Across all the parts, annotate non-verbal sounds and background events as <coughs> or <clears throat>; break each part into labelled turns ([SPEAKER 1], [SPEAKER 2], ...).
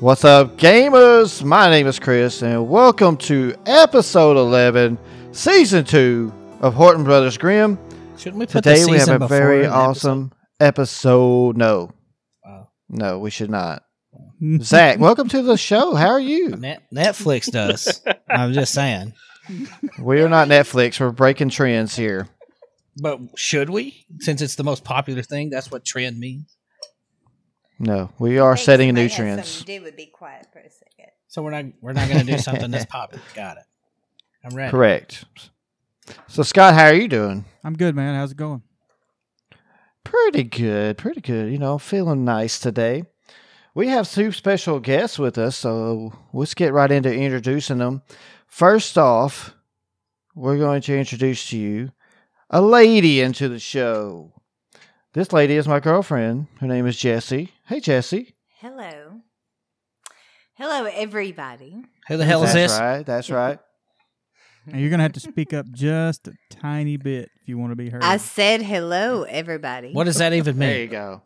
[SPEAKER 1] What's up, gamers? My name is Chris, and welcome to episode 11, season 2 of Horton Brothers Grimm.
[SPEAKER 2] Shouldn't we put
[SPEAKER 1] Today
[SPEAKER 2] the
[SPEAKER 1] we have
[SPEAKER 2] season
[SPEAKER 1] a very
[SPEAKER 2] before an
[SPEAKER 1] awesome episode. No,
[SPEAKER 2] Wow.
[SPEAKER 1] no, we should not.
[SPEAKER 2] <laughs>
[SPEAKER 1] Zach, welcome to the show. How are you?
[SPEAKER 2] episode? Net- Netflix does.
[SPEAKER 1] <laughs>
[SPEAKER 2] I'm just saying.
[SPEAKER 1] We are not Netflix. We're breaking trends here.
[SPEAKER 2] But should we? Since it's the most popular thing, that's what trend means.
[SPEAKER 1] No, we are
[SPEAKER 3] Think
[SPEAKER 1] setting new
[SPEAKER 3] somebody has something
[SPEAKER 1] trends.
[SPEAKER 3] to do would be quiet for a second.
[SPEAKER 2] So we're not we're not going to do something that's popular.
[SPEAKER 1] <laughs>
[SPEAKER 2] Got it. I'm ready.
[SPEAKER 1] Correct. So, Scott, how are you doing?
[SPEAKER 4] I'm good, man. How's it going?
[SPEAKER 1] Pretty good, pretty good. You know, feeling nice today. We have two special guests with us, so let's get right into introducing them. First off, we're going to introduce to you a lady into the show. This lady is my girlfriend. Her name is Jessie. Hey, Jessie.
[SPEAKER 3] Hello. Hello, everybody.
[SPEAKER 2] Who the hell is
[SPEAKER 1] that's
[SPEAKER 2] this?
[SPEAKER 1] right. That's right.
[SPEAKER 4] And you're gonna have to speak
[SPEAKER 3] <laughs>
[SPEAKER 4] up just a tiny bit if you want to be heard.
[SPEAKER 3] I said hello, everybody.
[SPEAKER 2] What does that even mean?
[SPEAKER 1] There you go.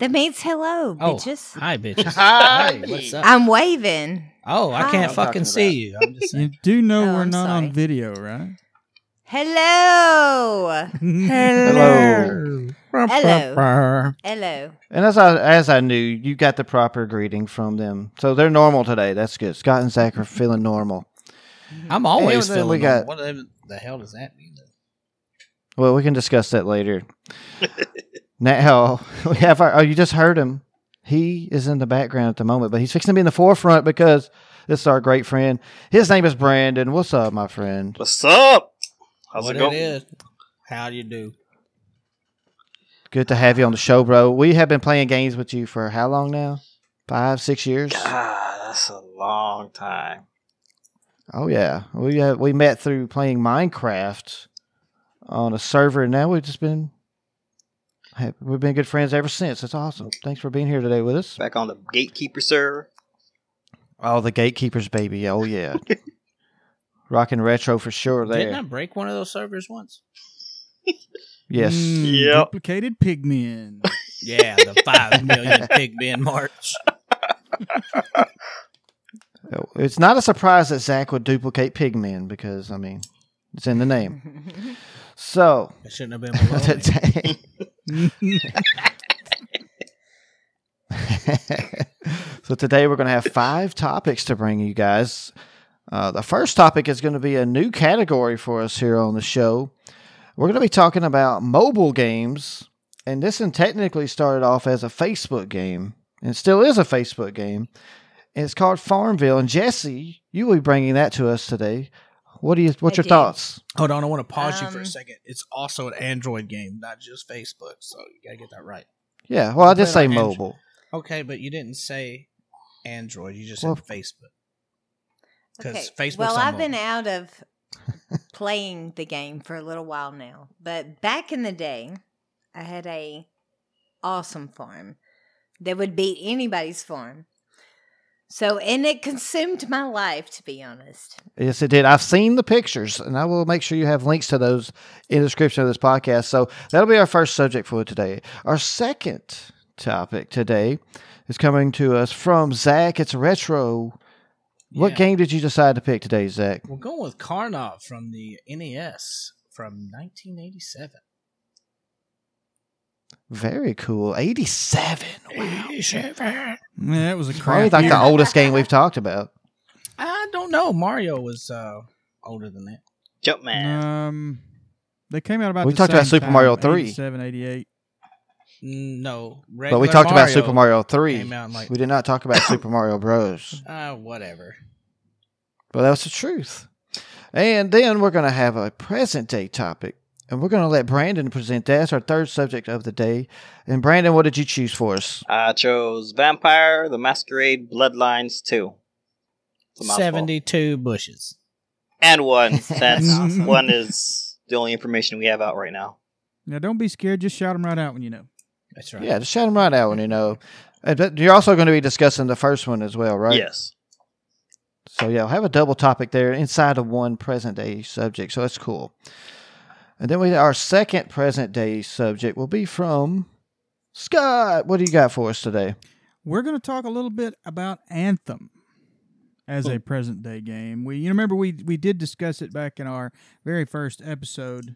[SPEAKER 3] That means hello,
[SPEAKER 2] Oh,
[SPEAKER 3] bitches.
[SPEAKER 2] hi
[SPEAKER 1] <laughs>
[SPEAKER 2] bitches.
[SPEAKER 1] Hi.
[SPEAKER 2] Hey, what's up?
[SPEAKER 3] I'm waving.
[SPEAKER 2] oh, I can't
[SPEAKER 1] Hi.
[SPEAKER 2] fucking see you.
[SPEAKER 1] <laughs>
[SPEAKER 2] I'm just
[SPEAKER 4] you
[SPEAKER 2] saying.
[SPEAKER 4] do know
[SPEAKER 3] Oh,
[SPEAKER 4] we're
[SPEAKER 3] I'm
[SPEAKER 4] not
[SPEAKER 3] sorry.
[SPEAKER 4] on video, right?
[SPEAKER 3] Hello.
[SPEAKER 1] Hello.
[SPEAKER 4] Hmm,
[SPEAKER 3] Hello.
[SPEAKER 2] <laughs>
[SPEAKER 3] Hello.
[SPEAKER 1] And as I as I knew, you got the proper greeting from them. So they're normal today. That's good. Scott and Zach are feeling normal.
[SPEAKER 2] I'm always
[SPEAKER 1] And then
[SPEAKER 2] feeling.
[SPEAKER 1] we
[SPEAKER 2] We
[SPEAKER 1] got-
[SPEAKER 2] what the the hell does that mean?
[SPEAKER 1] Well, we can discuss that later. now <laughs> we have our. Oh, you just heard him. He is in the background at the moment, but he's fixing to be in the forefront because this is our great friend. His name is Brandon. What's up, my friend?
[SPEAKER 5] What's up? How's
[SPEAKER 2] what
[SPEAKER 5] it going?
[SPEAKER 2] is? How do you do?
[SPEAKER 1] Good to have you on the show, bro. We have been playing games with you for how long now? Five, six years.
[SPEAKER 5] God, that's a long time.
[SPEAKER 1] Oh yeah, we uh, we met through playing Minecraft on a server, and now we've just been have- we've been good friends ever since. That's awesome. Thanks for being here today with us.
[SPEAKER 5] Back on the gatekeeper server.
[SPEAKER 1] Oh, the gatekeepers, baby. Oh yeah, rocking retro for sure. There.
[SPEAKER 2] Didn't I break one of those servers once?
[SPEAKER 1] yes.
[SPEAKER 2] Hmm.
[SPEAKER 4] Mm,
[SPEAKER 5] Yep.
[SPEAKER 4] Duplicated pigmen.
[SPEAKER 2] Yeah, the
[SPEAKER 1] <laughs>
[SPEAKER 2] five million pig bin march.
[SPEAKER 1] It's not a surprise that Zach would duplicate Pigmen because I mean it's in the name. So
[SPEAKER 2] It
[SPEAKER 1] <laughs>
[SPEAKER 2] shouldn't have been below me.
[SPEAKER 1] today.
[SPEAKER 4] Hmm,
[SPEAKER 1] <laughs> so today we're going to have five topics to bring you guys. Uh, the first topic is going to be a new category for us here on the show. We're going to be talking about mobile games, and this one technically started off as a Facebook game, and still is a Facebook game. And it's called Farmville, and Jesse, you will be bringing that to us today. What do you? What's
[SPEAKER 3] I
[SPEAKER 1] your
[SPEAKER 3] do.
[SPEAKER 1] thoughts?
[SPEAKER 2] Hold on, I want to pause you for
[SPEAKER 3] Um,
[SPEAKER 2] a second. It's also an Android game, not just Facebook, so you gotta get that right.
[SPEAKER 1] Yeah, well, I did say
[SPEAKER 2] Well, Andrew-
[SPEAKER 1] mobile.
[SPEAKER 2] Okay, but you didn't say Android. You just said
[SPEAKER 1] Well-
[SPEAKER 2] Facebook. 'Cause
[SPEAKER 3] Okay.
[SPEAKER 2] Facebook's
[SPEAKER 3] well,
[SPEAKER 2] on
[SPEAKER 3] I've been
[SPEAKER 2] mobile.
[SPEAKER 3] out of playing the game for a little while now, but back in the day, I had a awesome farm that would beat anybody's farm. So, and it consumed my life, to be honest. <laughs>
[SPEAKER 1] Yes, it did. I've seen the pictures, and I will make sure you have links to those in the description of this podcast. So that'll be our first subject for today. Our second topic today is coming to us from Zach. It's retro. What
[SPEAKER 2] Yeah.
[SPEAKER 1] game did you decide to pick today, Zach?
[SPEAKER 2] We're going with Karnov from the NES from 1987.
[SPEAKER 1] Very cool. 87. Wow.
[SPEAKER 2] 87.
[SPEAKER 4] Man, that was a
[SPEAKER 1] Probably
[SPEAKER 4] crap.
[SPEAKER 1] like
[SPEAKER 4] year.
[SPEAKER 1] the oldest game we've talked about.
[SPEAKER 2] I don't know. Mario was uh, older than that.
[SPEAKER 5] Jumpman.
[SPEAKER 4] um, they came out about.
[SPEAKER 1] We
[SPEAKER 4] the
[SPEAKER 1] talked about
[SPEAKER 4] same
[SPEAKER 1] Super
[SPEAKER 4] time,
[SPEAKER 1] Mario 3.
[SPEAKER 4] 87, 88.
[SPEAKER 2] Mm, No,
[SPEAKER 1] But we
[SPEAKER 2] regular
[SPEAKER 1] talked about Super Mario 3.
[SPEAKER 2] came out in like-
[SPEAKER 1] We did not talk about Super Mario Bros.
[SPEAKER 2] Uh, whatever.
[SPEAKER 1] But that's the truth. And then we're going to have a present day topic. And we're going to let Brandon present that. That's our third subject of the day. And Brandon, what did you choose for us?
[SPEAKER 5] I chose Vampire the Masquerade Bloodlines 2. It's a mouthful.
[SPEAKER 2] 72 bushes.
[SPEAKER 5] And 1. That's
[SPEAKER 4] Awesome.
[SPEAKER 5] 1 is the only information we have out right now.
[SPEAKER 4] Now, don't be scared. Just shout them right out when you know.
[SPEAKER 2] That's right.
[SPEAKER 1] Yeah, just shout him right out when you know. And but you're also going to be discussing the first one as well, right?
[SPEAKER 5] Yes.
[SPEAKER 1] So yeah, we'll have a double topic there inside of one present day subject. So that's cool. And then we our second present day subject will be from Scott. What do you got for us today?
[SPEAKER 4] We're going to talk a little bit about Anthem as a present day game. We you remember we we did discuss it back in our very first episode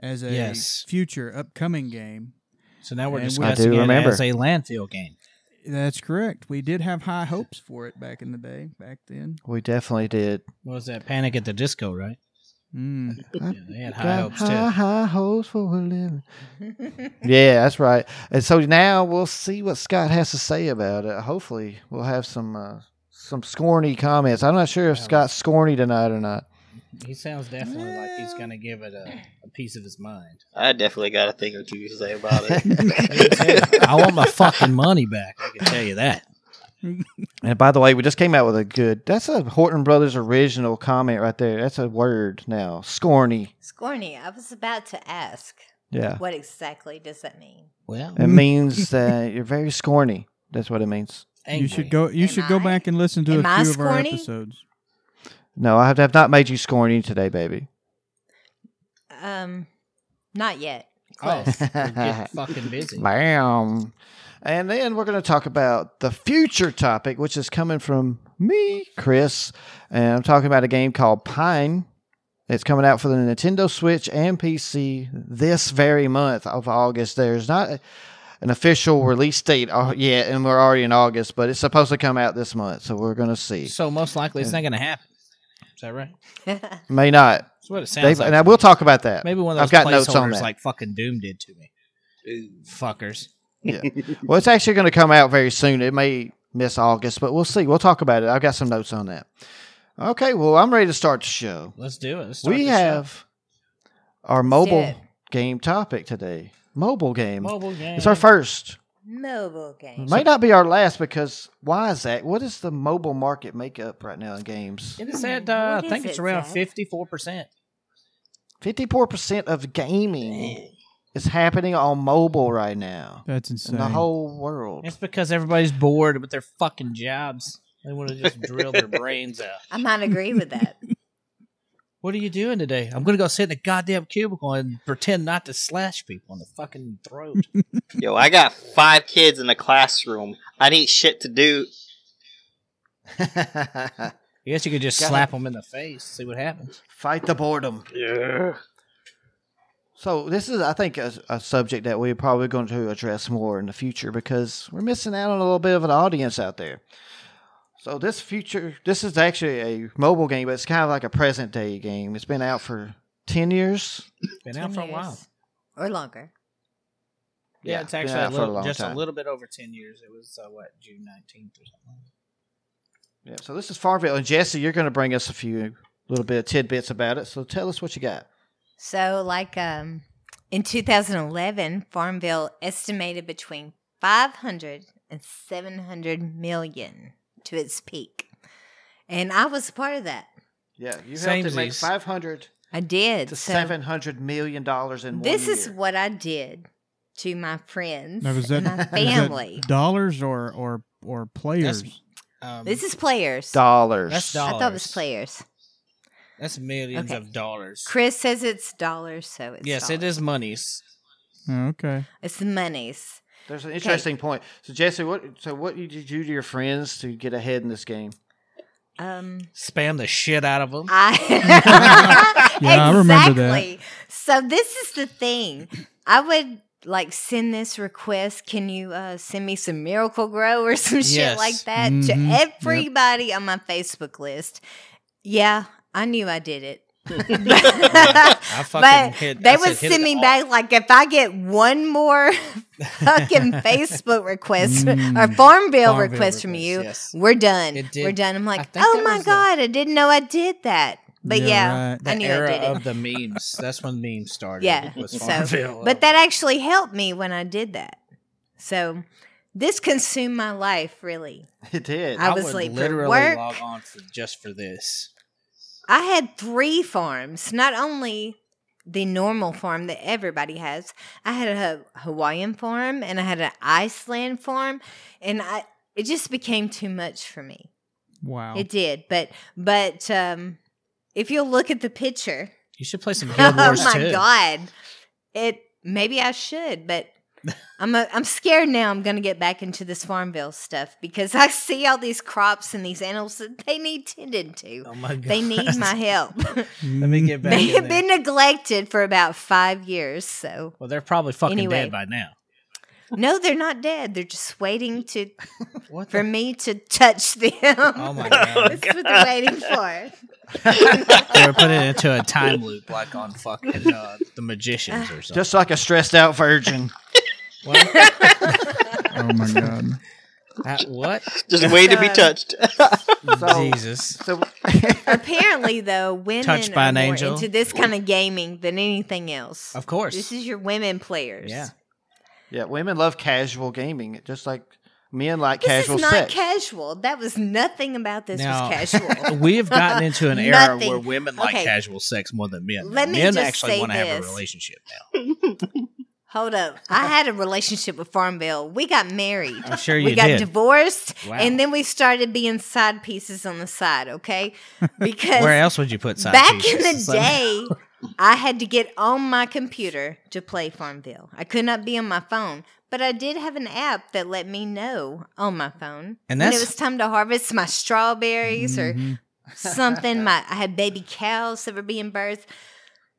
[SPEAKER 4] as a
[SPEAKER 2] Yes.
[SPEAKER 4] future upcoming game.
[SPEAKER 2] So now we're
[SPEAKER 4] And we-
[SPEAKER 2] discussing
[SPEAKER 1] I do
[SPEAKER 2] it
[SPEAKER 1] remember.
[SPEAKER 2] as a landfill game.
[SPEAKER 4] That's correct. We did have high hopes for it back in the day, back then.
[SPEAKER 1] We definitely did.
[SPEAKER 2] What was that? Panic at the Disco, right?
[SPEAKER 4] Mm.
[SPEAKER 2] Yeah, they had high hopes
[SPEAKER 1] high,
[SPEAKER 2] too.
[SPEAKER 1] high hopes for a living. yeah, that's right. And so now we'll see what Scott has to say about it. Hopefully, we'll have some uh, some scorny comments. I'm not sure if
[SPEAKER 2] Yeah.
[SPEAKER 1] Scott's scorny tonight or not.
[SPEAKER 2] He sounds definitely like he's
[SPEAKER 4] Well.
[SPEAKER 2] going to give it a, a piece of his mind.
[SPEAKER 1] <laughs>
[SPEAKER 5] I definitely got a thing or two to say about
[SPEAKER 2] Hey,
[SPEAKER 5] it.
[SPEAKER 2] I want my fucking money back. I can tell you that.
[SPEAKER 1] And by the way, we just came out with a good. That's a Horton Brothers original comment right there. That's a word now. Scorny.
[SPEAKER 3] Scorny, I was about to ask,
[SPEAKER 1] Yeah,
[SPEAKER 3] what exactly does that mean?
[SPEAKER 2] Well,
[SPEAKER 1] it means that you're very scorny. That's what it means.
[SPEAKER 4] You
[SPEAKER 2] angry.
[SPEAKER 4] should go you
[SPEAKER 3] Am
[SPEAKER 4] should go
[SPEAKER 3] I-
[SPEAKER 4] back and listen to a
[SPEAKER 3] am I
[SPEAKER 4] few of our
[SPEAKER 3] scorny?
[SPEAKER 4] episodes.
[SPEAKER 1] No, I have I have not made you scorny today, baby.
[SPEAKER 3] Um, not yet. <laughs>
[SPEAKER 2] Oh,
[SPEAKER 3] Close.
[SPEAKER 2] we'll
[SPEAKER 1] <laughs>
[SPEAKER 2] get fucking busy.
[SPEAKER 1] Bam. And then we're going to talk about the future topic, which is coming from me, Chris. And I'm talking about a game called Pine. It's coming out for the Nintendo Switch and PC this very month of August. There's not an official release date al- yet, and we're already in August, but it's supposed to come out this month. So we're going to see.
[SPEAKER 2] So most likely it's not going to happen. Is that right?
[SPEAKER 1] May not.
[SPEAKER 2] That's what it sounds
[SPEAKER 1] They,
[SPEAKER 2] like.
[SPEAKER 1] and
[SPEAKER 2] to
[SPEAKER 1] I will
[SPEAKER 2] me.
[SPEAKER 1] talk about that.
[SPEAKER 2] Maybe one of
[SPEAKER 1] I've
[SPEAKER 2] those
[SPEAKER 1] got notes on
[SPEAKER 2] placeholders
[SPEAKER 1] that.
[SPEAKER 2] like fucking Doom did to me. Fuckers.
[SPEAKER 1] Well, it's actually going to come out very soon. It may miss August, but we'll see. We'll talk about it. I've got some notes on that. Okay, well, I'm ready to start the show.
[SPEAKER 2] Let's do it. Let's start
[SPEAKER 1] We
[SPEAKER 2] this
[SPEAKER 1] have our mobile
[SPEAKER 3] it.
[SPEAKER 1] game topic today. Mobile game.
[SPEAKER 2] show. mobile game.
[SPEAKER 1] It's our first.
[SPEAKER 3] Mobile game.
[SPEAKER 1] May not be our last because why is that? What does the mobile market make up right now in games?
[SPEAKER 2] It is at, uh, I
[SPEAKER 3] What
[SPEAKER 2] think
[SPEAKER 3] is
[SPEAKER 2] it's
[SPEAKER 3] it,
[SPEAKER 2] around
[SPEAKER 3] Zach?
[SPEAKER 2] 54%.
[SPEAKER 1] 54% of gaming is happening on mobile right now
[SPEAKER 4] That's
[SPEAKER 1] in
[SPEAKER 4] insane.
[SPEAKER 1] the whole world.
[SPEAKER 2] It's because everybody's bored with their fucking jobs. They want to just drill their brains out.
[SPEAKER 3] I might agree with that.
[SPEAKER 2] What are you doing today? I'm gonna go sit in a goddamn cubicle and pretend not to slash people in the fucking throat.
[SPEAKER 5] <laughs> Yo, I got five kids in the classroom. I need shit to do.
[SPEAKER 1] <laughs>
[SPEAKER 2] I guess you could just
[SPEAKER 1] Got
[SPEAKER 2] slap them in the face, see what happens.
[SPEAKER 1] Fight the boredom.
[SPEAKER 5] Yeah.
[SPEAKER 1] So this is, I think, a, a subject that we're probably going to address more in the future because we're missing out on a little bit of an audience out there. So this future, this is actually a mobile game, but it's kind of like a present day game. It's been out for ten years.
[SPEAKER 2] Been out
[SPEAKER 3] 10
[SPEAKER 2] for a while.
[SPEAKER 3] years Or longer.
[SPEAKER 2] Yeah,
[SPEAKER 1] Yeah,
[SPEAKER 2] it's
[SPEAKER 1] been
[SPEAKER 2] actually
[SPEAKER 1] out
[SPEAKER 2] a
[SPEAKER 1] for a
[SPEAKER 2] little,
[SPEAKER 1] long
[SPEAKER 2] just
[SPEAKER 1] time.
[SPEAKER 2] a little bit over ten years. It was uh, what June nineteenth or something.
[SPEAKER 1] Yeah. So this is Farmville, and Jesse, you're going to bring us a few little bit of tidbits about it. So tell us what you got.
[SPEAKER 3] So, like um, in 2011, Farmville estimated between 500 and 700 million to its peak. And I was a part of that.
[SPEAKER 1] Yeah, you helped it
[SPEAKER 2] Samesies.
[SPEAKER 1] make five hundred
[SPEAKER 3] I did.
[SPEAKER 1] to
[SPEAKER 3] So
[SPEAKER 1] seven hundred million dollars in
[SPEAKER 3] This
[SPEAKER 1] one
[SPEAKER 3] is
[SPEAKER 1] year.
[SPEAKER 3] what I did to my friends
[SPEAKER 4] Now, was that-
[SPEAKER 3] and my
[SPEAKER 4] <laughs>
[SPEAKER 1] was that
[SPEAKER 3] family.
[SPEAKER 4] dollars or or or players.
[SPEAKER 2] Um,
[SPEAKER 3] this is players.
[SPEAKER 1] dollars.
[SPEAKER 2] that's
[SPEAKER 3] I thought it was
[SPEAKER 2] dollars.
[SPEAKER 3] players.
[SPEAKER 2] that's millions
[SPEAKER 3] Okay.
[SPEAKER 2] of dollars.
[SPEAKER 3] Chris says it's dollars, so it's
[SPEAKER 2] yes, it
[SPEAKER 3] dollars.
[SPEAKER 2] is monies.
[SPEAKER 4] Oh, okay.
[SPEAKER 3] It's the monies.
[SPEAKER 1] There's an interesting point. So Jesse, what so what did you do to your friends to get ahead in this game? <laughs>
[SPEAKER 3] Um,
[SPEAKER 2] Spam the shit out of them.
[SPEAKER 3] Uh,
[SPEAKER 2] <laughs>
[SPEAKER 3] I <laughs>
[SPEAKER 4] Yeah, I remember that.
[SPEAKER 3] Exactly. So this is the thing. I would like send this request. Can you uh, send me some Miracle Grow or <laughs> some shit
[SPEAKER 2] Yes. Mm-hmm.
[SPEAKER 3] like that
[SPEAKER 4] Mhm.
[SPEAKER 3] to
[SPEAKER 4] Yep.
[SPEAKER 3] everybody on my Facebook list? Yeah, I knew I did
[SPEAKER 2] <laughs>
[SPEAKER 3] it. <laughs>
[SPEAKER 2] I fucking
[SPEAKER 3] but
[SPEAKER 2] hit.
[SPEAKER 3] they
[SPEAKER 2] I
[SPEAKER 3] would
[SPEAKER 2] said, hit
[SPEAKER 3] send
[SPEAKER 2] it
[SPEAKER 3] me
[SPEAKER 2] all.
[SPEAKER 3] back like if I get
[SPEAKER 2] <laughs>
[SPEAKER 3] one more fucking Facebook request or
[SPEAKER 4] Mm.
[SPEAKER 3] farm bill
[SPEAKER 2] Farm bill
[SPEAKER 3] request from
[SPEAKER 2] request,
[SPEAKER 3] you,
[SPEAKER 2] yes.
[SPEAKER 3] we're done.
[SPEAKER 2] It did-
[SPEAKER 3] We're done. I'm
[SPEAKER 2] I
[SPEAKER 3] like,
[SPEAKER 2] think
[SPEAKER 3] oh
[SPEAKER 2] that
[SPEAKER 3] my
[SPEAKER 2] was the-
[SPEAKER 3] god, I didn't know I did that. But
[SPEAKER 4] Yeah,
[SPEAKER 3] yeah,
[SPEAKER 4] right.
[SPEAKER 3] I
[SPEAKER 2] The
[SPEAKER 3] knew I
[SPEAKER 2] era
[SPEAKER 3] did it.
[SPEAKER 2] of the memes. That's when memes started.
[SPEAKER 3] Yeah,
[SPEAKER 2] was
[SPEAKER 3] so-
[SPEAKER 2] Farmville.
[SPEAKER 3] But that actually helped me when I did that. So this consumed my life really.
[SPEAKER 1] It did.
[SPEAKER 3] I-
[SPEAKER 1] I,
[SPEAKER 3] was
[SPEAKER 2] would
[SPEAKER 3] late for
[SPEAKER 2] literally
[SPEAKER 3] work.
[SPEAKER 2] log on for, just for this.
[SPEAKER 3] I had three farms, not only the normal farm that everybody has. I had a Ha- Hawaiian farm and I had an Iceland farm and I it just became too much for me.
[SPEAKER 4] Wow.
[SPEAKER 3] It did, but but um if you'll look at the picture, <laughs>
[SPEAKER 2] You should play some Guild
[SPEAKER 3] oh
[SPEAKER 2] Wars
[SPEAKER 3] my
[SPEAKER 2] too. <laughs>
[SPEAKER 3] god. It maybe I should, but I'm a, I'm scared now. I'm gonna get back into this Farmville stuff because I see all these crops and these animals that they need tended to.
[SPEAKER 2] Oh my god.
[SPEAKER 3] They need my help. <laughs>
[SPEAKER 2] Let me get back.
[SPEAKER 3] they
[SPEAKER 2] in
[SPEAKER 3] have
[SPEAKER 2] there.
[SPEAKER 3] been neglected for about five
[SPEAKER 2] <laughs>
[SPEAKER 3] years. So
[SPEAKER 2] <laughs> Well, they're probably fucking
[SPEAKER 3] Anyway.
[SPEAKER 2] dead by now.
[SPEAKER 3] no, they're not dead. They're just waiting to
[SPEAKER 2] What
[SPEAKER 3] for me to touch <laughs> them.
[SPEAKER 2] Oh my god.
[SPEAKER 3] <laughs> That's what they're
[SPEAKER 2] <laughs>
[SPEAKER 3] waiting for.
[SPEAKER 2] they were putting it into a time loop like on fucking uh, the magicians
[SPEAKER 3] <laughs>
[SPEAKER 2] or something.
[SPEAKER 1] Just like a stressed out virgin.
[SPEAKER 2] what?
[SPEAKER 4] Oh my god.
[SPEAKER 2] Uh,
[SPEAKER 3] <laughs>
[SPEAKER 2] what?
[SPEAKER 5] Just wait to be
[SPEAKER 3] Um,
[SPEAKER 5] touched. <laughs>
[SPEAKER 1] So-
[SPEAKER 2] Jesus.
[SPEAKER 1] So
[SPEAKER 3] Apparently, though, women
[SPEAKER 2] Touched by
[SPEAKER 3] are
[SPEAKER 2] an
[SPEAKER 3] more
[SPEAKER 2] angel.
[SPEAKER 3] into this kind of gaming than anything else.
[SPEAKER 2] Of course.
[SPEAKER 3] This is your women players.
[SPEAKER 2] yeah.
[SPEAKER 1] yeah, women love casual gaming, just like men like
[SPEAKER 3] This
[SPEAKER 1] casual
[SPEAKER 3] is not
[SPEAKER 1] sex.
[SPEAKER 3] casual. That was nothing about this
[SPEAKER 2] Now- <laughs>
[SPEAKER 3] was casual.
[SPEAKER 2] We have gotten into
[SPEAKER 3] <laughs>
[SPEAKER 2] an era
[SPEAKER 3] Nothing.
[SPEAKER 2] where women like
[SPEAKER 3] Okay.
[SPEAKER 2] casual sex more than men.
[SPEAKER 3] Let me
[SPEAKER 2] men
[SPEAKER 3] just
[SPEAKER 2] actually
[SPEAKER 3] say
[SPEAKER 2] wanna have a
[SPEAKER 3] this.
[SPEAKER 2] relationship
[SPEAKER 3] <laughs>
[SPEAKER 2] now.
[SPEAKER 3] Hold up. I had a relationship with Farmville. We got married.
[SPEAKER 2] I'm sure
[SPEAKER 3] we
[SPEAKER 2] you
[SPEAKER 3] got
[SPEAKER 2] did.
[SPEAKER 3] divorced
[SPEAKER 2] Wow.
[SPEAKER 3] and then we started being side pieces on the side, okay?
[SPEAKER 2] <laughs>
[SPEAKER 3] Because
[SPEAKER 2] Where else would you put side
[SPEAKER 3] back in
[SPEAKER 2] pieces? So-
[SPEAKER 3] the day, I had to get on my computer to play Farmville. I could not be on my phone, but I did have an app that let me know on my phone
[SPEAKER 2] And
[SPEAKER 3] when it
[SPEAKER 2] that's- Mm-hmm.
[SPEAKER 3] was time to harvest my strawberries or something. My I had baby cows that were being birthed.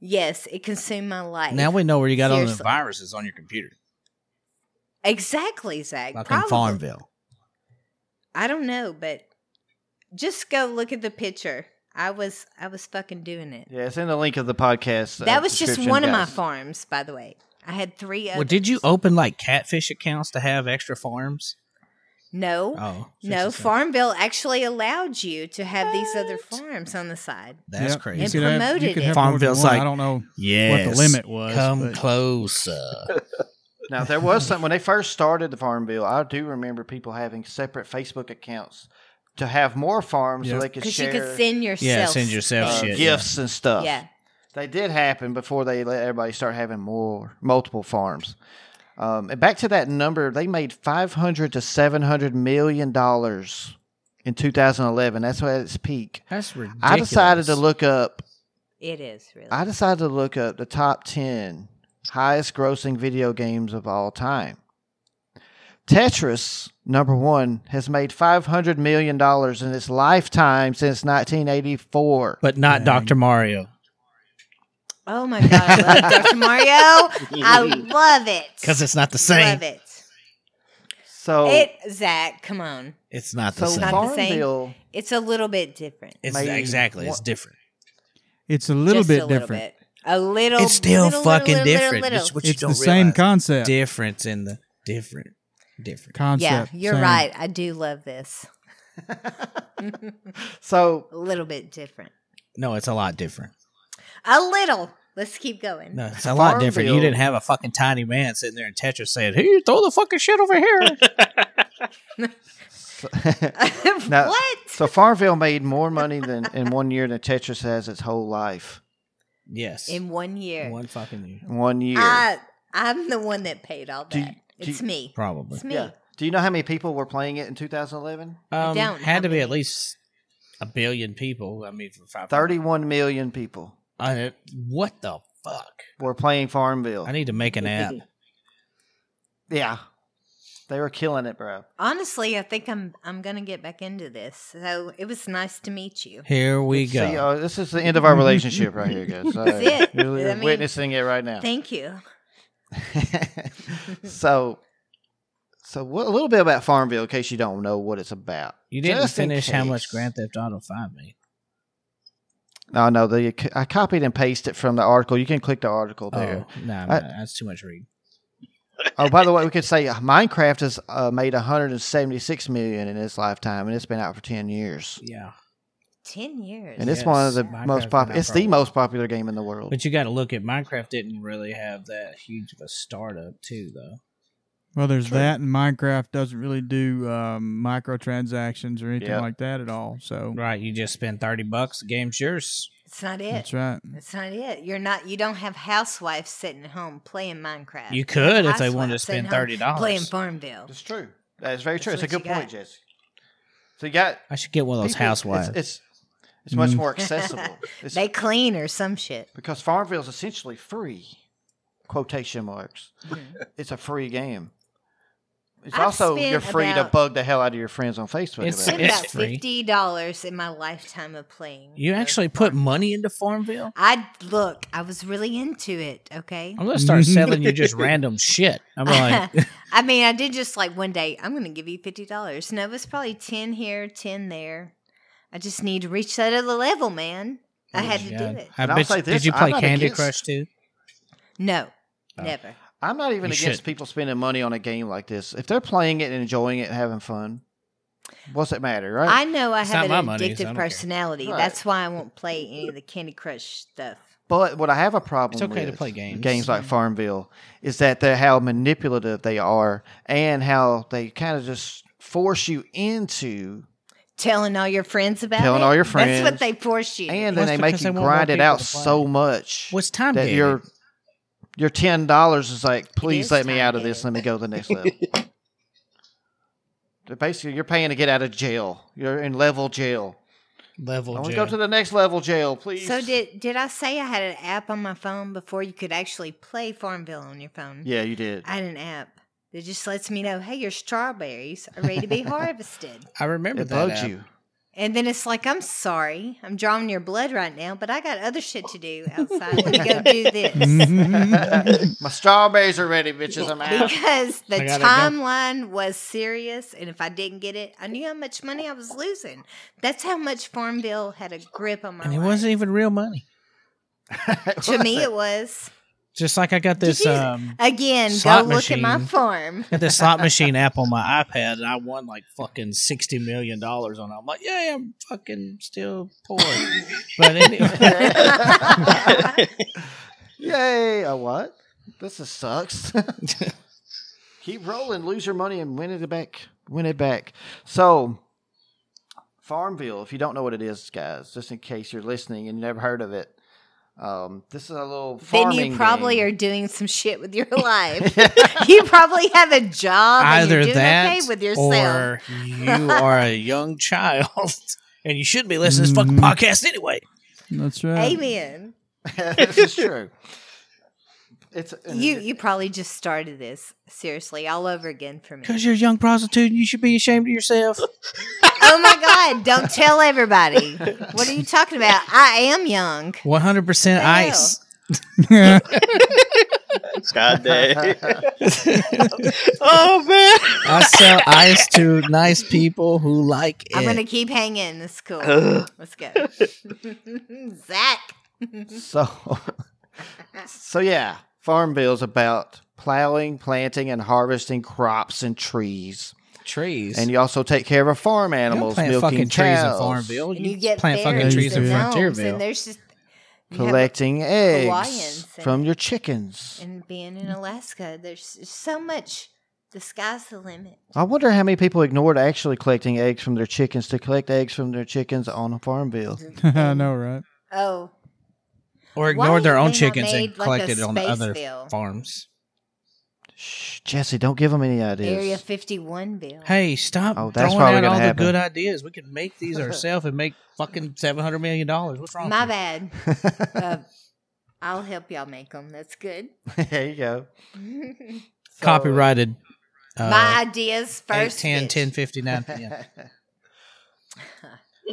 [SPEAKER 3] Yes, it consumed my life.
[SPEAKER 2] Now we know where you got all the
[SPEAKER 3] Seriously.
[SPEAKER 2] viruses on your computer.
[SPEAKER 3] exactly, Zach.
[SPEAKER 2] Fucking
[SPEAKER 3] Probably.
[SPEAKER 2] Farmville.
[SPEAKER 3] I don't know, but just go look at the picture. I was I was fucking doing it.
[SPEAKER 1] Yeah, it's in the link of the podcast. uh,
[SPEAKER 3] That was just
[SPEAKER 1] description,
[SPEAKER 3] one of my
[SPEAKER 1] guys.
[SPEAKER 3] farms, by the way. I had three. Others.
[SPEAKER 2] Well, did you open like catfish accounts to have extra farms?
[SPEAKER 3] No,
[SPEAKER 2] Oh,
[SPEAKER 3] no.
[SPEAKER 2] shit.
[SPEAKER 3] Farmville actually allowed you to have these other farms on the side.
[SPEAKER 2] That's
[SPEAKER 4] Yep.
[SPEAKER 2] crazy.
[SPEAKER 3] And
[SPEAKER 4] You could have- you
[SPEAKER 3] promoted
[SPEAKER 4] could
[SPEAKER 3] it.
[SPEAKER 4] have more than
[SPEAKER 2] Farmville's
[SPEAKER 4] one.
[SPEAKER 2] like,
[SPEAKER 4] I don't know
[SPEAKER 2] Yes.
[SPEAKER 4] what the limit was.
[SPEAKER 2] Come
[SPEAKER 4] but- <laughs>
[SPEAKER 2] closer.
[SPEAKER 1] Now there
[SPEAKER 3] <laughs>
[SPEAKER 1] was some when they first started the farm bill. I do remember people having separate Facebook accounts to have more farms
[SPEAKER 4] Yeah.
[SPEAKER 1] so they could
[SPEAKER 3] Because
[SPEAKER 1] share
[SPEAKER 3] you could send yourself.
[SPEAKER 2] yeah, send yourself
[SPEAKER 1] uh,
[SPEAKER 2] shit. yeah.
[SPEAKER 1] gifts and stuff.
[SPEAKER 3] Yeah.
[SPEAKER 1] they did happen before they let everybody start having more multiple farms. Um, and back to that number, they made five hundred to seven hundred million dollars in 2011. That's at its peak.
[SPEAKER 2] That's ridiculous.
[SPEAKER 1] I decided to look up.
[SPEAKER 3] It is really.
[SPEAKER 1] I decided to look up the top ten highest grossing video games of all time. Tetris, number one, has made five hundred million dollars in its lifetime since 1984.
[SPEAKER 2] but not
[SPEAKER 4] Dang.
[SPEAKER 2] Dr. Mario.
[SPEAKER 3] oh my god, I love
[SPEAKER 2] <laughs>
[SPEAKER 3] it, Dr. Mario. I love it
[SPEAKER 2] Because it's not the same. Oh.
[SPEAKER 3] Love it.
[SPEAKER 1] So
[SPEAKER 3] It Zach, come on.
[SPEAKER 2] It's not the
[SPEAKER 1] so
[SPEAKER 2] same.
[SPEAKER 3] Not the same.
[SPEAKER 1] Farmville.
[SPEAKER 3] It's a little bit different.
[SPEAKER 2] It's
[SPEAKER 1] Maybe
[SPEAKER 2] exactly. It's
[SPEAKER 1] one-
[SPEAKER 2] different.
[SPEAKER 4] It's a little
[SPEAKER 3] Just
[SPEAKER 4] bit
[SPEAKER 3] a little
[SPEAKER 4] different.
[SPEAKER 3] bit. A little.
[SPEAKER 2] it's still
[SPEAKER 3] little, little,
[SPEAKER 2] fucking
[SPEAKER 3] little, little,
[SPEAKER 2] different.
[SPEAKER 3] little.
[SPEAKER 2] It's what you
[SPEAKER 4] It's
[SPEAKER 2] don't
[SPEAKER 4] the same
[SPEAKER 2] realize.
[SPEAKER 4] concept.
[SPEAKER 2] difference in the different. Different.
[SPEAKER 3] Yeah,
[SPEAKER 4] concept.
[SPEAKER 3] you're
[SPEAKER 4] same.
[SPEAKER 3] right. I do love this.
[SPEAKER 1] So
[SPEAKER 3] A little bit different.
[SPEAKER 2] No, it's a lot different.
[SPEAKER 3] A little. Let's keep going. <laughs>
[SPEAKER 2] No, it's a lot
[SPEAKER 1] Farmville-
[SPEAKER 2] different. You didn't have a fucking tiny man sitting there in Tetris saying, "Here, throw the fucking shit over here."
[SPEAKER 3] <laughs>
[SPEAKER 1] Now-
[SPEAKER 3] what?
[SPEAKER 1] <laughs> so Farmville made more money than in one year than Tetris has its whole life.
[SPEAKER 2] yes,
[SPEAKER 3] In one year.
[SPEAKER 2] one fucking year,
[SPEAKER 1] In One year.
[SPEAKER 3] I, I'm the one that paid all that.
[SPEAKER 1] Do you- do
[SPEAKER 3] it's
[SPEAKER 1] you-
[SPEAKER 3] me.
[SPEAKER 2] probably.
[SPEAKER 3] It's me.
[SPEAKER 1] Yeah. Do you know how many people were playing it in 2011?
[SPEAKER 2] Um,
[SPEAKER 3] don't
[SPEAKER 2] had
[SPEAKER 3] have
[SPEAKER 2] to be
[SPEAKER 3] any.
[SPEAKER 2] at least a billion people. I mean, for five
[SPEAKER 1] 31 million people
[SPEAKER 2] I, what the fuck?
[SPEAKER 1] were playing Farmville.
[SPEAKER 2] I need to make an
[SPEAKER 3] <laughs>
[SPEAKER 2] app.
[SPEAKER 1] yeah. They were killing it, bro.
[SPEAKER 3] Honestly, I think I'm I'm gonna get back into this. So it was nice to meet you.
[SPEAKER 2] Here we
[SPEAKER 1] See,
[SPEAKER 2] go.
[SPEAKER 1] uh, this is the end of our relationship right here,
[SPEAKER 3] <laughs>
[SPEAKER 1] guys. So,
[SPEAKER 3] it.
[SPEAKER 1] You're,
[SPEAKER 3] I
[SPEAKER 1] you're
[SPEAKER 3] mean,
[SPEAKER 1] witnessing it right now.
[SPEAKER 3] Thank you.
[SPEAKER 1] <laughs> so, so what, a little bit about Farmville in case you don't know what it's about.
[SPEAKER 2] You didn't
[SPEAKER 1] Just in
[SPEAKER 2] finish how much
[SPEAKER 1] case.
[SPEAKER 2] Grand Theft Auto Five made.
[SPEAKER 1] No, no, the, I copied and pasted from the article. You can click the article there.
[SPEAKER 2] Oh, nah,
[SPEAKER 1] I-
[SPEAKER 2] man, that's too much reading.
[SPEAKER 1] <laughs> Oh, by the way, we could say Minecraft has uh, made 176 million in its lifetime, and it's been out for 10 years.
[SPEAKER 2] Yeah,
[SPEAKER 3] Ten years.
[SPEAKER 1] And it's one of
[SPEAKER 2] Yes,
[SPEAKER 1] the
[SPEAKER 2] Minecraft's
[SPEAKER 1] most
[SPEAKER 2] been
[SPEAKER 1] popular.
[SPEAKER 2] out
[SPEAKER 1] It's
[SPEAKER 2] for a
[SPEAKER 1] the
[SPEAKER 2] while.
[SPEAKER 1] most popular game in the world.
[SPEAKER 2] but you got to look at Minecraft. Didn't really have that huge of a startup, too, though.
[SPEAKER 4] Well, there's
[SPEAKER 1] True.
[SPEAKER 4] that, and Minecraft doesn't really do um, microtransactions or anything
[SPEAKER 1] Yep.
[SPEAKER 4] like that at all. So
[SPEAKER 2] Right, you just spend thirty bucks. The game's yours.
[SPEAKER 3] it's not it.
[SPEAKER 4] that's
[SPEAKER 3] <laughs>
[SPEAKER 4] right.
[SPEAKER 3] That's not it. You're not. You don't have housewives sitting at home playing Minecraft.
[SPEAKER 2] You could if they wanted to
[SPEAKER 3] Housewives sitting
[SPEAKER 2] spend
[SPEAKER 3] home
[SPEAKER 2] thirty
[SPEAKER 3] Playing
[SPEAKER 2] dollars.
[SPEAKER 3] Farmville.
[SPEAKER 1] It's true. That's very true.
[SPEAKER 3] That's
[SPEAKER 1] it's a
[SPEAKER 3] what
[SPEAKER 1] good
[SPEAKER 3] you
[SPEAKER 1] point,
[SPEAKER 3] got.
[SPEAKER 1] Jesse. So you got
[SPEAKER 2] I should get one of those
[SPEAKER 1] people-
[SPEAKER 2] housewives.
[SPEAKER 1] It's it's, it's much
[SPEAKER 4] Mm.
[SPEAKER 2] <laughs>
[SPEAKER 1] more accessible. It's,
[SPEAKER 3] They clean or some shit.
[SPEAKER 1] because Farmville is essentially free.
[SPEAKER 3] Of
[SPEAKER 1] quotation marks. It's a free game. It's
[SPEAKER 3] I've
[SPEAKER 1] also you're
[SPEAKER 3] spent
[SPEAKER 1] free to
[SPEAKER 3] about-
[SPEAKER 1] bug the hell out of your friends on Facebook.
[SPEAKER 2] It's-
[SPEAKER 1] about
[SPEAKER 2] <laughs>
[SPEAKER 3] spent
[SPEAKER 1] it.
[SPEAKER 3] about
[SPEAKER 2] It's free.
[SPEAKER 3] fifty dollars in my lifetime of playing.
[SPEAKER 2] You
[SPEAKER 3] those
[SPEAKER 2] actually
[SPEAKER 3] farm-
[SPEAKER 2] put money into Farmville?
[SPEAKER 3] I look. I was really into it. Okay.
[SPEAKER 2] I'm gonna <laughs> start selling you just random shit. I'm like,
[SPEAKER 3] I mean, I did just like one day. I'm going to give you fifty dollars. No, it's probably ten here, ten there. I just need to reach that other level, man. <laughs> I had to
[SPEAKER 2] "Oh God.
[SPEAKER 3] do it.
[SPEAKER 2] I
[SPEAKER 1] And I'll
[SPEAKER 2] bet
[SPEAKER 1] say
[SPEAKER 2] you,
[SPEAKER 1] this,
[SPEAKER 2] did you
[SPEAKER 1] I'm
[SPEAKER 2] play
[SPEAKER 1] not
[SPEAKER 2] Candy
[SPEAKER 1] against-
[SPEAKER 2] Crush too?
[SPEAKER 3] No,
[SPEAKER 2] Oh.
[SPEAKER 3] never.
[SPEAKER 1] I'm not even
[SPEAKER 2] You
[SPEAKER 1] against
[SPEAKER 2] should.
[SPEAKER 1] people spending money on a game like this. If they're playing it and enjoying it, and having fun, what's it matter, right?
[SPEAKER 3] I know I
[SPEAKER 2] It's
[SPEAKER 3] have
[SPEAKER 2] not my
[SPEAKER 3] an
[SPEAKER 2] money, so I
[SPEAKER 3] addictive
[SPEAKER 2] don't care.
[SPEAKER 3] personality.
[SPEAKER 1] Right.
[SPEAKER 3] That's why I won't play any of the Candy Crush stuff.
[SPEAKER 1] But what I have a problem
[SPEAKER 2] It's okay to
[SPEAKER 1] with
[SPEAKER 2] play games.
[SPEAKER 1] like Farmville is that they're how manipulative they are and how they kind of just force you into
[SPEAKER 3] Telling all your friends about
[SPEAKER 1] Telling
[SPEAKER 3] it?
[SPEAKER 1] all your
[SPEAKER 3] That's
[SPEAKER 1] friends.
[SPEAKER 3] what they force you. to
[SPEAKER 1] and
[SPEAKER 3] do.
[SPEAKER 1] then
[SPEAKER 2] That's
[SPEAKER 1] they make
[SPEAKER 2] because
[SPEAKER 1] you
[SPEAKER 2] they want more
[SPEAKER 1] grind it
[SPEAKER 2] people
[SPEAKER 1] out
[SPEAKER 2] to play.
[SPEAKER 1] so much
[SPEAKER 2] What's time
[SPEAKER 1] that
[SPEAKER 2] gated?
[SPEAKER 1] your your ten dollars is like, please
[SPEAKER 3] is
[SPEAKER 1] let me
[SPEAKER 3] time
[SPEAKER 1] out of this, let me
[SPEAKER 3] gated.
[SPEAKER 1] go to the next
[SPEAKER 3] <laughs>
[SPEAKER 1] level. They're Basically, you're paying to get out of jail. You're in level jail.
[SPEAKER 2] level.
[SPEAKER 1] I want to
[SPEAKER 2] jail.
[SPEAKER 1] go to the next level jail, please.
[SPEAKER 3] so did did I say I had an app on my phone before you could actually play Farmville on your phone?
[SPEAKER 1] Yeah, you did.
[SPEAKER 3] I had an app that just lets me know, hey, your strawberries are ready
[SPEAKER 2] <laughs>
[SPEAKER 3] to be harvested.
[SPEAKER 2] I remember
[SPEAKER 1] It
[SPEAKER 2] that.
[SPEAKER 1] bugged
[SPEAKER 2] app.
[SPEAKER 1] you.
[SPEAKER 3] And then it's like, I'm sorry, I'm drawing your blood right now, but I got other shit to do outside. Let me go
[SPEAKER 2] <laughs>
[SPEAKER 3] do
[SPEAKER 1] <laughs>
[SPEAKER 3] this.
[SPEAKER 4] Mm-hmm.
[SPEAKER 1] My strawberries are ready, bitches. I'm out.
[SPEAKER 2] <laughs>
[SPEAKER 3] Because the
[SPEAKER 2] I gotta go.
[SPEAKER 3] timeline was serious, and if I didn't get it, I knew how much money I was losing. That's how much Farmville had a grip on my
[SPEAKER 2] and it
[SPEAKER 3] life.
[SPEAKER 2] wasn't even real money.
[SPEAKER 3] <laughs> to me, it was.
[SPEAKER 2] Just like I got
[SPEAKER 3] Did
[SPEAKER 2] this
[SPEAKER 3] you-
[SPEAKER 2] um
[SPEAKER 3] Again,
[SPEAKER 2] Slot
[SPEAKER 3] go look at my
[SPEAKER 2] machine. <laughs>
[SPEAKER 3] farm. <laughs>
[SPEAKER 2] got this slot machine app on my iPad, and I won like fucking sixty million dollars on it. I'm like, yeah, I'm fucking still poor. but
[SPEAKER 3] <laughs>
[SPEAKER 2] anyway,
[SPEAKER 1] <laughs> Yay! A what? This is sucks. <laughs> Keep rolling, lose your money, and win it back. Win it back. So, Farmville. If you don't know what it is, guys, just in case you're listening and you never heard of it, um, this is a little
[SPEAKER 3] then
[SPEAKER 1] farming.
[SPEAKER 3] you probably
[SPEAKER 1] game.
[SPEAKER 3] are doing some shit
[SPEAKER 2] <laughs>
[SPEAKER 3] with your <laughs> life. you probably have a job. and you're
[SPEAKER 2] either
[SPEAKER 3] doing
[SPEAKER 2] that
[SPEAKER 3] okay with yourself.
[SPEAKER 2] or you are a young child <laughs> and you shouldn't be listening to this fucking
[SPEAKER 4] Mm.
[SPEAKER 2] podcast anyway.
[SPEAKER 4] <laughs> That's right.
[SPEAKER 3] Amen.
[SPEAKER 1] <laughs> this is true. It's
[SPEAKER 2] uh,
[SPEAKER 3] You you probably just started this seriously all over again for me.
[SPEAKER 2] Because you're a young prostitute, and you should be ashamed of yourself.
[SPEAKER 3] Oh my God! Don't tell everybody. What are you talking about? I am young.
[SPEAKER 2] One hundred percent
[SPEAKER 3] Hell.
[SPEAKER 2] ice.
[SPEAKER 1] <laughs>
[SPEAKER 5] God damn. oh man.
[SPEAKER 2] I sell ice to nice people who like it.
[SPEAKER 3] I'm gonna keep hanging. This is cool.
[SPEAKER 5] Ugh.
[SPEAKER 3] Let's go, <laughs> Zach.
[SPEAKER 1] <laughs>
[SPEAKER 3] <laughs>
[SPEAKER 1] So, so yeah, Farmville is about plowing, planting, and harvesting crops and trees.
[SPEAKER 2] trees
[SPEAKER 1] And you also take care of a farm
[SPEAKER 2] You don't
[SPEAKER 1] animals,
[SPEAKER 2] plant
[SPEAKER 1] milking
[SPEAKER 2] fucking
[SPEAKER 1] cows,
[SPEAKER 2] trees in Farmville.
[SPEAKER 3] And you, get
[SPEAKER 2] plant fucking
[SPEAKER 3] berries
[SPEAKER 4] trees
[SPEAKER 2] trees
[SPEAKER 4] in
[SPEAKER 2] in
[SPEAKER 3] and gnomes,
[SPEAKER 2] Frontierville.
[SPEAKER 3] and there's just you have a-
[SPEAKER 1] collecting eggs
[SPEAKER 3] Hawaiians and-
[SPEAKER 1] from your chickens.
[SPEAKER 3] and being in Alaska, there's so much. The sky's the limit.
[SPEAKER 1] I wonder how many people ignored actually collecting eggs from their chickens to collect eggs from their chickens on a Farmville.
[SPEAKER 4] <laughs> I know, right?
[SPEAKER 3] Oh,
[SPEAKER 2] or
[SPEAKER 3] Why
[SPEAKER 2] ignored their
[SPEAKER 3] have
[SPEAKER 2] own
[SPEAKER 3] they not
[SPEAKER 2] chickens
[SPEAKER 3] made,
[SPEAKER 2] and
[SPEAKER 3] like, a
[SPEAKER 2] collected it on the
[SPEAKER 3] space
[SPEAKER 2] other
[SPEAKER 3] bill?
[SPEAKER 2] farms.
[SPEAKER 1] Shh, Jesse, don't give them any ideas.
[SPEAKER 3] Area 51 bill.
[SPEAKER 2] Hey, stop
[SPEAKER 1] Oh, that's
[SPEAKER 2] throwing
[SPEAKER 1] probably
[SPEAKER 2] out
[SPEAKER 1] gonna
[SPEAKER 2] all
[SPEAKER 1] happen.
[SPEAKER 2] the good ideas. We can make
[SPEAKER 3] <laughs>
[SPEAKER 2] these ourselves and make fucking seven hundred million dollars. What's wrong?
[SPEAKER 3] My
[SPEAKER 2] with
[SPEAKER 3] bad.
[SPEAKER 1] <laughs>
[SPEAKER 3] uh, I'll help y'all make them. That's good. <laughs>
[SPEAKER 1] there you
[SPEAKER 2] <laughs>
[SPEAKER 1] go.
[SPEAKER 2] you? copyrighted? Uh,
[SPEAKER 3] My ideas
[SPEAKER 2] eight,
[SPEAKER 3] first.
[SPEAKER 2] 10,
[SPEAKER 3] bitch.
[SPEAKER 2] 10,
[SPEAKER 3] <laughs>
[SPEAKER 2] 59. Yeah.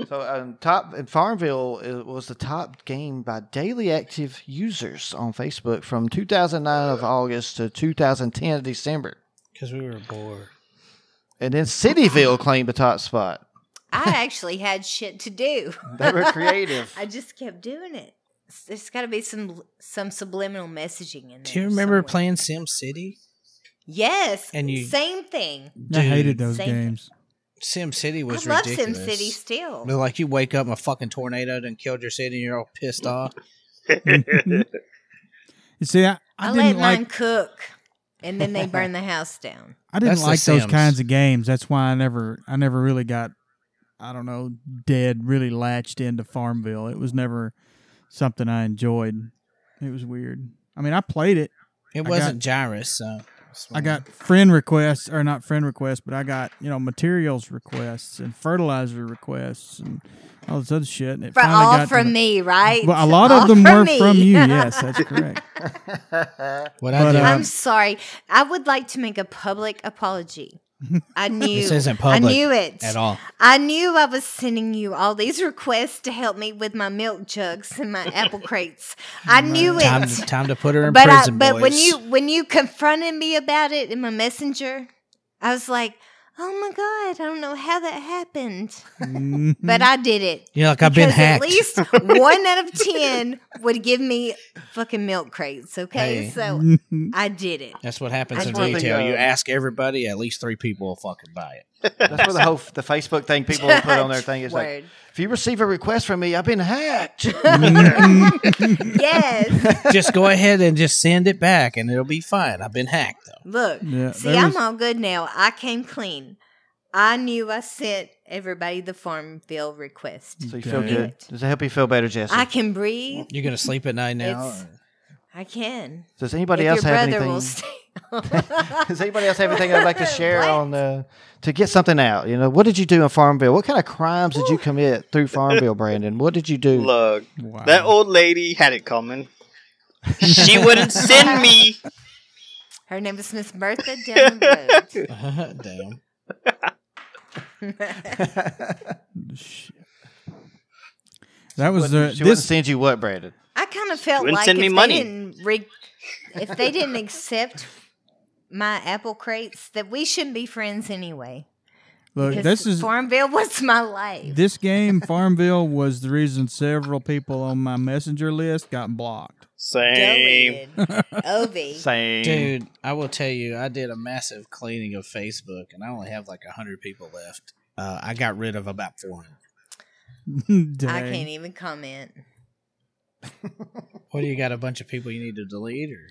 [SPEAKER 1] so um, top in Farmville it was the top game by daily active users on Facebook from 2009 of August to 2010 of December,
[SPEAKER 2] Because we were bored.
[SPEAKER 1] and then Cityville claimed the top spot.
[SPEAKER 3] I actually had shit to do. <laughs>
[SPEAKER 1] They were creative.
[SPEAKER 3] I just kept doing it. S- There's got to be some some subliminal messaging in there.
[SPEAKER 2] Do you remember
[SPEAKER 3] somewhere.
[SPEAKER 2] playing Sim City?
[SPEAKER 3] Yes.
[SPEAKER 2] And you-
[SPEAKER 3] same thing.
[SPEAKER 4] I hated those
[SPEAKER 3] same
[SPEAKER 4] games.
[SPEAKER 2] Sim City was
[SPEAKER 3] I love
[SPEAKER 2] ridiculous.
[SPEAKER 3] SimCity still.
[SPEAKER 2] But, like you wake up, and a fucking tornado done killed your city, and you're all pissed
[SPEAKER 3] Mm.
[SPEAKER 2] off.
[SPEAKER 4] you see, I, I,
[SPEAKER 3] I, let
[SPEAKER 4] didn't
[SPEAKER 3] mine
[SPEAKER 4] like
[SPEAKER 3] cook, and then they burn the house down.
[SPEAKER 4] I didn't
[SPEAKER 2] That's the
[SPEAKER 4] like those
[SPEAKER 2] Sims.
[SPEAKER 4] kinds of games. That's why I never I never really got I don't know dead really latched into Farmville. It was never something I enjoyed. It was weird. I mean, I played it.
[SPEAKER 2] It
[SPEAKER 4] got-
[SPEAKER 2] wasn't Gyrus, so
[SPEAKER 4] I got friend requests or not friend requests, but I got you know materials requests and fertilizer requests and all this other shit. And <laughs> it
[SPEAKER 3] For
[SPEAKER 4] finally
[SPEAKER 3] all
[SPEAKER 4] got to
[SPEAKER 3] from
[SPEAKER 4] the-
[SPEAKER 3] me, right?
[SPEAKER 4] Well, a lot
[SPEAKER 3] All
[SPEAKER 4] of them
[SPEAKER 3] from
[SPEAKER 4] were
[SPEAKER 3] me. <laughs>
[SPEAKER 4] from you. Yes, that's correct.
[SPEAKER 2] What I
[SPEAKER 4] But,
[SPEAKER 2] did.
[SPEAKER 4] uh,
[SPEAKER 3] I'm sorry. I would like to make a public
[SPEAKER 4] <laughs>
[SPEAKER 3] apology. I knew.
[SPEAKER 2] this isn't
[SPEAKER 3] I
[SPEAKER 2] public
[SPEAKER 3] knew it.
[SPEAKER 2] at all.
[SPEAKER 3] I knew I was sending you all these requests to help me with my milk
[SPEAKER 2] <laughs>
[SPEAKER 3] jugs and my apple crates. I knew
[SPEAKER 2] Time,
[SPEAKER 3] it.
[SPEAKER 2] time to put her in
[SPEAKER 3] but
[SPEAKER 2] prison,
[SPEAKER 3] I, but when
[SPEAKER 2] boys.
[SPEAKER 3] you when you confronted me about it in my messenger, I was like, "Oh my god, I don't know how that happened, but I did it."
[SPEAKER 2] You're like, Mm. I've been
[SPEAKER 3] Because
[SPEAKER 2] hacked. <laughs>
[SPEAKER 3] At least one out of ten would give me fucking milk crates. Okay,
[SPEAKER 2] Hey. Mm.
[SPEAKER 3] so
[SPEAKER 4] Mhm.
[SPEAKER 3] I did it.
[SPEAKER 2] That's what happens
[SPEAKER 1] That's
[SPEAKER 2] in
[SPEAKER 1] one thing, uh,
[SPEAKER 2] retail. you ask everybody, at least three people will fucking buy it.
[SPEAKER 1] <laughs> That's what the whole the Facebook thing people put on
[SPEAKER 3] <laughs>
[SPEAKER 1] their thing is like,
[SPEAKER 3] Word.
[SPEAKER 1] if you receive a request from me, I've been
[SPEAKER 3] <laughs>
[SPEAKER 1] hacked.
[SPEAKER 2] <laughs>
[SPEAKER 3] yes.
[SPEAKER 2] just go ahead and just send it back, and it'll be fine. I've been hacked though.
[SPEAKER 3] Look,
[SPEAKER 4] Yeah,
[SPEAKER 3] see,
[SPEAKER 4] there
[SPEAKER 3] I'm
[SPEAKER 4] was-
[SPEAKER 3] all good now. I came clean. I knew I sent everybody the farm bill request.
[SPEAKER 1] so you feel
[SPEAKER 4] Dang.
[SPEAKER 1] good. Does it help you feel better, Jesse?
[SPEAKER 3] I can breathe.
[SPEAKER 2] You're gonna sleep at night now.
[SPEAKER 3] It's- I can.
[SPEAKER 1] Does anybody
[SPEAKER 3] if
[SPEAKER 1] else
[SPEAKER 3] your
[SPEAKER 1] have
[SPEAKER 3] brother
[SPEAKER 1] anything?
[SPEAKER 3] will stay.
[SPEAKER 1] <laughs>
[SPEAKER 3] <laughs>
[SPEAKER 1] Does anybody else have anything they'd like to share
[SPEAKER 3] What?
[SPEAKER 1] on uh, to get something out? You know, what did you do in Farmville? What kind of crimes did you commit through Farmville, Brandon? What did you do?
[SPEAKER 5] <laughs> Look,
[SPEAKER 4] <laughs> Wow.
[SPEAKER 5] that old lady had it coming. she wouldn't send me.
[SPEAKER 3] Her name is Miss Bertha down the
[SPEAKER 2] or- <laughs> Damn.
[SPEAKER 3] road.
[SPEAKER 4] Shit. That was the
[SPEAKER 1] she wouldn't
[SPEAKER 4] this.
[SPEAKER 1] send you what, <laughs> Brandon?
[SPEAKER 3] I kind of felt
[SPEAKER 5] Wouldn't
[SPEAKER 3] like
[SPEAKER 5] send
[SPEAKER 3] if
[SPEAKER 5] me
[SPEAKER 3] they
[SPEAKER 5] money.
[SPEAKER 3] didn't re- if they didn't accept my apple crates, that we shouldn't be friends anyway.
[SPEAKER 4] Look,
[SPEAKER 3] Because
[SPEAKER 4] this is
[SPEAKER 3] Farmville was my life.
[SPEAKER 4] this game. Farmville was the reason several people on my messenger list got blocked. <laughs>
[SPEAKER 5] Same.
[SPEAKER 3] Deleted.
[SPEAKER 1] <laughs>
[SPEAKER 3] Ovi.
[SPEAKER 1] Same.
[SPEAKER 2] Dude, I will tell you, I did a massive cleaning of Facebook, and I only have like hundred people left. Uh, I got rid of about four hundred.
[SPEAKER 3] I
[SPEAKER 4] Dang.
[SPEAKER 3] can't even comment.
[SPEAKER 2] What do you got? A bunch of people you need to delete, or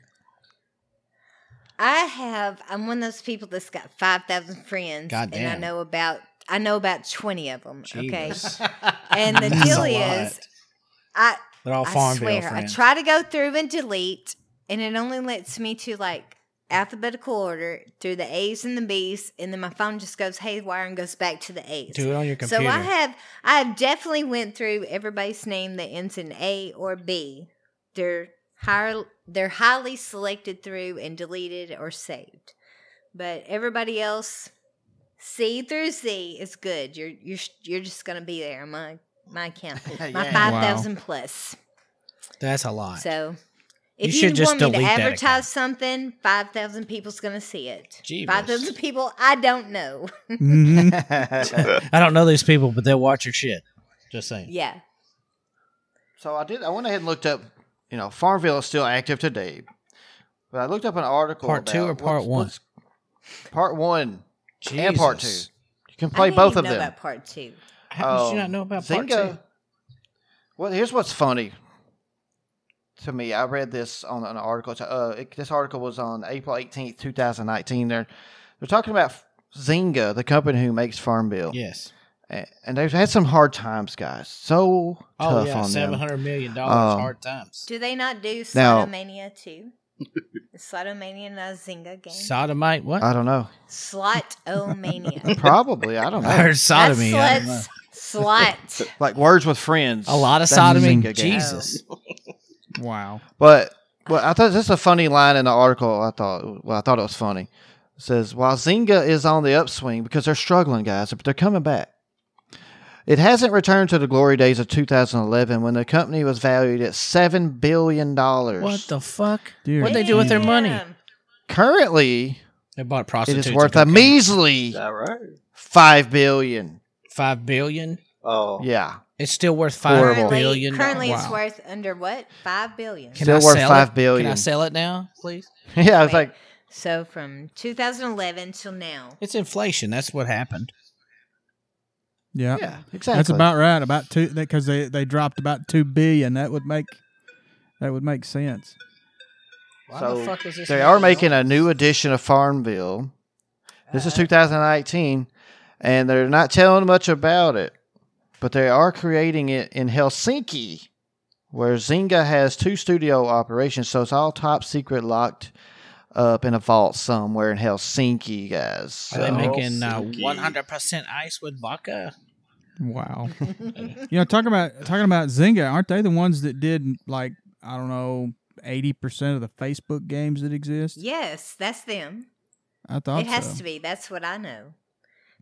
[SPEAKER 3] I have. I'm one of those people that's got five thousand friends,
[SPEAKER 2] Goddamn.
[SPEAKER 3] and I know about. I know about twenty of them. Okay,
[SPEAKER 2] Jesus.
[SPEAKER 3] and
[SPEAKER 2] <laughs>
[SPEAKER 3] the
[SPEAKER 2] That's a
[SPEAKER 3] deal
[SPEAKER 2] lot.
[SPEAKER 3] is, I
[SPEAKER 2] But all
[SPEAKER 3] I
[SPEAKER 2] Farmville
[SPEAKER 3] swear, I
[SPEAKER 2] friends.
[SPEAKER 3] try to go through and delete, and it only lets me to like alphabetical order through the A's and the B's, and then my phone just goes haywire and goes back to the A's.
[SPEAKER 2] Do it on your
[SPEAKER 3] so
[SPEAKER 2] computer.
[SPEAKER 3] I have, I have definitely went through everybody's name that ends in A or B. They're higher, they're highly selected through and deleted or saved, but everybody else. C through Z is good. You're you're you're just gonna be there. on My my account,
[SPEAKER 1] <laughs>
[SPEAKER 3] my
[SPEAKER 1] Yeah.
[SPEAKER 3] five
[SPEAKER 4] Wow.
[SPEAKER 3] thousand plus.
[SPEAKER 2] That's a lot.
[SPEAKER 3] So
[SPEAKER 2] You
[SPEAKER 3] if
[SPEAKER 2] should
[SPEAKER 3] you,
[SPEAKER 2] just
[SPEAKER 3] want me to
[SPEAKER 2] delete that account.
[SPEAKER 3] advertise something, five thousand people's gonna see it.
[SPEAKER 2] Jeebus.
[SPEAKER 3] Five thousand people I don't know. <laughs>
[SPEAKER 4] Mhm.
[SPEAKER 2] I don't know these people, but they'll watch your shit. Just saying.
[SPEAKER 3] yeah.
[SPEAKER 1] so I did. I went ahead and looked up. You know, Farmville is still active today, but I looked up an article.
[SPEAKER 2] Part two
[SPEAKER 1] about
[SPEAKER 2] or part one?
[SPEAKER 1] part one.
[SPEAKER 2] Jesus.
[SPEAKER 1] And part two. You can
[SPEAKER 3] I
[SPEAKER 1] play
[SPEAKER 3] didn't
[SPEAKER 1] both
[SPEAKER 3] even
[SPEAKER 1] of
[SPEAKER 3] know
[SPEAKER 1] them.
[SPEAKER 3] About part two.
[SPEAKER 2] How did
[SPEAKER 1] Um,
[SPEAKER 2] you not know about part
[SPEAKER 1] Zynga-
[SPEAKER 2] two?
[SPEAKER 1] Well, here's what's funny to me. I read this on an article. Uh, it, this article was on April 18th, 2019. They're, they're talking about Zynga, the company who makes Farmville.
[SPEAKER 2] Yes.
[SPEAKER 1] A- And they've had some hard times, guys. So
[SPEAKER 2] Oh
[SPEAKER 1] tough
[SPEAKER 2] yeah,
[SPEAKER 1] on
[SPEAKER 2] seven
[SPEAKER 1] them.
[SPEAKER 2] hundred million dollars.
[SPEAKER 1] Um,
[SPEAKER 2] hard times.
[SPEAKER 3] Do they not do
[SPEAKER 1] Now-
[SPEAKER 3] Slotomania
[SPEAKER 1] <laughs>
[SPEAKER 3] too? Is Slotomania not a Zynga game?
[SPEAKER 2] Sodomite. What?
[SPEAKER 1] I don't know.
[SPEAKER 2] <laughs>
[SPEAKER 3] Slotomania.
[SPEAKER 1] Probably. I don't
[SPEAKER 2] I <laughs>
[SPEAKER 1] know.
[SPEAKER 2] heard sodomy.
[SPEAKER 3] Not
[SPEAKER 2] I don't know.
[SPEAKER 3] sluts. Slot.
[SPEAKER 1] like words with friends.
[SPEAKER 2] A lot of
[SPEAKER 1] That's
[SPEAKER 2] sodomy.
[SPEAKER 1] Zynga game.
[SPEAKER 2] Jesus.
[SPEAKER 1] Oh,
[SPEAKER 4] wow.
[SPEAKER 1] But well, I thought this is a funny line in the article. I thought well, I thought it was funny. It says while Zynga is on the upswing because they're struggling, guys, but they're coming back. It hasn't returned to the glory days of 2011 when the company was valued at seven billion dollars.
[SPEAKER 2] What the fuck?
[SPEAKER 4] Dear
[SPEAKER 2] What'd they do with their money?
[SPEAKER 3] Damn.
[SPEAKER 1] Currently,
[SPEAKER 2] They bought
[SPEAKER 1] it
[SPEAKER 2] prostitutes.
[SPEAKER 1] is
[SPEAKER 2] and
[SPEAKER 1] worth a
[SPEAKER 2] cocaine.
[SPEAKER 1] measly
[SPEAKER 5] Is that right?
[SPEAKER 1] five billion.
[SPEAKER 2] Five billion.
[SPEAKER 5] Oh.
[SPEAKER 1] Yeah,
[SPEAKER 2] It's still worth five
[SPEAKER 1] Horrible.
[SPEAKER 2] billion.
[SPEAKER 3] Currently,
[SPEAKER 2] dollars.
[SPEAKER 3] currently it's
[SPEAKER 4] Wow.
[SPEAKER 3] worth under what? Five billion.
[SPEAKER 2] Can
[SPEAKER 1] Still
[SPEAKER 2] I
[SPEAKER 1] worth
[SPEAKER 2] sell
[SPEAKER 1] five
[SPEAKER 2] it? Can I
[SPEAKER 1] billion.
[SPEAKER 2] sell it now, please?
[SPEAKER 1] <laughs> yeah. I was
[SPEAKER 3] Wait.
[SPEAKER 1] like,
[SPEAKER 3] So from 2011 till now.
[SPEAKER 2] It's inflation. That's what happened.
[SPEAKER 4] Yeah.
[SPEAKER 1] yeah, exactly.
[SPEAKER 4] That's about right. About two, because they they dropped about two billion. That would make that would make sense.
[SPEAKER 2] Why
[SPEAKER 1] So,
[SPEAKER 2] the fuck is this
[SPEAKER 1] They are
[SPEAKER 2] making Uh-huh.
[SPEAKER 1] making a new edition of Farmville. This is
[SPEAKER 3] Uh-oh.
[SPEAKER 1] 2019, and they're not telling much about it, but they are creating it in Helsinki, where Zynga has two studio operations. So it's all top secret, locked up in a vault somewhere in Helsinki, guys. <clears throat>
[SPEAKER 2] Are they
[SPEAKER 1] So-
[SPEAKER 2] making uh,
[SPEAKER 5] Helsinki.
[SPEAKER 2] 100% ice with vodka?
[SPEAKER 4] Wow. you know, talking about talking about Zynga, aren't they the ones that did like I don't know eighty percent of the Facebook games that exist?
[SPEAKER 3] Yes, that's them.
[SPEAKER 4] I thought
[SPEAKER 3] it has
[SPEAKER 4] so.
[SPEAKER 3] to be. That's what I know.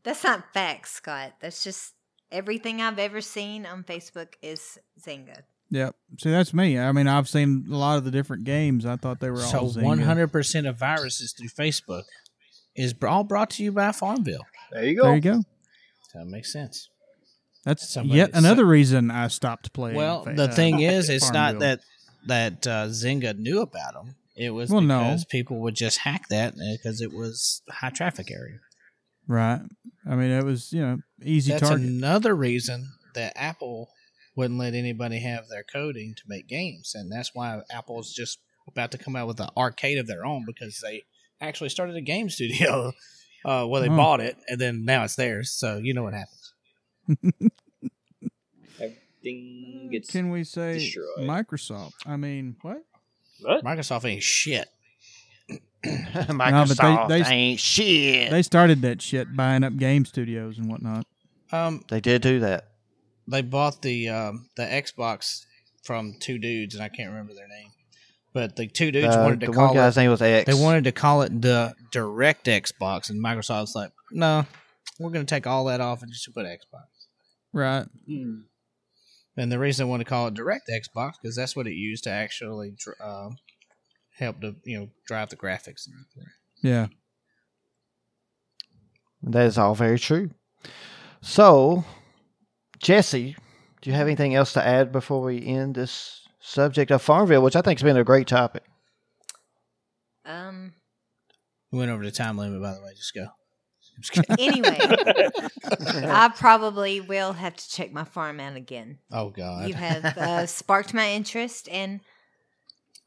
[SPEAKER 3] That's not facts, Scott. That's just everything I've ever seen on Facebook is Zynga.
[SPEAKER 4] Yep. See, that's me. I mean, I've seen a lot of the different games. I thought they were
[SPEAKER 2] So
[SPEAKER 4] all Zynga.
[SPEAKER 2] one hundred percent of viruses through Facebook is br- all brought to you by Farmville.
[SPEAKER 5] There you
[SPEAKER 4] There
[SPEAKER 5] go.
[SPEAKER 4] you go.
[SPEAKER 2] That makes sense.
[SPEAKER 4] That's
[SPEAKER 2] Somebody
[SPEAKER 4] yet
[SPEAKER 2] said-
[SPEAKER 4] another reason I stopped playing.
[SPEAKER 2] well,
[SPEAKER 4] fa-
[SPEAKER 2] the
[SPEAKER 4] uh,
[SPEAKER 2] thing is, it's not
[SPEAKER 4] Farmville.
[SPEAKER 2] that that uh, Zynga knew about them. It was
[SPEAKER 4] Well, no.
[SPEAKER 2] because people would just hack that because it was high traffic area.
[SPEAKER 4] right. I mean, it was you know easy
[SPEAKER 2] That's
[SPEAKER 4] target.
[SPEAKER 2] another reason that Apple wouldn't let anybody have their coding to make games, and that's why Apple's just about to come out with an arcade of their own because they actually started a game <laughs> studio. Uh, well, they
[SPEAKER 4] Hmm.
[SPEAKER 2] bought it, and then now it's theirs. So you know what happens.
[SPEAKER 5] Everything gets
[SPEAKER 4] Can we say
[SPEAKER 5] destroyed.
[SPEAKER 4] Microsoft? I mean, what?
[SPEAKER 5] what?
[SPEAKER 2] Microsoft ain't shit.
[SPEAKER 4] No,
[SPEAKER 1] Microsoft
[SPEAKER 4] but they- they-
[SPEAKER 1] ain't shit. They,
[SPEAKER 4] They started that shit buying up game studios and whatnot.
[SPEAKER 2] Um,
[SPEAKER 1] did do that.
[SPEAKER 2] they bought the um, the Xbox from two dudes, and I can't remember their name, but the two dudes
[SPEAKER 1] Uh,
[SPEAKER 2] wanted to
[SPEAKER 1] the
[SPEAKER 2] call
[SPEAKER 1] one guy's
[SPEAKER 2] it.
[SPEAKER 1] name was X.
[SPEAKER 2] They wanted to call it the Direct Xbox, and Microsoft's like, no, we're going to take all that off and just put Xbox.
[SPEAKER 4] Right.
[SPEAKER 2] And the reason they want to call it Direct Xbox because that's what it used to actually dr- um, help to you know drive the graphics. and everything.
[SPEAKER 4] Yeah.
[SPEAKER 1] That is all very true. So, Jesse, do you have anything else to add before we end this subject of Farmville, which I think has been a great topic?
[SPEAKER 3] Um.
[SPEAKER 2] We went over the time limit, by the way. Just go. I'm just kidding. <laughs>
[SPEAKER 3] Anyway, I probably will have to check my farm out again.
[SPEAKER 2] oh God.
[SPEAKER 3] You have
[SPEAKER 2] <laughs>
[SPEAKER 3] uh, sparked my interest, and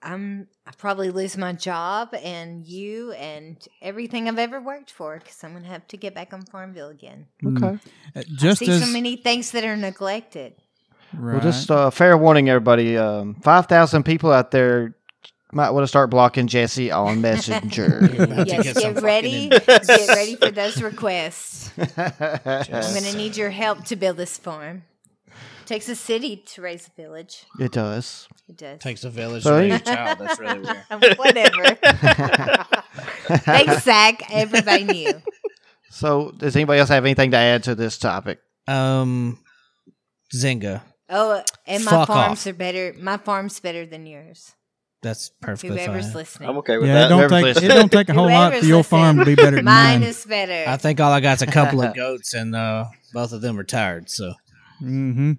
[SPEAKER 3] I'm I probably lose my job and you and everything I've ever worked for because I'm gonna have to get back on Farmville again.
[SPEAKER 4] Mm.
[SPEAKER 1] Okay.
[SPEAKER 4] Uh,
[SPEAKER 3] I
[SPEAKER 4] Just
[SPEAKER 3] see
[SPEAKER 4] as
[SPEAKER 3] so many things that are neglected.
[SPEAKER 4] right.
[SPEAKER 1] Well, just uh, fair warning, everybody. Um, 5,000 people out there might want to start blocking Jesse on
[SPEAKER 2] <laughs> You're
[SPEAKER 1] Messenger.
[SPEAKER 2] about to get
[SPEAKER 3] Yes, get,
[SPEAKER 2] some fucking
[SPEAKER 3] ready,
[SPEAKER 2] in-
[SPEAKER 3] get ready for those requests. I'm
[SPEAKER 1] it
[SPEAKER 3] gonna need your help to build this farm. Takes a city to raise a village.
[SPEAKER 1] does.
[SPEAKER 3] It does.
[SPEAKER 2] <laughs> Takes a village
[SPEAKER 1] So-
[SPEAKER 2] to
[SPEAKER 3] <laughs>
[SPEAKER 2] raise a child. That's really weird.
[SPEAKER 3] Whatever.
[SPEAKER 2] <laughs>
[SPEAKER 4] <laughs>
[SPEAKER 3] Thanks, Zach. Everybody knew.
[SPEAKER 1] so, does anybody else have anything to add to this topic?
[SPEAKER 2] Um, Zynga.
[SPEAKER 3] Oh, and my
[SPEAKER 2] Fuck
[SPEAKER 3] farms
[SPEAKER 2] off.
[SPEAKER 3] are better. My farm's better than yours.
[SPEAKER 2] That's perfectly
[SPEAKER 3] Whoever's
[SPEAKER 2] fine.
[SPEAKER 3] listening,
[SPEAKER 5] I'm okay with
[SPEAKER 4] yeah, it
[SPEAKER 5] that.
[SPEAKER 4] don't
[SPEAKER 1] Whoever's
[SPEAKER 4] take
[SPEAKER 1] listening.
[SPEAKER 4] it don't take a whole lot for
[SPEAKER 3] Whoever's
[SPEAKER 4] your farm to be better than
[SPEAKER 3] mine
[SPEAKER 4] mine.
[SPEAKER 3] is better.
[SPEAKER 2] I think all I got's a couple of goats, and uh, both of them are tired. So
[SPEAKER 4] mm-hmm.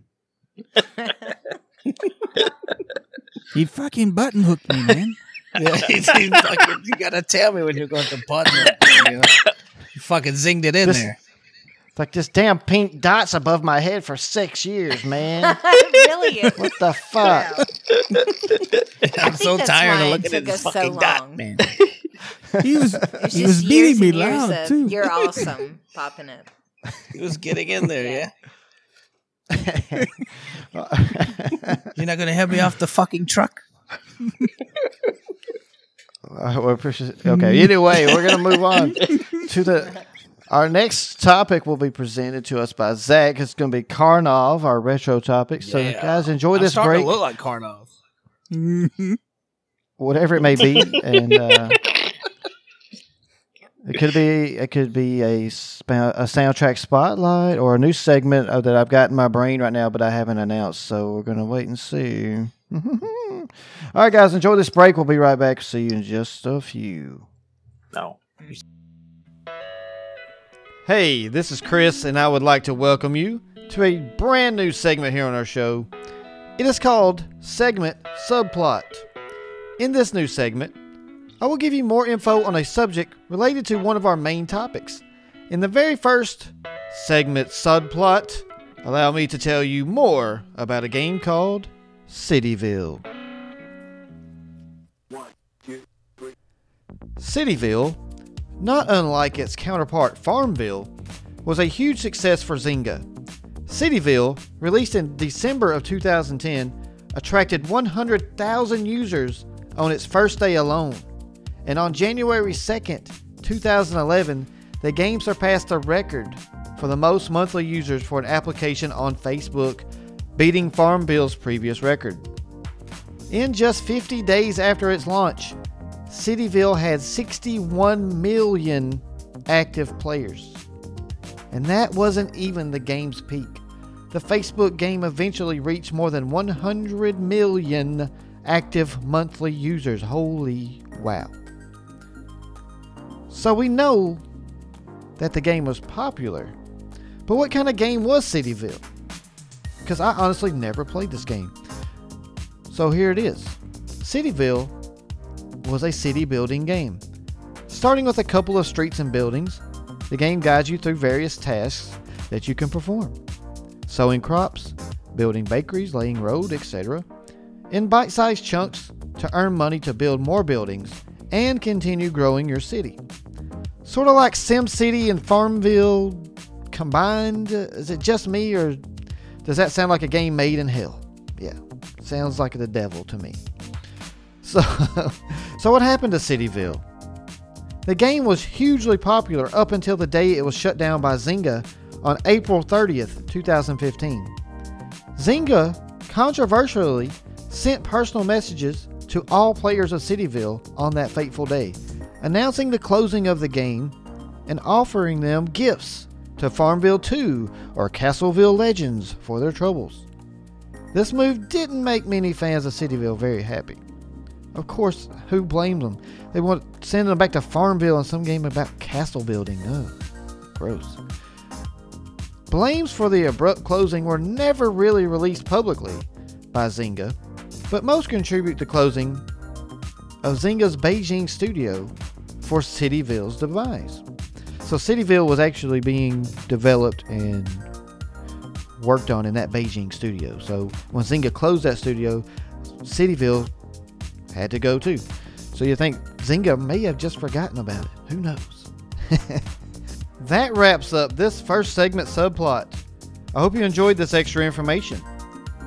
[SPEAKER 4] He fucking button hooked me, man.
[SPEAKER 2] <laughs> you gotta tell me when you're going to button. it, You, know? You fucking zinged it in
[SPEAKER 1] This-
[SPEAKER 2] there.
[SPEAKER 1] Like this damn pink dot's above my head for six years, man.
[SPEAKER 3] <laughs> it really is.
[SPEAKER 1] what the fuck?
[SPEAKER 2] I'm so
[SPEAKER 3] that's
[SPEAKER 2] tired
[SPEAKER 3] why
[SPEAKER 2] of
[SPEAKER 3] it
[SPEAKER 2] looking at
[SPEAKER 3] took
[SPEAKER 2] this
[SPEAKER 3] us so
[SPEAKER 2] fucking dot,
[SPEAKER 3] long.
[SPEAKER 2] man.
[SPEAKER 4] He was <laughs>
[SPEAKER 3] It's
[SPEAKER 4] he
[SPEAKER 3] just
[SPEAKER 4] was
[SPEAKER 3] years
[SPEAKER 4] beating me
[SPEAKER 3] and years
[SPEAKER 4] loud
[SPEAKER 3] of,
[SPEAKER 4] too. <laughs>
[SPEAKER 3] You're awesome. Popping up.
[SPEAKER 2] It was getting in there, <laughs> yeah.
[SPEAKER 1] <laughs>
[SPEAKER 2] You're not gonna help me off the fucking truck.
[SPEAKER 1] Uh, we're pres- okay. Anyway, we're gonna move on to the. Our next topic will be presented to us by Zach. It's going to be Karnov, our retro topic. So,
[SPEAKER 2] Yeah.
[SPEAKER 1] guys, enjoy
[SPEAKER 2] I'm
[SPEAKER 1] this break,
[SPEAKER 2] starting to look like Karnov.
[SPEAKER 4] Mhm.
[SPEAKER 1] whatever it may be, and uh, it could be it could be a spa- a soundtrack spotlight or a new segment of, that I've got in my brain right now, but I haven't announced. So we're going to wait and see. <laughs> All right, guys, enjoy this break. We'll be right back. See you in just a few.
[SPEAKER 5] No.
[SPEAKER 1] Hey, this is Chris, and I would like to welcome you to a brand new segment here on our show. It is called Segment Subplot. In this new segment, I will give you more info on a subject related to one of our main topics. In the very first segment subplot, allow me to tell you more about a game called Cityville. Cityville not unlike its counterpart Farmville, was a huge success for Zynga. Cityville, released in December of 2010, attracted 100,000 users on its first day alone. And on January 2nd, 2011, the game surpassed a record for the most monthly users for an application on Facebook, beating Farmville's previous record. In just 50 days after its launch, Cityville had 61 million active players. And that wasn't even the game's peak. The Facebook game eventually reached more than 100 million active monthly users. Holy wow. So we know that the game was popular. But what kind of game was Cityville? Because I honestly never played this game. So here it is Cityville was a city building game. Starting with a couple of streets and buildings, the game guides you through various tasks that you can perform sowing crops, building bakeries, laying road, etc. in bite sized chunks to earn money to build more buildings and continue growing your city. Sort of like SimCity and Farmville combined. Is it just me, or does that sound like a game made in hell? Yeah, sounds like the devil to me. So, <laughs> so what happened to Cityville? The game was hugely popular up until the day it was shut down by Zynga on April 30th, 2015. Zynga controversially sent personal messages to all players of Cityville on that fateful day, announcing the closing of the game and offering them gifts to Farmville 2 or Castleville Legends for their troubles. This move didn't make many fans of Cityville very happy. Of course, who blames them? They want sending them back to Farmville on some game about castle building. Ugh, gross. Blames for the abrupt closing were never really released publicly by Zynga, but most contribute to closing of Zynga's Beijing studio for Cityville's demise. So Cityville was actually being developed and worked on in that Beijing studio. So when Zynga closed that studio, Cityville had to go too. So you think Zynga may have just forgotten about it. Who knows? <laughs> that wraps up this first segment subplot. I hope you enjoyed this extra information.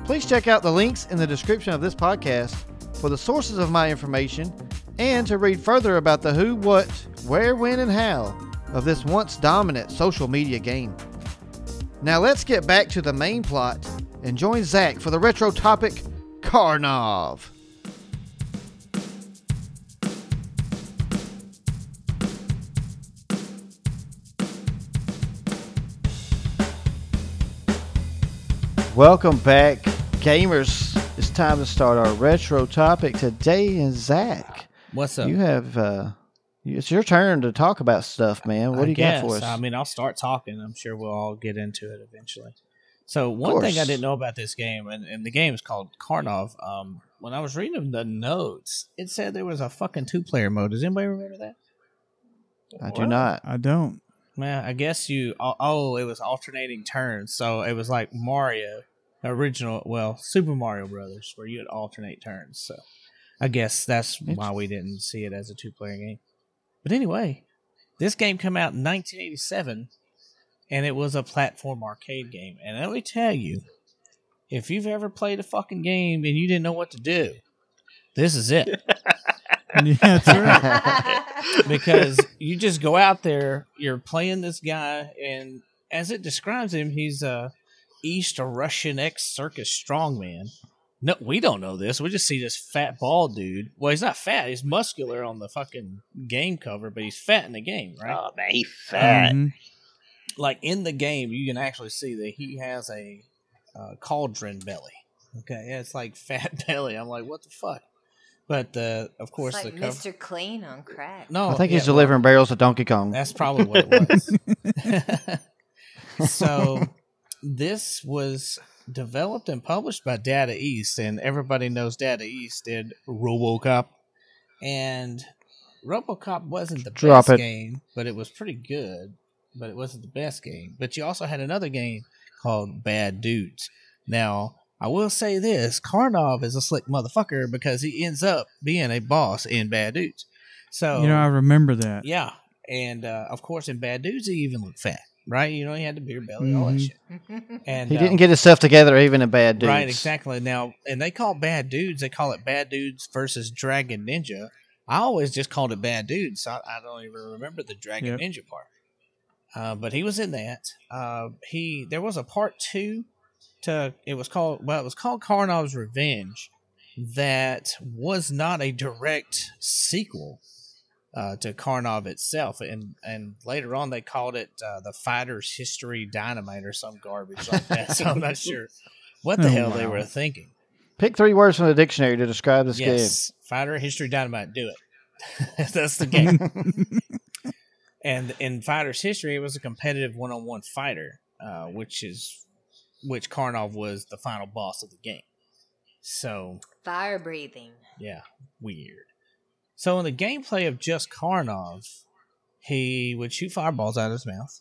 [SPEAKER 1] Please check out the links in the description of this podcast for the sources of my information and to read further about the who, what, where, when, and how of this once dominant social media game. Now let's get back to the main plot and join Zach for the retro topic Karnov. Welcome back, gamers. It's time to start our retro topic today. And Zach,
[SPEAKER 2] What's up?
[SPEAKER 1] you have uh, it's your turn to talk about stuff, man. What
[SPEAKER 2] I
[SPEAKER 1] do you
[SPEAKER 2] guess.
[SPEAKER 1] got for us?
[SPEAKER 2] I mean, I'll start talking. I'm sure we'll all get into it eventually. So
[SPEAKER 1] Of
[SPEAKER 2] one
[SPEAKER 1] course.
[SPEAKER 2] thing I didn't know about this game, and, and the game is called Karnov. Um, when I was reading the notes, it said there was a fucking two player mode. Does anybody remember that?
[SPEAKER 1] I do not.
[SPEAKER 4] I don't.
[SPEAKER 2] Man, I guess you. Oh, oh, it was alternating turns, so it was like Mario, original. Well, Super Mario Brothers, where you would alternate turns. So, I guess that's why we didn't see it as a two-player game. But anyway, this game came out in 1987, and it was a platform arcade game. And let me tell you, if you've ever played a fucking game and you didn't know what to do, this is it
[SPEAKER 4] <laughs> yeah, that's right.
[SPEAKER 3] <laughs>
[SPEAKER 2] because you just go out there, you're playing this guy, and as it describes him, he's a East Russian ex circus strongman. No, we don't know this. We just see this fat bald dude. Well, he's not fat. He's muscular on the fucking game cover, but he's fat in the game, right?
[SPEAKER 5] Oh man, he fat.
[SPEAKER 4] Mhm.
[SPEAKER 2] like in the game, you can actually see that he has a uh, cauldron belly. Okay, yeah, it's like <laughs> fat belly. I'm like, what the fuck? But uh, of course,
[SPEAKER 3] It's
[SPEAKER 2] the
[SPEAKER 3] like
[SPEAKER 2] cover.
[SPEAKER 3] Mr. Clean on crack.
[SPEAKER 2] No,
[SPEAKER 1] I think
[SPEAKER 2] yeah,
[SPEAKER 1] he's delivering barrels to Donkey Kong.
[SPEAKER 2] That's probably what
[SPEAKER 1] <laughs>
[SPEAKER 2] it was. so this was developed and published by Data East, and everybody knows Data East did RoboCop, and RoboCop wasn't the
[SPEAKER 1] Drop
[SPEAKER 2] best
[SPEAKER 1] it.
[SPEAKER 2] game, but it was pretty good. But it wasn't the best game. But you also had another game called Bad Dudes. Now. I will say this, Karnov is a slick motherfucker because he ends up being a boss in Bad Dudes. So
[SPEAKER 4] You know, I remember
[SPEAKER 1] Uh,
[SPEAKER 4] that.
[SPEAKER 2] Oh. yeah, and uh, of course, in Bad Dudes, he even looked fat, right? You know, he had the beer belly, all that
[SPEAKER 4] Mhm.
[SPEAKER 2] shit. And
[SPEAKER 1] Mm-hmm. He
[SPEAKER 2] uh,
[SPEAKER 1] didn't get himself together even in bad dudes.
[SPEAKER 2] right exactly now, and they call Bad Dudes. They call it Bad Dudes versus Dragon Ninja. I always just called it Bad Dudes. So I, I don't even remember the Dragon
[SPEAKER 4] Yep.
[SPEAKER 2] Ninja part. Uh, but he was in that. Uh, he there was a part two to it was called well it was called Karnov's Revenge, that was not a direct sequel uh, to Karnov itself, and and later on they called it uh, the Fighter's History Dynamite or some garbage like that. so I'm not sure what the
[SPEAKER 4] Oh,
[SPEAKER 2] hell they
[SPEAKER 4] wow.
[SPEAKER 2] were thinking.
[SPEAKER 1] Pick three words from the dictionary to describe this
[SPEAKER 2] yes, Fighter History Dynamite, do it. <laughs> That's the
[SPEAKER 4] <laughs>
[SPEAKER 2] game. and in Fighter's History, it was a competitive one-on-one fighter, uh, which is which Karnov was the final boss of the game. So
[SPEAKER 3] <laughs> Fire breathing.
[SPEAKER 2] Yeah, weird. So in the gameplay of just Karnov, he would shoot fireballs out of his mouth.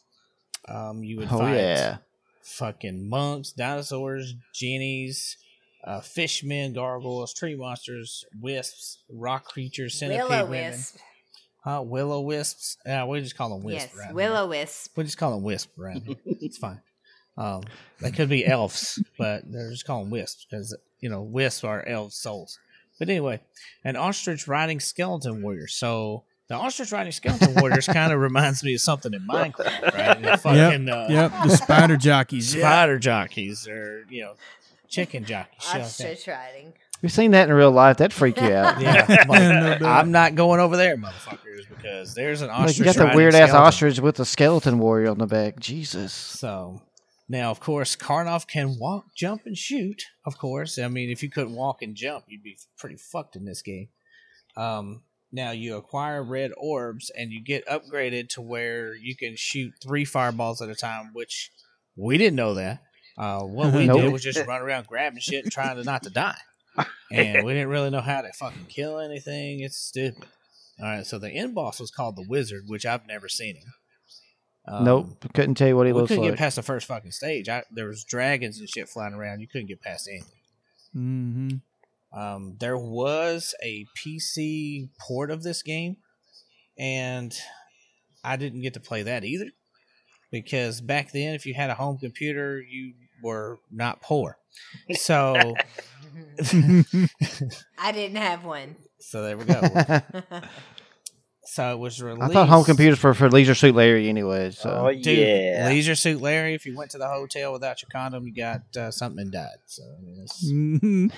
[SPEAKER 2] Um, you
[SPEAKER 1] game.
[SPEAKER 2] would
[SPEAKER 1] Oh
[SPEAKER 2] fight
[SPEAKER 1] yeah.
[SPEAKER 2] fucking monks, dinosaurs, genies, uh, fishmen, gargoyles, tree monsters, wisps, rock creatures, centipede
[SPEAKER 3] Willow
[SPEAKER 2] women,
[SPEAKER 3] wisp.
[SPEAKER 2] huh? Willow wisps. Yeah, we just call them wisp.
[SPEAKER 3] Yes,
[SPEAKER 2] around here.
[SPEAKER 3] willow wisp.
[SPEAKER 2] We just call them wisp around
[SPEAKER 1] Mm-hmm.
[SPEAKER 2] here. It's fine. Um, they could be elves, but they're just calling wisps because you know wisps are elves' souls. But anyway, an ostrich riding skeleton warrior. So the ostrich riding skeleton
[SPEAKER 1] <laughs>
[SPEAKER 2] warriors kind of reminds me of something in Minecraft, right? The fucking uh,
[SPEAKER 4] yep, the spider jockeys.
[SPEAKER 2] <laughs> spider jockeys or you know chicken jockeys. shit like that.
[SPEAKER 3] Ostrich riding. <laughs>
[SPEAKER 1] We've seen that in real life. That'd freak
[SPEAKER 2] <laughs>
[SPEAKER 1] you out.
[SPEAKER 2] Yeah,
[SPEAKER 4] <laughs>
[SPEAKER 2] I'm
[SPEAKER 4] Yeah, no
[SPEAKER 2] like,
[SPEAKER 4] doubt.
[SPEAKER 2] I'm not going over there, motherfuckers, because there's an
[SPEAKER 1] Like
[SPEAKER 2] ostrich.
[SPEAKER 1] you got the
[SPEAKER 2] riding
[SPEAKER 1] weird ass
[SPEAKER 2] skeleton.
[SPEAKER 1] ostrich with the skeleton warrior on the back. Jesus.
[SPEAKER 2] So now, of course, Karnoff can walk, jump, and shoot. Of course, I mean, if you couldn't walk and jump, you'd be pretty fucked in this game. Um, now you acquire red orbs, and you get upgraded to where you can shoot three fireballs at a time, which we didn't know that. Uh, what we
[SPEAKER 1] Nope.
[SPEAKER 2] did was just run around grabbing shit and trying to not
[SPEAKER 1] <laughs>
[SPEAKER 2] to die, and we didn't really know how to fucking kill anything. It's stupid. All right, so the end boss was called the Wizard, which I've never seen him. Um,
[SPEAKER 1] nope. Couldn't tell you what he
[SPEAKER 2] we
[SPEAKER 1] looks
[SPEAKER 2] couldn't
[SPEAKER 1] like.
[SPEAKER 2] get past the first fucking stage. I, there was dragons and shit flying around. You couldn't get past anything.
[SPEAKER 4] Mm-hmm. <laughs>
[SPEAKER 2] Um, there was a PC port of this game, and I didn't get to play that either because back then, if you had a home computer, you were not poor.
[SPEAKER 1] <laughs>
[SPEAKER 2] So,
[SPEAKER 3] I didn't have one. <laughs>
[SPEAKER 2] so there we go.
[SPEAKER 1] <laughs> I
[SPEAKER 2] So it was released.
[SPEAKER 1] thought home computers were for Leisure Suit Larry anyway.
[SPEAKER 5] oh
[SPEAKER 1] So
[SPEAKER 2] Dude,
[SPEAKER 5] yeah.
[SPEAKER 2] Leisure Suit Larry. If you went to the hotel without your condom, you got uh, something and died. So, it's-
[SPEAKER 5] Mm.
[SPEAKER 2] and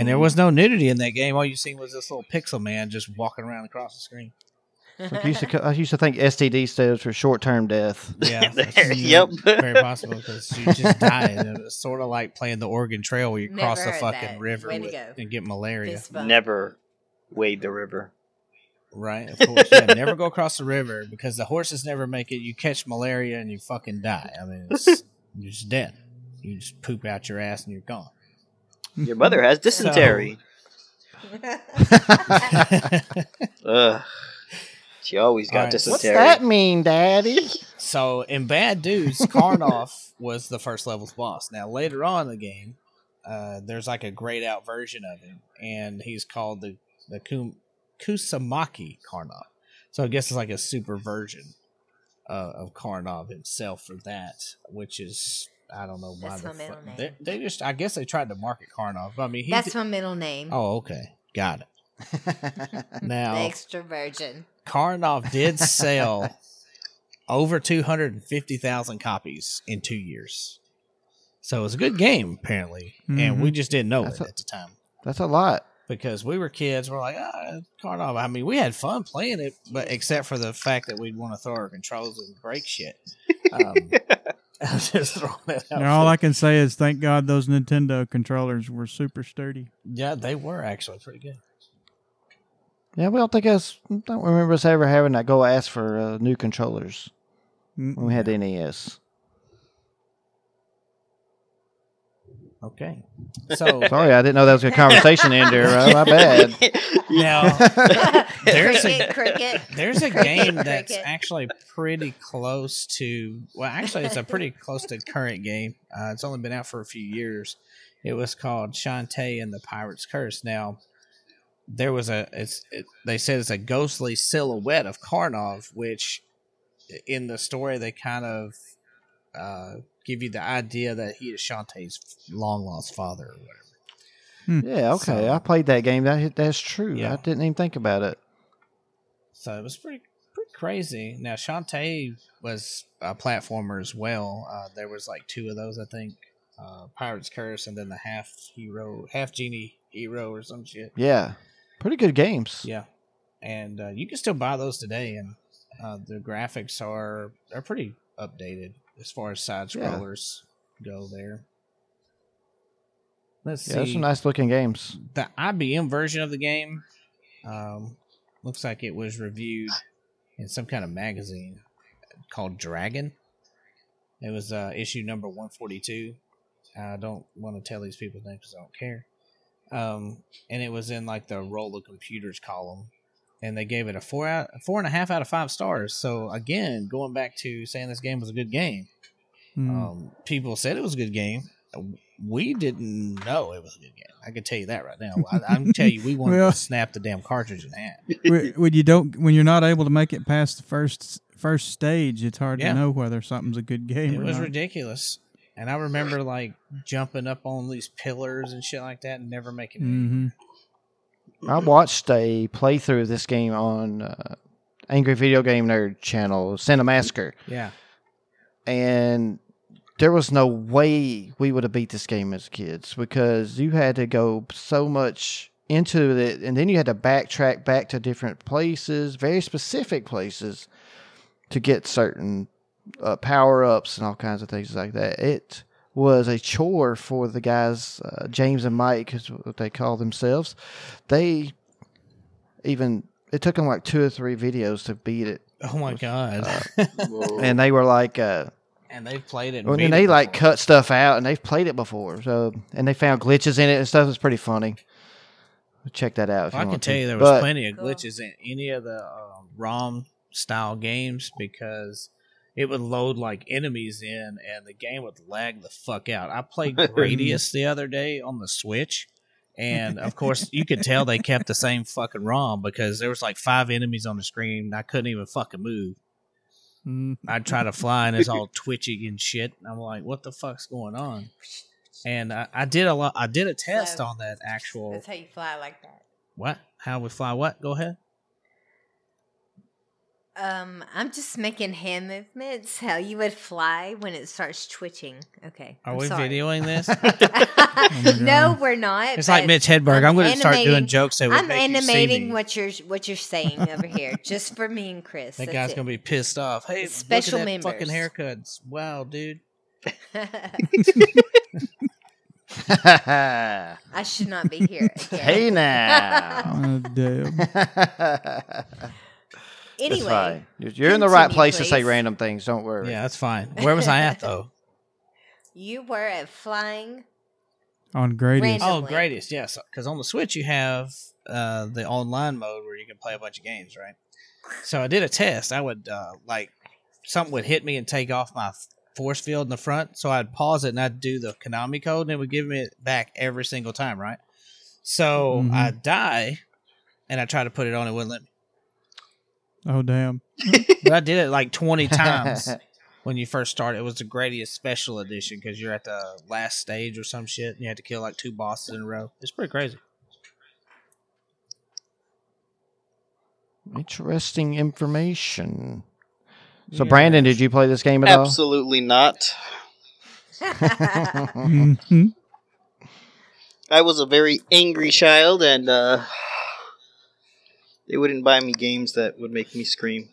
[SPEAKER 5] Mm-hmm.
[SPEAKER 2] there was no nudity in that game. All you seen was this little pixel man just walking around across the
[SPEAKER 5] <laughs>
[SPEAKER 2] screen.
[SPEAKER 1] <laughs> I used to co- I used to think STD stands for short term death.
[SPEAKER 2] Yeah,
[SPEAKER 5] There-
[SPEAKER 2] that's
[SPEAKER 5] yep.
[SPEAKER 2] <laughs> very possible because you just die. It was sort of like playing the Oregon Trail where you
[SPEAKER 3] Never
[SPEAKER 2] cross the
[SPEAKER 3] heard
[SPEAKER 2] fucking
[SPEAKER 3] that.
[SPEAKER 2] river
[SPEAKER 3] Way to
[SPEAKER 2] with-
[SPEAKER 3] go.
[SPEAKER 2] and get malaria.
[SPEAKER 3] Fist bump.
[SPEAKER 5] Never wade the river.
[SPEAKER 2] Right, of course. Yeah, never go across the river because the horses never make it. You catch malaria and you fucking die. I mean,
[SPEAKER 5] <laughs>
[SPEAKER 2] it's, you're just dead. You just poop out your ass and you're
[SPEAKER 5] <laughs>
[SPEAKER 2] gone.
[SPEAKER 5] Your mother has dysentery. Ugh. She always got
[SPEAKER 2] All right. What's
[SPEAKER 1] What's
[SPEAKER 5] dysentery.
[SPEAKER 1] that mean, Daddy?
[SPEAKER 2] So in Bad Dudes, Karnoff was the first level's boss. Now later on in the game, uh, there's like a grayed out version of him, and he's called the the Kum- Kusamaki Karnoff. So I guess it's like a super version uh, of Karnov himself for that, which is I don't know why
[SPEAKER 3] That's
[SPEAKER 2] the
[SPEAKER 3] my middle
[SPEAKER 2] fu-
[SPEAKER 3] name.
[SPEAKER 2] they, they just I guess they tried to market Karnov. I mean, he
[SPEAKER 3] That's
[SPEAKER 2] did-
[SPEAKER 3] my middle name.
[SPEAKER 2] oh okay, got
[SPEAKER 3] <laughs>
[SPEAKER 2] it. Now
[SPEAKER 3] The extra virgin.
[SPEAKER 2] Karnov did sell over 250,000 copies in two years. So it was a good game, apparently. And we just didn't know
[SPEAKER 1] That's
[SPEAKER 2] it
[SPEAKER 1] a-
[SPEAKER 2] at the time
[SPEAKER 1] <laughs> That's a lot.
[SPEAKER 2] because we were kids. We're like, ah, Karnov. I mean, we had fun playing it, but except for the fact that we'd want to throw our controls and break shit. Um, <laughs> I'm just throwing that out.
[SPEAKER 4] Now, all I can say is thank God those Nintendo controllers were super sturdy.
[SPEAKER 2] yeah, they were actually pretty good.
[SPEAKER 1] Yeah, we don't think us don't remember us ever having to go ask for uh, new controllers
[SPEAKER 4] Mm-hmm.
[SPEAKER 1] when we had the E NES.
[SPEAKER 2] Okay. So
[SPEAKER 1] Sorry, I didn't know that was a conversation ender. Right? Oh, My <laughs>
[SPEAKER 5] <laughs>
[SPEAKER 1] bad. <laughs>
[SPEAKER 2] now
[SPEAKER 3] <laughs>
[SPEAKER 2] There's a-
[SPEAKER 3] cricket, cricket.
[SPEAKER 2] There's a game
[SPEAKER 3] Cricket,
[SPEAKER 2] that's
[SPEAKER 3] cricket.
[SPEAKER 2] actually pretty close to. Well, actually, it's a pretty close to current game. Uh, it's only been out for a few years. It was called Shantae and the Pirate's Curse. Now, there was a. It's. It, they said it's a ghostly silhouette of Karnov, which, in the story, they kind of uh, give you the idea that he is Shantae's long lost father or whatever.
[SPEAKER 1] Yeah, okay.
[SPEAKER 2] So-
[SPEAKER 1] I played that game. That that's true.
[SPEAKER 2] Yeah.
[SPEAKER 1] I didn't even think about it.
[SPEAKER 2] So it was pretty pretty crazy. Now Shantae was a platformer as well. Uh, there was like two of those, I think. uh, Pirate's Curse, and then the half hero, half genie hero, or some shit.
[SPEAKER 1] Yeah, pretty good games.
[SPEAKER 2] Yeah, and uh, you can still buy those today, and uh, the graphics are are pretty updated as far as side
[SPEAKER 1] Yeah.
[SPEAKER 2] scrollers go. There. Let's
[SPEAKER 1] Yeah, those
[SPEAKER 2] see
[SPEAKER 1] some nice looking games.
[SPEAKER 2] the IBM version of the game. Um, looks like it was reviewed in some kind of magazine called Dragon. It was uh, issue number 142. I don't want to tell these people's names because I don't care. Um, and it was in like the roll of computers column, and they gave it a four out, four and a half out of five stars. So again, going back to saying this game was a good game.
[SPEAKER 1] Hmm.
[SPEAKER 4] Mm.
[SPEAKER 2] Um, people said it was a good game. We didn't know it was a good game. I can tell you that right now. I,
[SPEAKER 1] <laughs>
[SPEAKER 2] I'm tell you, we wanted
[SPEAKER 4] Well-
[SPEAKER 2] to snap the damn cartridge in half.
[SPEAKER 4] Wh- when you don't, when you're not able to make it past the first first stage, it's hard
[SPEAKER 2] Yeah.
[SPEAKER 4] to know whether something's a good game
[SPEAKER 2] It
[SPEAKER 4] or
[SPEAKER 2] was
[SPEAKER 4] not.
[SPEAKER 2] ridiculous. And I remember like jumping up on these pillars and shit like that, and never making it.
[SPEAKER 4] hmm
[SPEAKER 1] I watched a playthrough of this game on uh, Angry Video Game Nerd channel, Cinemasker,
[SPEAKER 2] Yeah,
[SPEAKER 1] and there was no way we would have beat this game as kids because you had to go so much into it, and then you had to backtrack back to different places, very specific places, to get certain uh, power ups and all kinds of things like that. It was a chore for the guys, uh, James and Mike, is what they call themselves. They even it took them like two or three videos to beat it,
[SPEAKER 2] Oh my god.
[SPEAKER 1] and they were like. Uh,
[SPEAKER 2] <laughs> and they've played it.
[SPEAKER 1] well, and
[SPEAKER 2] beat
[SPEAKER 1] then
[SPEAKER 2] it
[SPEAKER 1] they like
[SPEAKER 2] before.
[SPEAKER 1] cut stuff out, and they've played it before, so and they found glitches in it and stuff. It's pretty funny. Check that out. If
[SPEAKER 2] I
[SPEAKER 1] you
[SPEAKER 2] can
[SPEAKER 1] want
[SPEAKER 2] tell
[SPEAKER 1] to.
[SPEAKER 2] you there was
[SPEAKER 1] But
[SPEAKER 2] plenty of
[SPEAKER 3] Cool.
[SPEAKER 2] glitches in any of the uh, ROM style games because it would load like enemies in and the game would lag the fuck out. I
[SPEAKER 1] <laughs>
[SPEAKER 2] played Gradius the other day on the Switch. And of course, you could tell they kept the same fucking ROM because there was like five enemies on the screen. And I couldn't even fucking move.
[SPEAKER 4] Mm.
[SPEAKER 2] I'd try to fly and
[SPEAKER 1] <laughs>
[SPEAKER 2] it's all twitchy and shit. And I'm like, what the fuck's going on? And I, I did a lot. I did a test
[SPEAKER 3] Slow.
[SPEAKER 2] on that actual
[SPEAKER 3] <laughs> That's how you fly like that.
[SPEAKER 2] what? How we fly? What? Go ahead.
[SPEAKER 3] Um, I'm just making hand movements. How you would fly when it starts twitching. Okay.
[SPEAKER 2] Are
[SPEAKER 3] I'm
[SPEAKER 2] we
[SPEAKER 3] sorry. <laughs>
[SPEAKER 2] videoing this?
[SPEAKER 4] my
[SPEAKER 3] no,
[SPEAKER 4] God.
[SPEAKER 3] we're not.
[SPEAKER 2] It's like
[SPEAKER 3] but
[SPEAKER 2] Mitch Hedberg. I'm,
[SPEAKER 3] I'm
[SPEAKER 2] going to start doing
[SPEAKER 3] animating-
[SPEAKER 2] jokes that would
[SPEAKER 3] I'm
[SPEAKER 2] make you see
[SPEAKER 3] animating
[SPEAKER 2] me.
[SPEAKER 3] what you're what you're saying
[SPEAKER 2] <laughs>
[SPEAKER 3] over here, just for me and Chris.
[SPEAKER 2] That guy's going to be pissed off. Hey,
[SPEAKER 3] Special
[SPEAKER 2] look at that fucking
[SPEAKER 3] members.
[SPEAKER 2] haircuts. Wow, dude.
[SPEAKER 3] be. <laughs> I should not be
[SPEAKER 2] <laughs>
[SPEAKER 3] here.
[SPEAKER 1] <laughs>
[SPEAKER 3] Again.
[SPEAKER 1] hey now. <laughs>
[SPEAKER 4] Oh, damn.
[SPEAKER 1] It's
[SPEAKER 3] Anyway,
[SPEAKER 1] fine. You're you're in the right
[SPEAKER 3] continue,
[SPEAKER 1] place to say
[SPEAKER 3] please.
[SPEAKER 1] random things. Don't worry.
[SPEAKER 2] Yeah, that's fine. Where was I at,
[SPEAKER 3] <laughs>
[SPEAKER 2] though?
[SPEAKER 3] you were at
[SPEAKER 5] <laughs>
[SPEAKER 3] flying. <laughs>
[SPEAKER 4] on Gradius.
[SPEAKER 3] Random.
[SPEAKER 2] oh,
[SPEAKER 3] Definitely.
[SPEAKER 2] greatest. Yes. Because on the Switch, you have uh, the online mode where you can play a bunch of games, right? So I did a test. I would, uh, like, something would hit me and take off my f- force field in the front. So I'd pause it and I'd do the Konami code and it would give me it back every single time, right? So
[SPEAKER 4] Mhm.
[SPEAKER 2] I die and I try to put it on. It wouldn't let me.
[SPEAKER 4] Oh damn.
[SPEAKER 2] but I did it like
[SPEAKER 1] <laughs>
[SPEAKER 2] 20 times when you first start. It was the Gradius Special Edition because you're at the last stage or some shit, and you had to kill like two bosses in a row. It's pretty crazy.
[SPEAKER 1] Interesting information. So,
[SPEAKER 2] Yeah.
[SPEAKER 1] Brandon, did you play this game at
[SPEAKER 5] Absolutely not. Uh,
[SPEAKER 2] Uh-huh.
[SPEAKER 1] all?
[SPEAKER 3] <laughs>
[SPEAKER 4] Mhm.
[SPEAKER 5] I was a very angry child, and uh, they wouldn't buy me games that would make me scream.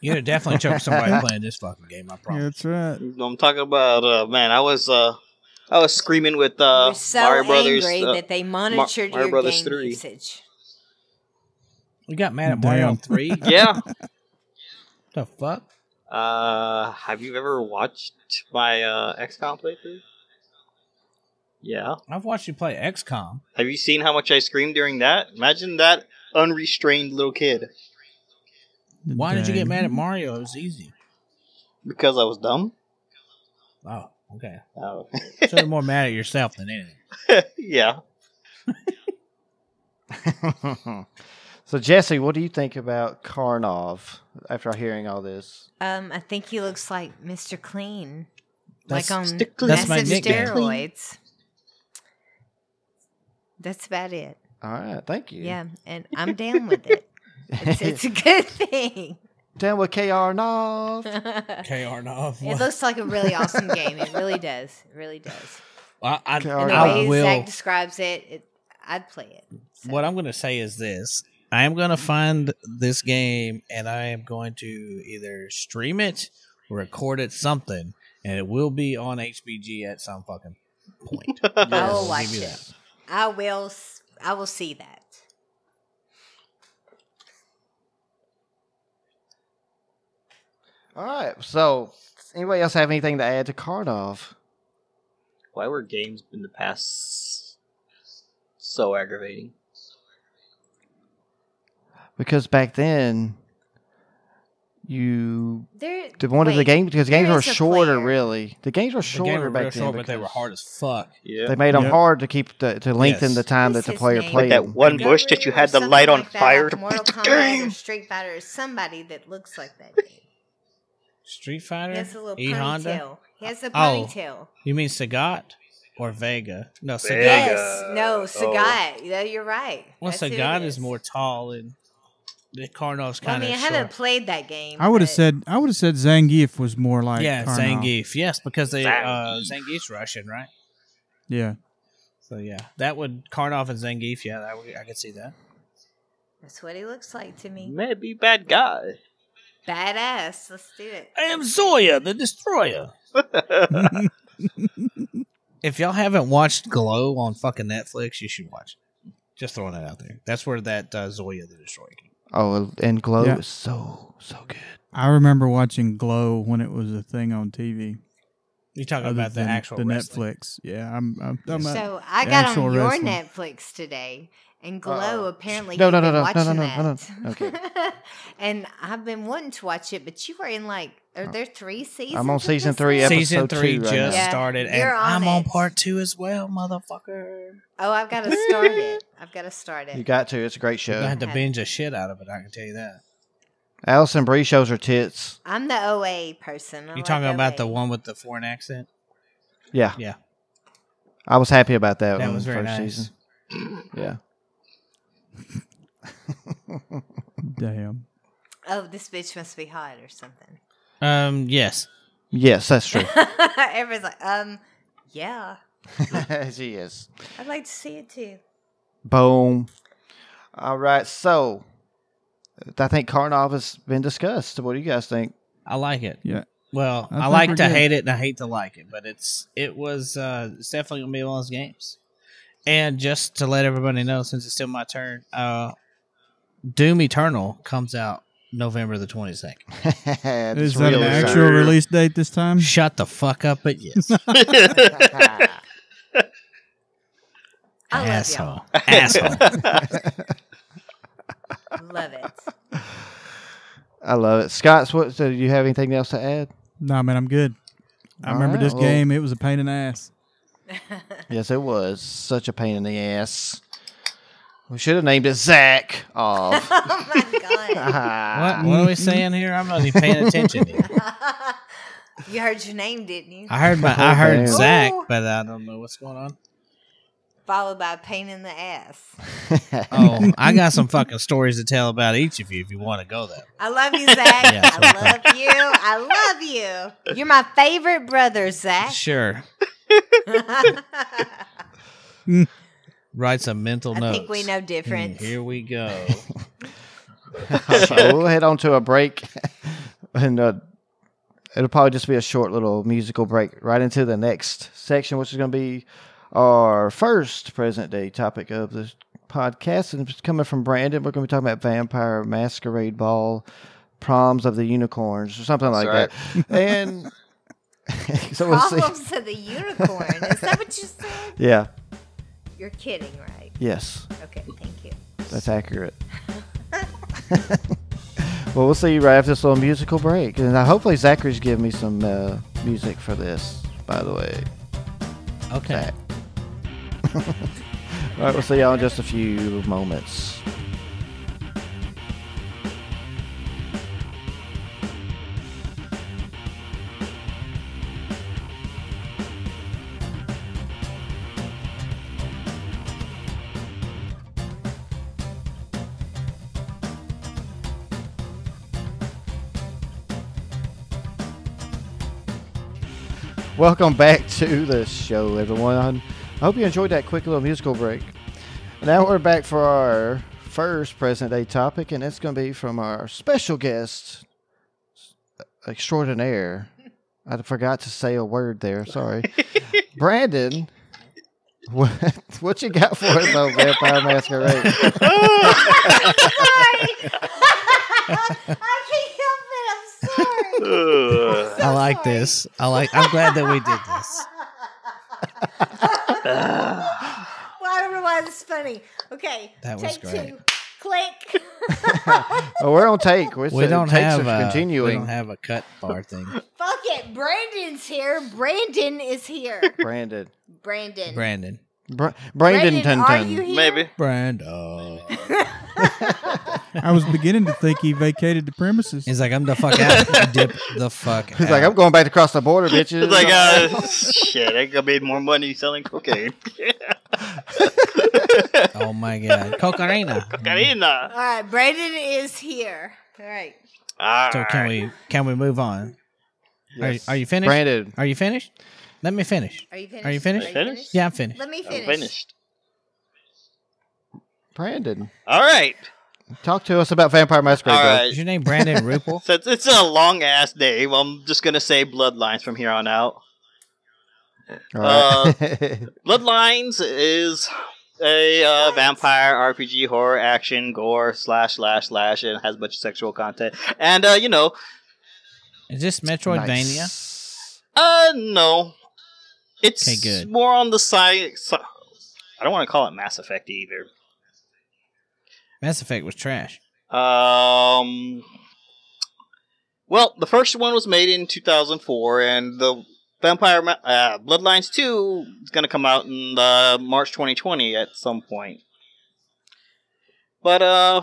[SPEAKER 2] You would definitely choke somebody playing this fucking game. I
[SPEAKER 4] Yeah,
[SPEAKER 2] promise.
[SPEAKER 4] that's right.
[SPEAKER 5] I'm talking about uh, man. I was uh, I was screaming with uh,
[SPEAKER 3] We're so
[SPEAKER 5] Mario Brothers.
[SPEAKER 3] angry
[SPEAKER 5] uh,
[SPEAKER 3] that they monitored
[SPEAKER 5] Mario
[SPEAKER 3] your
[SPEAKER 5] Brothers
[SPEAKER 3] game
[SPEAKER 5] 3.
[SPEAKER 3] usage.
[SPEAKER 2] We got mad at Mario
[SPEAKER 4] Damn.
[SPEAKER 5] <laughs>
[SPEAKER 2] Three.
[SPEAKER 3] <laughs>
[SPEAKER 5] yeah.
[SPEAKER 2] the fuck?
[SPEAKER 5] Uh, have you ever watched my uh, XCOM playthrough? Yeah.
[SPEAKER 2] I've watched you play XCOM.
[SPEAKER 5] Have you seen how much I screamed during that? Imagine that unrestrained little kid.
[SPEAKER 2] Why did you get
[SPEAKER 4] Dang.
[SPEAKER 2] mad at Mario? It was easy.
[SPEAKER 5] Because I was dumb.
[SPEAKER 2] Oh, okay.
[SPEAKER 5] Oh. <laughs>
[SPEAKER 2] So you're more mad at yourself than anything.
[SPEAKER 5] yeah.
[SPEAKER 1] <laughs> so, Jesse, what do you think about Karnov after hearing all this?
[SPEAKER 3] Um, I think he looks like Mr. Clean,
[SPEAKER 2] That's-
[SPEAKER 3] <laughs> like um, on
[SPEAKER 5] stick to-
[SPEAKER 2] that's
[SPEAKER 3] massive
[SPEAKER 2] my nickname.
[SPEAKER 3] steroids. That's about it.
[SPEAKER 1] All right. Thank you. <laughs>
[SPEAKER 3] Yeah, and I'm down with it. It's, it's a good thing.
[SPEAKER 1] Down with KR
[SPEAKER 3] <laughs>
[SPEAKER 1] Nov.
[SPEAKER 3] it
[SPEAKER 2] KR Nov.
[SPEAKER 3] looks like a really awesome game. It really does. It
[SPEAKER 1] <laughs>
[SPEAKER 3] really does.
[SPEAKER 2] I, I,
[SPEAKER 1] Okay,
[SPEAKER 3] And the
[SPEAKER 1] I
[SPEAKER 3] way
[SPEAKER 2] will.
[SPEAKER 3] Zach describes it, it I'd play it. So,
[SPEAKER 2] What I'm going to say is this I am going to find this game and I am going to either stream it or record it something, and it will be on HBG at some fucking point.
[SPEAKER 3] I
[SPEAKER 1] Yes.
[SPEAKER 3] will watch
[SPEAKER 2] Give me
[SPEAKER 3] it. I will. s- I will see that.
[SPEAKER 1] All right. So, anybody else have anything to add to Karnov?
[SPEAKER 5] Why were games in the past so aggravating?
[SPEAKER 1] Because back then, you
[SPEAKER 3] There.
[SPEAKER 1] the one of the
[SPEAKER 3] wait,
[SPEAKER 1] games because
[SPEAKER 3] there
[SPEAKER 1] games were
[SPEAKER 3] is a
[SPEAKER 1] shorter.
[SPEAKER 3] player.
[SPEAKER 1] Really, the games were
[SPEAKER 2] The game
[SPEAKER 1] shorter
[SPEAKER 2] were
[SPEAKER 1] back
[SPEAKER 2] real
[SPEAKER 1] then.
[SPEAKER 2] short, but they were
[SPEAKER 1] because
[SPEAKER 2] hard as fuck.
[SPEAKER 5] Yeah.
[SPEAKER 1] They made them
[SPEAKER 4] Yep.
[SPEAKER 1] hard to keep the, to lengthen
[SPEAKER 2] Yes.
[SPEAKER 1] the time
[SPEAKER 3] What's
[SPEAKER 1] that the
[SPEAKER 3] his
[SPEAKER 1] player
[SPEAKER 3] name?
[SPEAKER 1] played.
[SPEAKER 5] Like that
[SPEAKER 1] them.
[SPEAKER 5] one
[SPEAKER 2] Got
[SPEAKER 5] bush that you
[SPEAKER 3] or
[SPEAKER 5] had the
[SPEAKER 3] something
[SPEAKER 5] light on
[SPEAKER 3] like that
[SPEAKER 5] fire
[SPEAKER 3] off
[SPEAKER 5] to
[SPEAKER 3] Mortal
[SPEAKER 5] beat the
[SPEAKER 3] Kombat Or
[SPEAKER 5] game.
[SPEAKER 3] Street Fighter or somebody that looks like
[SPEAKER 5] <laughs>
[SPEAKER 3] that. Dude.
[SPEAKER 2] Street
[SPEAKER 3] He
[SPEAKER 2] Fighter?
[SPEAKER 3] has a little
[SPEAKER 2] E Honda?
[SPEAKER 3] ponytail. He has a
[SPEAKER 2] Oh.
[SPEAKER 3] ponytail.
[SPEAKER 2] You mean Sagat or Vega? No, Sagat.
[SPEAKER 5] Vega.
[SPEAKER 3] Yes. No,
[SPEAKER 5] Oh.
[SPEAKER 3] Sagat. Yeah, you're right.
[SPEAKER 2] Well,
[SPEAKER 3] That's who it
[SPEAKER 2] Sagat is more tall, and the Karnov's
[SPEAKER 3] Well, I
[SPEAKER 2] kind of
[SPEAKER 3] mean, I haven't played that game.
[SPEAKER 4] I would have
[SPEAKER 3] but-
[SPEAKER 4] said I would have said Zangief was more like
[SPEAKER 2] yeah,
[SPEAKER 4] Karnov.
[SPEAKER 2] Zangief. Yes, because they uh,
[SPEAKER 5] Zangief.
[SPEAKER 2] Zangief's Russian, right?
[SPEAKER 4] Yeah,
[SPEAKER 2] So yeah, that would Karnov and Zangief. Yeah, that would, I could see that.
[SPEAKER 3] That's what he looks like to me.
[SPEAKER 5] Maybe bad <laughs> guy.
[SPEAKER 3] Badass. Let's do it.
[SPEAKER 2] I am Zoya, the
[SPEAKER 5] <laughs>
[SPEAKER 2] Destroyer. If y'all haven't watched Glow on fucking Netflix, you should watch. it. Just throwing that out there. That's where that uh, Zoya the Destroyer. Came.
[SPEAKER 1] Oh, and Glow
[SPEAKER 4] Yeah.
[SPEAKER 1] is so so good.
[SPEAKER 4] I remember watching Glow when it was a thing on TV.
[SPEAKER 2] You talking
[SPEAKER 4] other
[SPEAKER 2] about the
[SPEAKER 4] than
[SPEAKER 2] actual
[SPEAKER 4] the
[SPEAKER 2] wrestling.
[SPEAKER 4] Netflix? Yeah, I'm. I'm, I'm
[SPEAKER 2] Yes.
[SPEAKER 4] uh,
[SPEAKER 3] So I
[SPEAKER 4] the
[SPEAKER 3] got
[SPEAKER 4] actual
[SPEAKER 3] on your
[SPEAKER 4] wrestling.
[SPEAKER 3] Netflix today, and Glow
[SPEAKER 5] Uh-oh.
[SPEAKER 3] apparently
[SPEAKER 1] No,
[SPEAKER 3] you've
[SPEAKER 1] no, no,
[SPEAKER 3] been
[SPEAKER 1] no, no,
[SPEAKER 3] watching
[SPEAKER 1] no, no, no,
[SPEAKER 3] that.
[SPEAKER 1] no.
[SPEAKER 3] <laughs> and I've been wanting to watch it, but you were in like, are
[SPEAKER 1] Oh.
[SPEAKER 3] there three seasons?
[SPEAKER 1] I'm on
[SPEAKER 3] of
[SPEAKER 1] season
[SPEAKER 3] this
[SPEAKER 1] three,
[SPEAKER 3] now?
[SPEAKER 1] episode
[SPEAKER 2] Season three
[SPEAKER 1] two. Right
[SPEAKER 2] just
[SPEAKER 1] now.
[SPEAKER 3] Yeah,
[SPEAKER 2] started, and
[SPEAKER 3] you're on
[SPEAKER 2] I'm on
[SPEAKER 3] it.
[SPEAKER 2] part two as well, motherfucker.
[SPEAKER 3] Oh, I've got to
[SPEAKER 1] <laughs>
[SPEAKER 3] start it. I've got to start
[SPEAKER 1] You
[SPEAKER 3] it.
[SPEAKER 1] got to. It's a great
[SPEAKER 2] I
[SPEAKER 1] show.
[SPEAKER 2] had to binge the shit out of it. I can tell you that.
[SPEAKER 1] Allison Brie shows her tits.
[SPEAKER 3] I'm the OA person. I
[SPEAKER 2] You
[SPEAKER 3] like
[SPEAKER 2] talking about
[SPEAKER 3] OA.
[SPEAKER 2] the one with the foreign accent?
[SPEAKER 1] Yeah,
[SPEAKER 2] Yeah,
[SPEAKER 1] I was happy about that.
[SPEAKER 2] that
[SPEAKER 1] on
[SPEAKER 2] was
[SPEAKER 1] the
[SPEAKER 2] very
[SPEAKER 1] first
[SPEAKER 2] nice.
[SPEAKER 1] season. Yeah.
[SPEAKER 4] damn.
[SPEAKER 3] Oh, this bitch must be hot or something.
[SPEAKER 2] Um, yes.
[SPEAKER 1] Yes, that's <laughs> true.
[SPEAKER 3] <laughs> Everyone's like, um, yeah,
[SPEAKER 1] she is.
[SPEAKER 3] I'd like to see it too.
[SPEAKER 1] Boom. All right. So I think Karnov has been discussed. What do you guys think? <laughs>
[SPEAKER 2] I like it.
[SPEAKER 4] Yeah.
[SPEAKER 2] Well,
[SPEAKER 4] I
[SPEAKER 2] I,
[SPEAKER 4] think
[SPEAKER 2] like
[SPEAKER 4] we're
[SPEAKER 2] to
[SPEAKER 4] good.
[SPEAKER 2] hate it and I hate to like it, but it's it was uh, it's definitely gonna be one of those games. And just to let everybody know, since it's still my turn, uh, Doom Eternal comes out November the twenty second.
[SPEAKER 1] <laughs>
[SPEAKER 4] Is
[SPEAKER 1] It's
[SPEAKER 4] that an
[SPEAKER 1] real
[SPEAKER 4] actual
[SPEAKER 1] exciting.
[SPEAKER 4] release date this time?
[SPEAKER 2] Shut the fuck up! But
[SPEAKER 3] <laughs>
[SPEAKER 2] yes,
[SPEAKER 1] <laughs>
[SPEAKER 3] I love
[SPEAKER 2] asshole, asshole.
[SPEAKER 3] y'all. Love it.
[SPEAKER 1] I love it. Scott's what? So do you have anything else to add?
[SPEAKER 4] No, man, I'm good. I
[SPEAKER 1] All
[SPEAKER 4] remember
[SPEAKER 1] right,
[SPEAKER 4] this
[SPEAKER 1] well-
[SPEAKER 4] game. It was a pain in the ass.
[SPEAKER 1] Yes, it was such a pain in the ass. We should have named it Zach.
[SPEAKER 4] <laughs>
[SPEAKER 1] Off.
[SPEAKER 3] <laughs> oh my
[SPEAKER 1] <laughs>
[SPEAKER 2] what, what are <laughs> we saying here? I'm not even paying attention. Here. <laughs>
[SPEAKER 3] god. you heard your name, didn't you?
[SPEAKER 2] I heard my, I
[SPEAKER 1] Damn.
[SPEAKER 2] heard Zach,
[SPEAKER 3] Ooh.
[SPEAKER 2] but I don't know what's going on.
[SPEAKER 3] Followed by a pain in the ass.
[SPEAKER 2] Oh, I got some fucking stories to tell about each of you if you want to go there.
[SPEAKER 3] I love you,
[SPEAKER 2] <laughs>
[SPEAKER 3] Zach.
[SPEAKER 2] Yeah, that's
[SPEAKER 3] I
[SPEAKER 2] what I
[SPEAKER 3] love you. I love you. You're my favorite
[SPEAKER 2] <laughs>
[SPEAKER 3] brother, Zach.
[SPEAKER 2] Sure.
[SPEAKER 3] I
[SPEAKER 2] Write some mental notes.
[SPEAKER 3] think we know difference.
[SPEAKER 2] Hmm, Here we <laughs> go.
[SPEAKER 1] <laughs> So we'll head on to a break, <laughs> and uh, it'll probably just be a short little musical break right into the next section, which is going to be our first present day topic of this podcast. And it's coming from Brandon. We're going to be talking about Vampire Masquerade Ball, Proms of the Unicorns, or something like
[SPEAKER 5] Sorry.
[SPEAKER 1] that. And <laughs> so we'll see.
[SPEAKER 2] <laughs>
[SPEAKER 3] Problems of the unicorn. Is that what you said?
[SPEAKER 1] Yeah.
[SPEAKER 3] You're kidding, right?
[SPEAKER 1] Yes.
[SPEAKER 3] Okay, thank you.
[SPEAKER 1] That's accurate. <laughs> well, we'll see you right after this little musical break. And uh, hopefully, Zachary's giving me some uh, music for this, by the way.
[SPEAKER 2] Okay.
[SPEAKER 1] All right, we'll see y'all in just a few moments. Welcome back to the show, everyone. I hope you enjoyed that quick little musical break. Now we're back for our first present day topic, and it's going to be from our special guest extraordinaire. I forgot to say a word there.
[SPEAKER 2] <laughs>
[SPEAKER 1] Sorry, Brandon. What what you got for us on Vampire Masquerade?
[SPEAKER 3] sorry. <laughs> I can't help it. I'm sorry.
[SPEAKER 5] Ugh.
[SPEAKER 2] I like this. I like. I'm glad that we
[SPEAKER 3] <laughs>
[SPEAKER 2] did this.
[SPEAKER 3] well, I don't know why this is funny. Okay.
[SPEAKER 2] That was
[SPEAKER 3] take
[SPEAKER 2] great.
[SPEAKER 3] Two. Click. <laughs>
[SPEAKER 1] Oh, we're on take. We're
[SPEAKER 2] We don't
[SPEAKER 1] takes
[SPEAKER 2] have
[SPEAKER 1] are
[SPEAKER 2] a
[SPEAKER 1] continuing.
[SPEAKER 2] We don't have a cut bar
[SPEAKER 3] <laughs>
[SPEAKER 2] thing.
[SPEAKER 3] Fuck it. Brandon's here. Brandon is here.
[SPEAKER 1] Brandon.
[SPEAKER 3] Brandon.
[SPEAKER 2] Brandon.
[SPEAKER 1] Bra- Brandon
[SPEAKER 3] are you
[SPEAKER 1] Tintin.
[SPEAKER 3] here? <laughs>
[SPEAKER 5] Maybe.
[SPEAKER 2] Brandon.
[SPEAKER 4] I was beginning to think he vacated the
[SPEAKER 2] <laughs>
[SPEAKER 4] premises.
[SPEAKER 2] He's like, I'm the fuck <laughs> out. Dip the fuck.
[SPEAKER 1] He's like, I'm going back across the
[SPEAKER 2] <laughs>
[SPEAKER 1] border, bitches.
[SPEAKER 5] It's like, uh, shit, I got made more money selling cocaine. <laughs>
[SPEAKER 2] Oh my god.
[SPEAKER 3] <laughs>
[SPEAKER 2] Cocarina.
[SPEAKER 5] Cocaina.
[SPEAKER 3] All right. Brandon is here. All right.
[SPEAKER 5] Ah.
[SPEAKER 2] So can we can we move on?
[SPEAKER 1] Yes.
[SPEAKER 2] Are, are you finished?
[SPEAKER 1] Brandon.
[SPEAKER 2] Are you finished? Let me finish.
[SPEAKER 3] Are you finished?
[SPEAKER 2] Are you finished?
[SPEAKER 5] Finished?
[SPEAKER 2] Yeah, I'm finished.
[SPEAKER 3] Let me
[SPEAKER 5] I'm
[SPEAKER 3] finish.
[SPEAKER 5] finished.
[SPEAKER 1] Brandon,
[SPEAKER 5] All right.
[SPEAKER 1] talk to us about Vampire Masquerade.
[SPEAKER 5] All
[SPEAKER 1] bro.
[SPEAKER 5] right.
[SPEAKER 2] Is your name
[SPEAKER 5] <laughs>
[SPEAKER 2] Brandon Rupel?
[SPEAKER 5] Since it's a long ass name, I'm just gonna say bloodlines from here on out.
[SPEAKER 1] All
[SPEAKER 5] uh,
[SPEAKER 1] <laughs> right.
[SPEAKER 5] Bloodlines is a uh, vampire RPG horror action gore slash slash slash and has much sexual content and uh, you know
[SPEAKER 2] Is this Metroidvania?
[SPEAKER 1] Nice.
[SPEAKER 5] uh no it's
[SPEAKER 2] Okay, good.
[SPEAKER 5] more on the side si- I don't want to call it Mass Effect either
[SPEAKER 2] Mass Effect was trash.
[SPEAKER 5] Um. Well, the first one was made in 2004, and the Vampire Ma- uh, Bloodlines 2 is going to come out in uh, March 2020 at some point. But uh,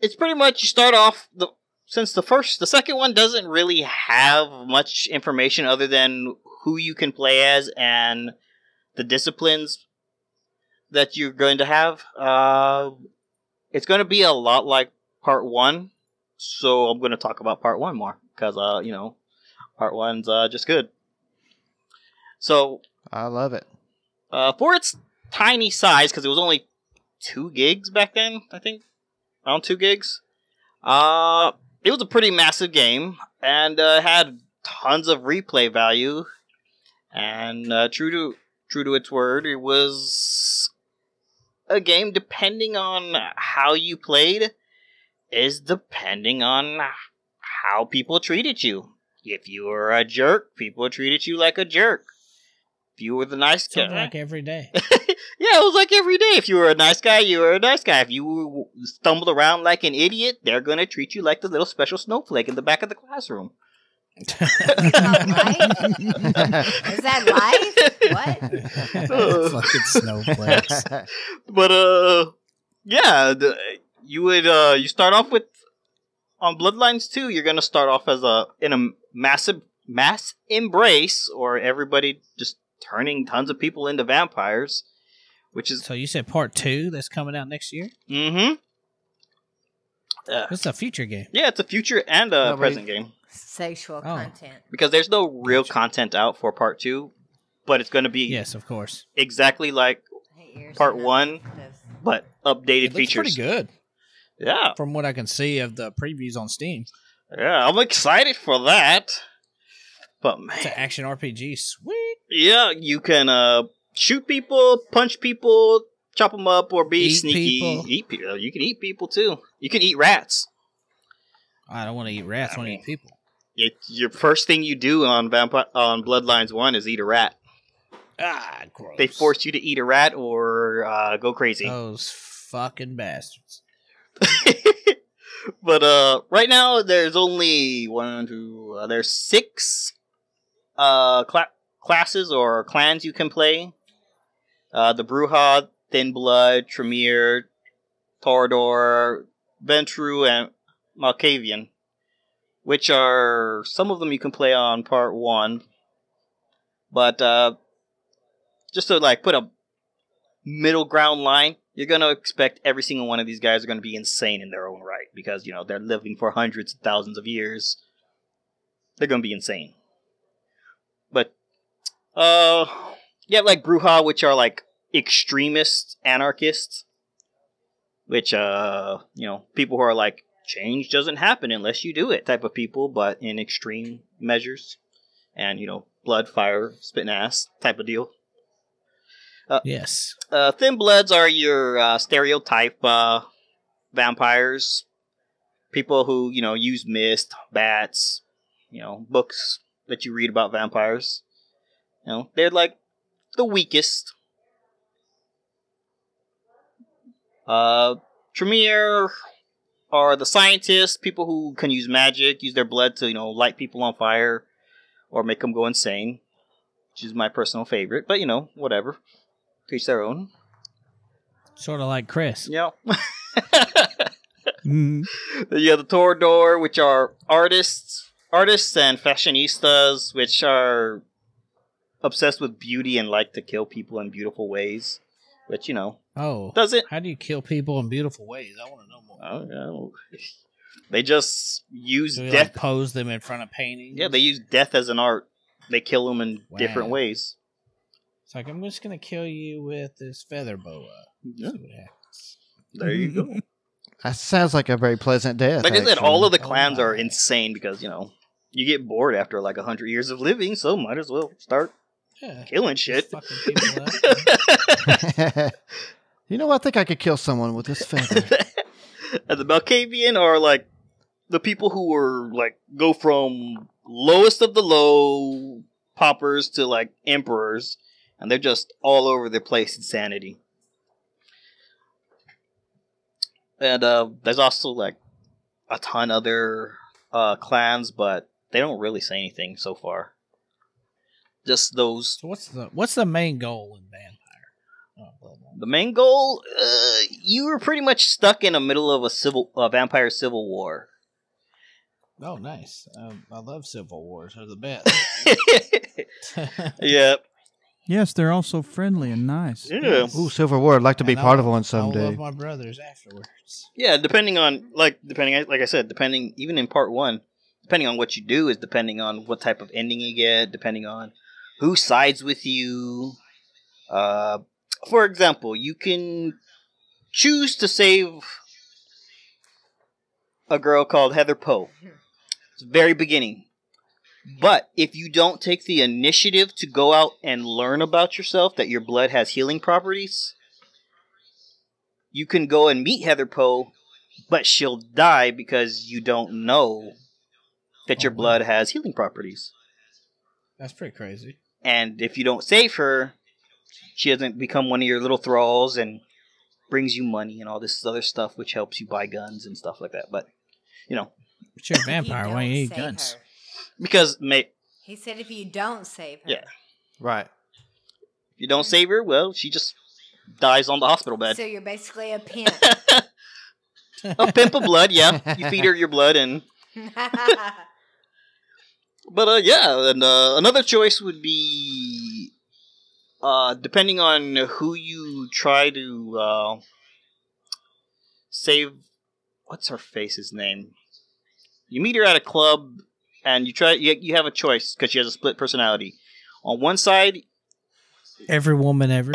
[SPEAKER 5] it's pretty much you start off the since the first the second one doesn't really have much information other than who you can play as and the disciplines that you're going to have. Uh, it's going to be a lot like part one so i'm going to talk about part one more because uh you know part one's uh just good so
[SPEAKER 1] I love
[SPEAKER 2] <laughs>
[SPEAKER 1] it.
[SPEAKER 5] uh for its tiny size because it was only two gigs back then i think around two gigs uh it was a pretty massive game and uh, had tons of replay value and uh, true to true to its word it was a game depending on how you played is depending on how people treated you if you were a jerk people treated you like a jerk if you were the nice guy
[SPEAKER 2] Something like every day.
[SPEAKER 5] yeah, it was like every day. If you were a nice guy, you were a nice guy. If you stumbled around like an idiot, they're going to treat you like the little special snowflake in the back of the classroom.
[SPEAKER 3] Is that
[SPEAKER 2] <laughs>
[SPEAKER 3] life? What?
[SPEAKER 2] <laughs> Fucking snowflakes.
[SPEAKER 5] <laughs> but uh yeah the, you would uh you start off with on bloodlines 2 you're gonna start off as a in a massive mass embrace or everybody just turning tons of people into vampires which is
[SPEAKER 2] So you said part two that's coming out next year?
[SPEAKER 5] mm-hmm
[SPEAKER 2] It's a future game.
[SPEAKER 5] yeah it's a future and a
[SPEAKER 1] Nobody-
[SPEAKER 5] present
[SPEAKER 2] Oh.
[SPEAKER 5] game
[SPEAKER 3] Sexual content.
[SPEAKER 5] because there's no real content out for part 2 but it's gonna be
[SPEAKER 2] Yes, of course.
[SPEAKER 5] exactly like
[SPEAKER 3] I hate yours.
[SPEAKER 5] Part
[SPEAKER 3] I know
[SPEAKER 5] one.
[SPEAKER 3] this.
[SPEAKER 5] but updated features
[SPEAKER 2] pretty good
[SPEAKER 5] yeah
[SPEAKER 2] from what I can see of the previews on Steam.
[SPEAKER 5] yeah i'm excited for that but man
[SPEAKER 2] It's an action RPG. Sweet.
[SPEAKER 5] Yeah, you can uh, shoot people, punch people, chop them up, or be
[SPEAKER 2] Eat
[SPEAKER 5] sneaky.
[SPEAKER 2] people.
[SPEAKER 5] Eat people. You can eat people too. You can eat rats.
[SPEAKER 2] I don't want to eat rats. I want to eat people.
[SPEAKER 5] Y your first thing you do on Vampire on Bloodlines One is eat a rat.
[SPEAKER 2] Ah, gross.
[SPEAKER 5] They force you to eat a rat or uh, go crazy.
[SPEAKER 2] those fucking bastards.
[SPEAKER 5] <laughs> but uh, right now there's only one, two, uh, there's six uh cla- classes or clans you can play. Uh, the Bruja, Thin Blood, Tremere, Torador, Ventru, and Malkavian, which are some of them you can play on part one. But uh, just to like put a middle ground line, you're gonna expect every single one of these guys are gonna be insane in their own right because you know they're living for hundreds of thousands of years. They're gonna be insane. But uh, yeah, like Bruja, which are like extremist anarchists, which uh, you know, people who are like change doesn't happen unless you do it type of people, but in extreme measures, and you know, blood, fire, spit, and ass type of deal.
[SPEAKER 2] Yes.
[SPEAKER 5] Uh, thin bloods are your uh, stereotype uh, vampires, people who you know use mist, bats, you know books that you read about vampires. You know they're like the weakest. Uh, Tremere are the scientists, people who can use magic, use their blood to you know light people on fire, or make them go insane, which is my personal favorite. But you know whatever, to each their own.
[SPEAKER 2] Sort of like Chris.
[SPEAKER 5] Yeah.
[SPEAKER 4] Mm,
[SPEAKER 5] you have the Torador, which are artists, artists and fashionistas, which are obsessed with beauty and like to kill people in beautiful ways. Which you know
[SPEAKER 2] Oh.
[SPEAKER 5] doesn't.
[SPEAKER 2] How do you kill people in beautiful ways? I want to know more.
[SPEAKER 5] I don't know. <laughs> They just use
[SPEAKER 2] Do we,
[SPEAKER 5] death.
[SPEAKER 2] like, pose them in front of paintings?
[SPEAKER 5] yeah, they use death as an art. They kill them in
[SPEAKER 2] Wow.
[SPEAKER 5] different ways.
[SPEAKER 2] It's like I'm just gonna kill you with this feather boa. See what happens.
[SPEAKER 5] There you go.
[SPEAKER 1] That sounds like a very pleasant death.
[SPEAKER 5] Like I said, all of the
[SPEAKER 2] Oh
[SPEAKER 5] clans are
[SPEAKER 2] my.
[SPEAKER 5] insane because you know you get bored after like hundred years of living, so might as well start
[SPEAKER 2] Yeah.
[SPEAKER 5] killing shit.
[SPEAKER 2] Fucking people up.
[SPEAKER 1] actually. <laughs> you know, I think I could kill someone with this
[SPEAKER 5] <laughs>
[SPEAKER 1] feather.
[SPEAKER 5] and the Malkavian are like the people who were like go from lowest of the low paupers to like emperors, and they're just all over the place insanity. And uh, there's also like a ton other uh, clans, but they don't really say anything so far. Just those
[SPEAKER 2] So what's the what's the main goal in vampire? Oh, blah, blah.
[SPEAKER 5] The main goal, uh, you were pretty much stuck in the middle of a civil, a vampire civil war.
[SPEAKER 2] Oh, nice. Um, I love Civil Wars. They're the best.
[SPEAKER 5] <laughs> yeah,
[SPEAKER 4] yes, they're also friendly and nice.
[SPEAKER 5] yeah,
[SPEAKER 1] Ooh, Silver War. I'd like to be
[SPEAKER 2] And
[SPEAKER 1] part
[SPEAKER 2] I'll-
[SPEAKER 1] of one
[SPEAKER 2] I'll love
[SPEAKER 1] someday.
[SPEAKER 2] my brothers afterwards.
[SPEAKER 5] yeah. Depending on, like, depending, like I said, depending even in part one, depending on what you do is depending on what type of ending you get, depending on who sides with you. Uh, for example, you can choose to save a girl called Heather Poe. It's the very beginning. But if you don't take the initiative to go out and learn about yourself that your blood has healing properties, you can go and meet Heather Poe, but she'll die because you don't know that your
[SPEAKER 2] Oh, wow.
[SPEAKER 5] blood has healing properties.
[SPEAKER 2] That's pretty crazy.
[SPEAKER 5] And if you don't save her, she doesn't become one of your little thralls and brings you money and all this other stuff, which helps you buy guns and stuff like that. But, you know,
[SPEAKER 2] But you're a
[SPEAKER 3] If you
[SPEAKER 2] vampire.
[SPEAKER 3] don't
[SPEAKER 2] Why you need
[SPEAKER 3] save
[SPEAKER 2] guns?
[SPEAKER 3] her.
[SPEAKER 5] because may,
[SPEAKER 3] He said if you don't save her.
[SPEAKER 5] Yeah.
[SPEAKER 1] Right.
[SPEAKER 5] if you don't save her, well, she just dies on the hospital bed.
[SPEAKER 3] So you're basically a
[SPEAKER 5] <laughs>
[SPEAKER 3] pimp. <laughs>
[SPEAKER 5] a pimp of blood, yeah. You feed her your blood and But uh, yeah, and uh, another choice would be, uh, depending on who you try to uh, save. What's her face's name? You meet her at a club, and you try. You, you have a choice because she has a split personality. On one side,
[SPEAKER 2] Every woman ever.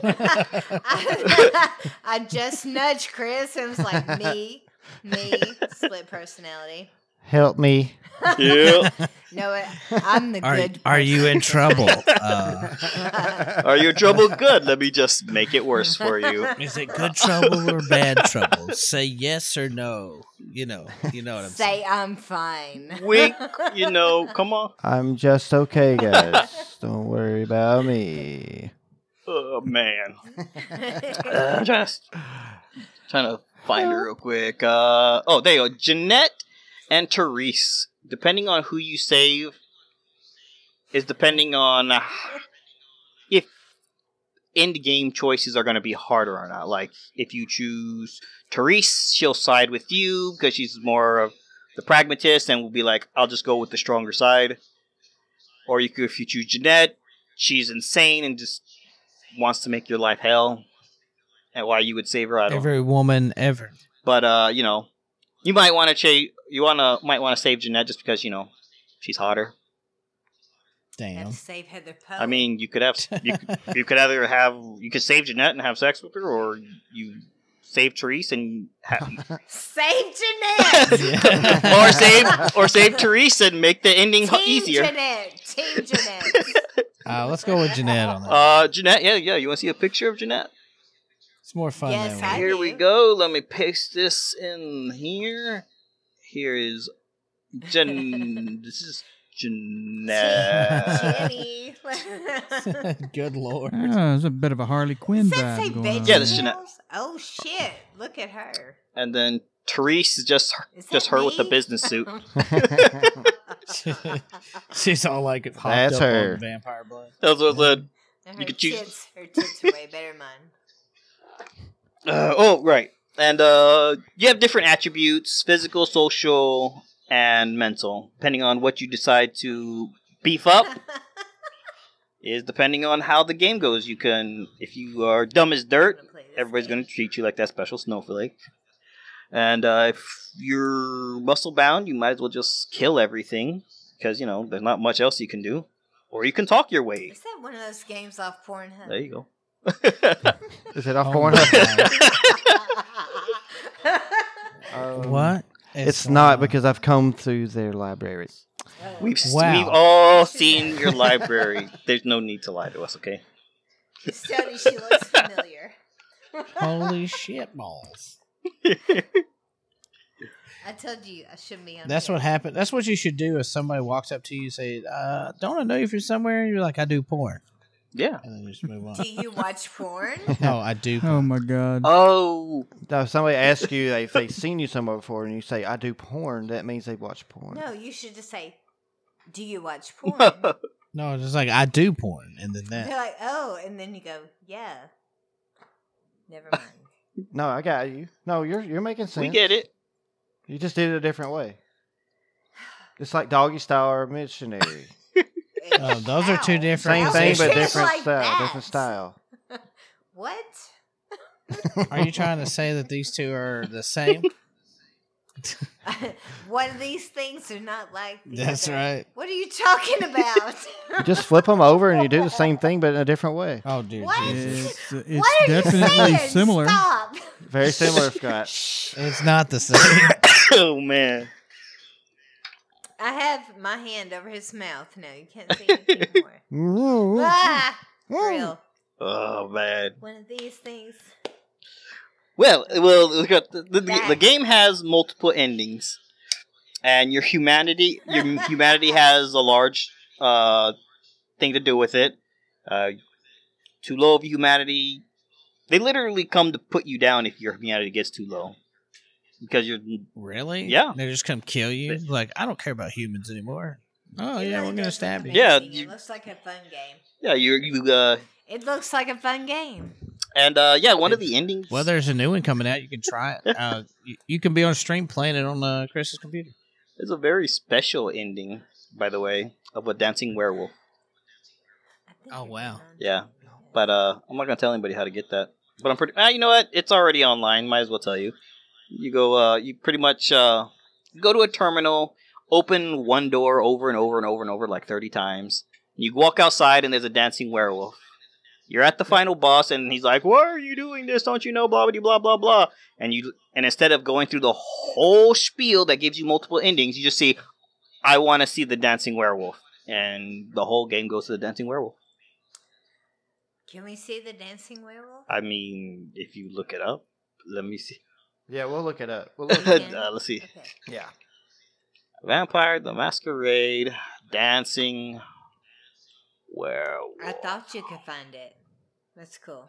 [SPEAKER 2] <laughs>
[SPEAKER 3] I, just nudged Chris and was like, me, me, split personality.
[SPEAKER 1] Help
[SPEAKER 2] <laughs>
[SPEAKER 1] me.
[SPEAKER 5] yeah.
[SPEAKER 3] No, I- I'm the
[SPEAKER 2] are,
[SPEAKER 3] good.
[SPEAKER 2] are you in
[SPEAKER 3] person.
[SPEAKER 2] trouble? Uh,
[SPEAKER 5] are you in trouble? Good. Let me just make it worse
[SPEAKER 3] <laughs>
[SPEAKER 5] for you.
[SPEAKER 2] is it good trouble or bad trouble? Say yes or no. You know. You know what I'm saying.
[SPEAKER 3] Say I'm fine. <laughs>
[SPEAKER 5] <laughs> Wink. You know, come on.
[SPEAKER 1] I'm just okay, guys. Don't worry about
[SPEAKER 2] <laughs>
[SPEAKER 1] me. <laughs>
[SPEAKER 5] Oh man. Uh, I'm trying to trying to find her real quick. Uh, oh, there you go. Jeanette and Therese. Depending on who you save, is depending on uh, if end game choices are going to be harder or not. Like if you choose Therese, she'll side with you because she's more of the pragmatist and will be like, "I'll just go with the stronger side." Or you could, if you choose Jeanette, she's insane and just wants to make your life hell. And why you would save her, I don't
[SPEAKER 2] Every woman ever.
[SPEAKER 5] but uh, you know, you might want to cha- you want to might want to save Jeanette just because you know she's hotter.
[SPEAKER 3] Have
[SPEAKER 2] Damn.
[SPEAKER 3] to save Heather Poe.
[SPEAKER 5] I mean, you could have you, <laughs> could- you could either have you could save Jeanette and have sex with her, or you save Therese and ha-
[SPEAKER 3] save
[SPEAKER 5] <laughs>
[SPEAKER 3] Jeanette.
[SPEAKER 2] Yeah.
[SPEAKER 5] or save or save Therese and make the ending
[SPEAKER 3] Team
[SPEAKER 5] easier.
[SPEAKER 3] Jeanette. Team Jeanette.
[SPEAKER 2] Uh, let's go with Jeanette on that.
[SPEAKER 5] Uh, Jeanette, yeah, yeah. You want to see a picture of Jeanette?
[SPEAKER 2] it's more fun.
[SPEAKER 3] yes,
[SPEAKER 2] that way.
[SPEAKER 3] I-
[SPEAKER 5] Here we
[SPEAKER 3] do.
[SPEAKER 5] go. Let me paste this in here. Here is
[SPEAKER 3] <laughs>
[SPEAKER 5] Jen. this is <laughs> Jeanette.
[SPEAKER 3] Jenny. <laughs>
[SPEAKER 2] <laughs> Good lord.
[SPEAKER 4] Oh, there's a bit of a Harley Quinn
[SPEAKER 3] Does
[SPEAKER 4] vibe
[SPEAKER 3] that say
[SPEAKER 4] going
[SPEAKER 3] Veggie
[SPEAKER 4] on.
[SPEAKER 5] Yeah, this is Jeanette.
[SPEAKER 3] Tales? Oh shit! Look at her.
[SPEAKER 5] and then Therese is just her-
[SPEAKER 3] Is that
[SPEAKER 5] just her with the
[SPEAKER 3] me?
[SPEAKER 5] business suit.
[SPEAKER 2] She's all like hopped
[SPEAKER 1] That's
[SPEAKER 2] up
[SPEAKER 1] her.
[SPEAKER 2] on vampire blood.
[SPEAKER 5] That was the
[SPEAKER 3] Her
[SPEAKER 5] You could choose-
[SPEAKER 3] tits, her tits are way better than
[SPEAKER 5] <laughs>
[SPEAKER 3] mine.
[SPEAKER 5] Uh, oh, right. And uh, you have different attributes physical, social, and mental, depending on what you decide to beef up.
[SPEAKER 3] <laughs>
[SPEAKER 5] is depending on how the game goes. You can, if you are dumb as dirt, er, everybody's going to treat you like that special snowflake. And uh, if you're muscle bound, you might as well just kill everything because, you know, there's not much else you can do. Or you can talk your way.
[SPEAKER 3] Is that one of those games off Pornhub?
[SPEAKER 5] There
[SPEAKER 3] <laughs>
[SPEAKER 5] you go.
[SPEAKER 1] Is it off
[SPEAKER 2] Oh my
[SPEAKER 1] Pornhub?
[SPEAKER 2] <laughs> God.
[SPEAKER 1] Um,
[SPEAKER 2] what?
[SPEAKER 1] It's not because I've combed through their library.
[SPEAKER 5] We've, s
[SPEAKER 2] Wow.
[SPEAKER 5] we've all seen your library. There's no need to lie to us, okay?
[SPEAKER 3] Sony, she
[SPEAKER 2] <laughs>
[SPEAKER 3] looks familiar.
[SPEAKER 2] Holy shit balls.
[SPEAKER 3] I told you I shouldn't be on.
[SPEAKER 2] That's
[SPEAKER 3] here.
[SPEAKER 2] what happened. That's what you should do if somebody walks up to you and say, uh, don't I know you from somewhere? And you're like, I do porn.
[SPEAKER 5] Yeah.
[SPEAKER 2] And then you just move on.
[SPEAKER 3] <laughs> Do you watch porn?
[SPEAKER 2] <laughs> no, I do
[SPEAKER 4] Oh
[SPEAKER 2] porn.
[SPEAKER 4] my god.
[SPEAKER 5] Oh, <laughs>
[SPEAKER 1] Now, if somebody asks you if they've seen you somewhere before and you say, I do porn, that means they watch porn.
[SPEAKER 3] No, you should just say, "Do you
[SPEAKER 5] <laughs>
[SPEAKER 3] watch porn?"
[SPEAKER 5] No.
[SPEAKER 2] No, it's just like, I do porn. And then
[SPEAKER 3] They're
[SPEAKER 2] that.
[SPEAKER 3] like, "Oh," and then you go, "Yeah." Never mind.
[SPEAKER 1] No, I got you. No, you're you're making sense.
[SPEAKER 5] we get it. <laughs>
[SPEAKER 1] You just did it a different way. It's like doggy style or
[SPEAKER 3] <sighs>
[SPEAKER 1] missionary.
[SPEAKER 2] Oh, those are two
[SPEAKER 3] Ow.
[SPEAKER 2] different
[SPEAKER 1] Same
[SPEAKER 3] How
[SPEAKER 1] thing,
[SPEAKER 3] is
[SPEAKER 1] but
[SPEAKER 3] it
[SPEAKER 1] different
[SPEAKER 3] like
[SPEAKER 1] style.
[SPEAKER 3] that?
[SPEAKER 1] Different style.
[SPEAKER 3] What? <laughs>
[SPEAKER 2] Are you trying to say that these two are the
[SPEAKER 3] <laughs>
[SPEAKER 2] same?
[SPEAKER 3] One of these things are not like the
[SPEAKER 2] That's
[SPEAKER 3] other.
[SPEAKER 2] right.
[SPEAKER 3] What are you
[SPEAKER 1] <laughs>
[SPEAKER 3] talking about? <laughs>
[SPEAKER 1] You just flip them over and you do the same thing, but in a different way.
[SPEAKER 2] Oh, dear
[SPEAKER 3] What?
[SPEAKER 2] Jesus.
[SPEAKER 4] It's, it's
[SPEAKER 3] what are
[SPEAKER 4] definitely
[SPEAKER 3] you saying?
[SPEAKER 4] similar.
[SPEAKER 3] Stop.
[SPEAKER 1] Very
[SPEAKER 5] <laughs>
[SPEAKER 1] similar, Scott.
[SPEAKER 2] It's not the same.
[SPEAKER 5] oh, man.
[SPEAKER 3] I have my hand over his mouth now. You can't
[SPEAKER 1] <laughs>
[SPEAKER 3] see anything more. <laughs> ah, real.
[SPEAKER 5] Oh, man.
[SPEAKER 3] One of these things.
[SPEAKER 5] Well, well, we got the, the, the
[SPEAKER 3] That-
[SPEAKER 5] game has multiple endings, and your humanity, your humanity has a large uh, thing to do with it. Uh, too low of humanity, they literally come to put you down if your humanity gets too low, because you're
[SPEAKER 2] Really?
[SPEAKER 5] Yeah.
[SPEAKER 2] They're just gonna kill you. Like, I don't care about humans anymore. Oh
[SPEAKER 3] It
[SPEAKER 2] yeah,
[SPEAKER 3] really
[SPEAKER 2] we're gonna
[SPEAKER 3] does
[SPEAKER 2] stab
[SPEAKER 3] look
[SPEAKER 2] you.
[SPEAKER 5] amazing. Yeah,
[SPEAKER 3] amazing.
[SPEAKER 5] you-
[SPEAKER 3] It looks like a fun game.
[SPEAKER 5] yeah you're you uh,
[SPEAKER 3] It looks like a fun game.
[SPEAKER 5] and uh, yeah one of the endings.
[SPEAKER 2] Well, there's a new one coming out. You can try
[SPEAKER 5] <laughs>
[SPEAKER 2] it. Uh, you, you can be on stream playing it on uh, Chris's computer.
[SPEAKER 5] There's a very special ending, by the way, of a dancing werewolf.
[SPEAKER 3] I think
[SPEAKER 2] Oh,
[SPEAKER 3] it
[SPEAKER 2] wow.
[SPEAKER 3] was on
[SPEAKER 5] Yeah.
[SPEAKER 3] TV.
[SPEAKER 5] But uh, I'm not gonna tell anybody how to get that. But I'm pretty. Ah, you know what? It's already online. Might as well tell you. You go. Uh, you pretty much uh, go to a terminal, open one door over and over and over and over like 30 times. You walk outside and there's a dancing werewolf. You're at the final boss and he's like, "Why are you doing this? Don't you know?" Blah blah blah blah blah. And you and instead of going through the whole spiel that gives you multiple endings, you just see, "I want to see the dancing werewolf," and the whole game goes to the dancing werewolf.
[SPEAKER 3] Can we see the dancing werewolf?
[SPEAKER 5] I mean, if you look it up, let me see.
[SPEAKER 1] Yeah, we'll look it up. We'll look it up.
[SPEAKER 3] <laughs> Okay.
[SPEAKER 5] uh, let's see.
[SPEAKER 3] Okay.
[SPEAKER 1] Yeah. <laughs>
[SPEAKER 5] Vampire, the Masquerade, Dancing, where?
[SPEAKER 3] I thought you could find it. That's cool.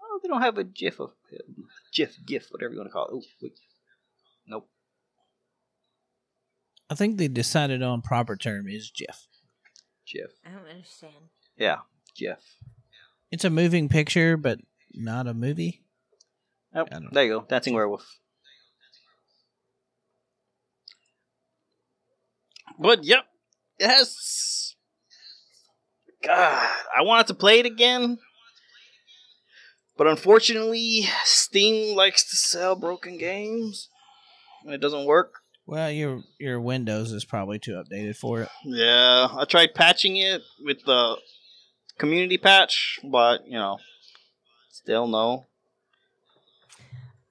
[SPEAKER 5] Oh, they don't have a GIF of him. GIF, GIF, whatever you want to call it. Oh, wait. Nope.
[SPEAKER 2] I think they decided on proper term is GIF.
[SPEAKER 5] GIF.
[SPEAKER 3] I don't understand.
[SPEAKER 5] Yeah, GIF.
[SPEAKER 2] It's a moving picture, but not a movie.
[SPEAKER 5] Nope.
[SPEAKER 2] I don't-
[SPEAKER 5] There you go. Dancing Werewolf. But yep, it has. God, I wanted to play it again, but unfortunately, Steam likes to sell broken games, and it doesn't work.
[SPEAKER 2] Well, your your Windows is probably too updated for it.
[SPEAKER 5] Yeah, I tried patching it with the community patch, but you know, still no.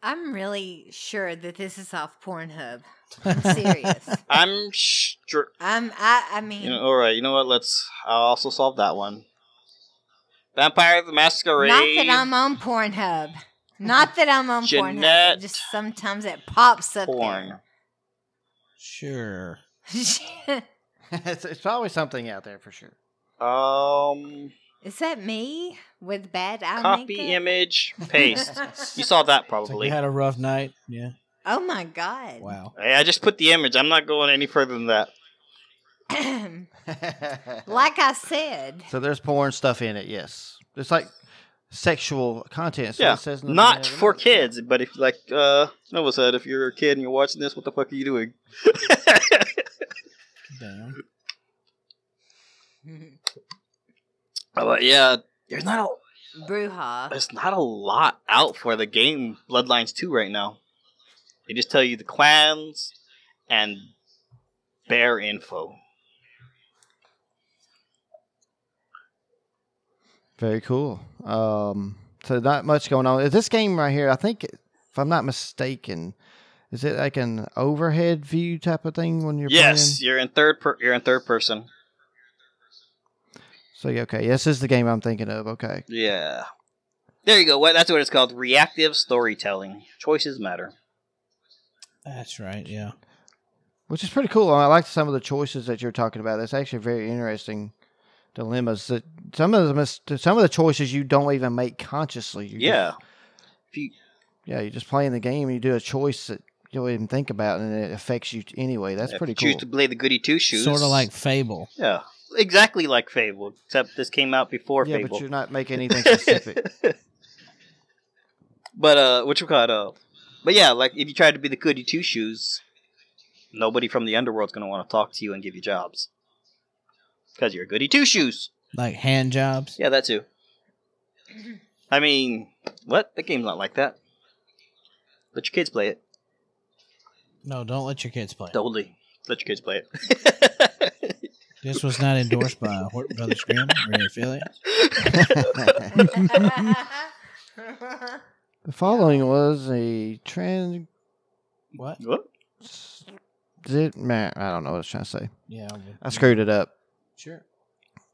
[SPEAKER 3] I'm really sure that this is off <laughs> Pornhub. I'm serious.
[SPEAKER 5] I'm str-
[SPEAKER 3] I'm. I. I mean,
[SPEAKER 5] you know, all right. You know what? Let's. I'll also solve that one. Vampire the Masquerade.
[SPEAKER 3] not that I'm on Pornhub. Not that I'm on Pornhub.
[SPEAKER 5] Jeanette.
[SPEAKER 3] Just sometimes it pops up.
[SPEAKER 5] porn.
[SPEAKER 2] <laughs> Sure.
[SPEAKER 3] there.
[SPEAKER 1] it's, it's probably something out there for sure. <laughs>
[SPEAKER 5] Um,
[SPEAKER 3] <laughs> is that me with bad eye
[SPEAKER 5] copy
[SPEAKER 3] makeup? <laughs>
[SPEAKER 5] image paste. you saw that
[SPEAKER 2] It's like
[SPEAKER 5] probably.
[SPEAKER 2] you had a rough night. Yeah.
[SPEAKER 3] Oh my god.
[SPEAKER 2] Wow.
[SPEAKER 5] Hey, I just put the image. I'm not going any further than that.
[SPEAKER 3] <clears throat> like I said, <laughs>
[SPEAKER 1] so there's porn stuff in it. Yes, it's like sexual content. So
[SPEAKER 5] Yeah,
[SPEAKER 1] it says nothing
[SPEAKER 5] Not
[SPEAKER 1] there.
[SPEAKER 5] for kids, but if like uh Nova said, if you're a kid and you're watching this, what the fuck are you doing?
[SPEAKER 2] Damn.
[SPEAKER 5] Uh, but yeah, there's not a, <laughs>
[SPEAKER 3] Bruja. <laughs>
[SPEAKER 5] there's not a lot out for the game Bloodlines 2 right now. They just tell you the clans and bare info.
[SPEAKER 1] Very cool. Um, so not much going on. This game right here, I think, if I'm not mistaken, is it like an overhead view type of thing when you're
[SPEAKER 5] yes,
[SPEAKER 1] playing?
[SPEAKER 5] you're in third per- you're in third person.
[SPEAKER 1] So yeah, okay, this is the game I'm thinking of. Okay,
[SPEAKER 5] Yeah. There you go. What that's what it's called. Reactive storytelling. Choices matter.
[SPEAKER 2] That's right. Yeah.
[SPEAKER 1] which is pretty cool. I like some of the choices that you're talking about. That's actually very interesting dilemmas. That some of the mis- some of the choices you don't even make consciously. You
[SPEAKER 5] Yeah.
[SPEAKER 1] yeah, you're just playing the game and you do a choice that you don't even think about, and it affects you t- anyway. That's
[SPEAKER 5] If
[SPEAKER 1] pretty
[SPEAKER 5] you
[SPEAKER 1] cool.
[SPEAKER 5] Choose to play the goody two shoes.
[SPEAKER 2] Sort of like Fable.
[SPEAKER 5] Yeah, exactly like Fable, except this came out before
[SPEAKER 1] yeah,
[SPEAKER 5] Fable.
[SPEAKER 1] but you're not making anything
[SPEAKER 5] <laughs>
[SPEAKER 1] specific. <laughs>
[SPEAKER 5] But uh, what you call it? Uh, but yeah, like if you try to be the goody two shoes, nobody from the underworld's gonna want to talk to you and give you jobs because you're a goody two shoes.
[SPEAKER 2] Like hand jobs.
[SPEAKER 5] Yeah, that too. I mean, what? The game's not like that. Let your kids play it.
[SPEAKER 2] No, don't let your kids play. it.
[SPEAKER 5] Totally. Let your kids play it.
[SPEAKER 2] This was not endorsed by Horton
[SPEAKER 5] <laughs>
[SPEAKER 2] Brothers Grimm or any affiliate.
[SPEAKER 1] The following was a trans.
[SPEAKER 2] What?
[SPEAKER 5] <laughs> What?
[SPEAKER 1] Did man? I don't know what I was trying to say.
[SPEAKER 2] Yeah. well,
[SPEAKER 1] I screwed it up.
[SPEAKER 2] Sure.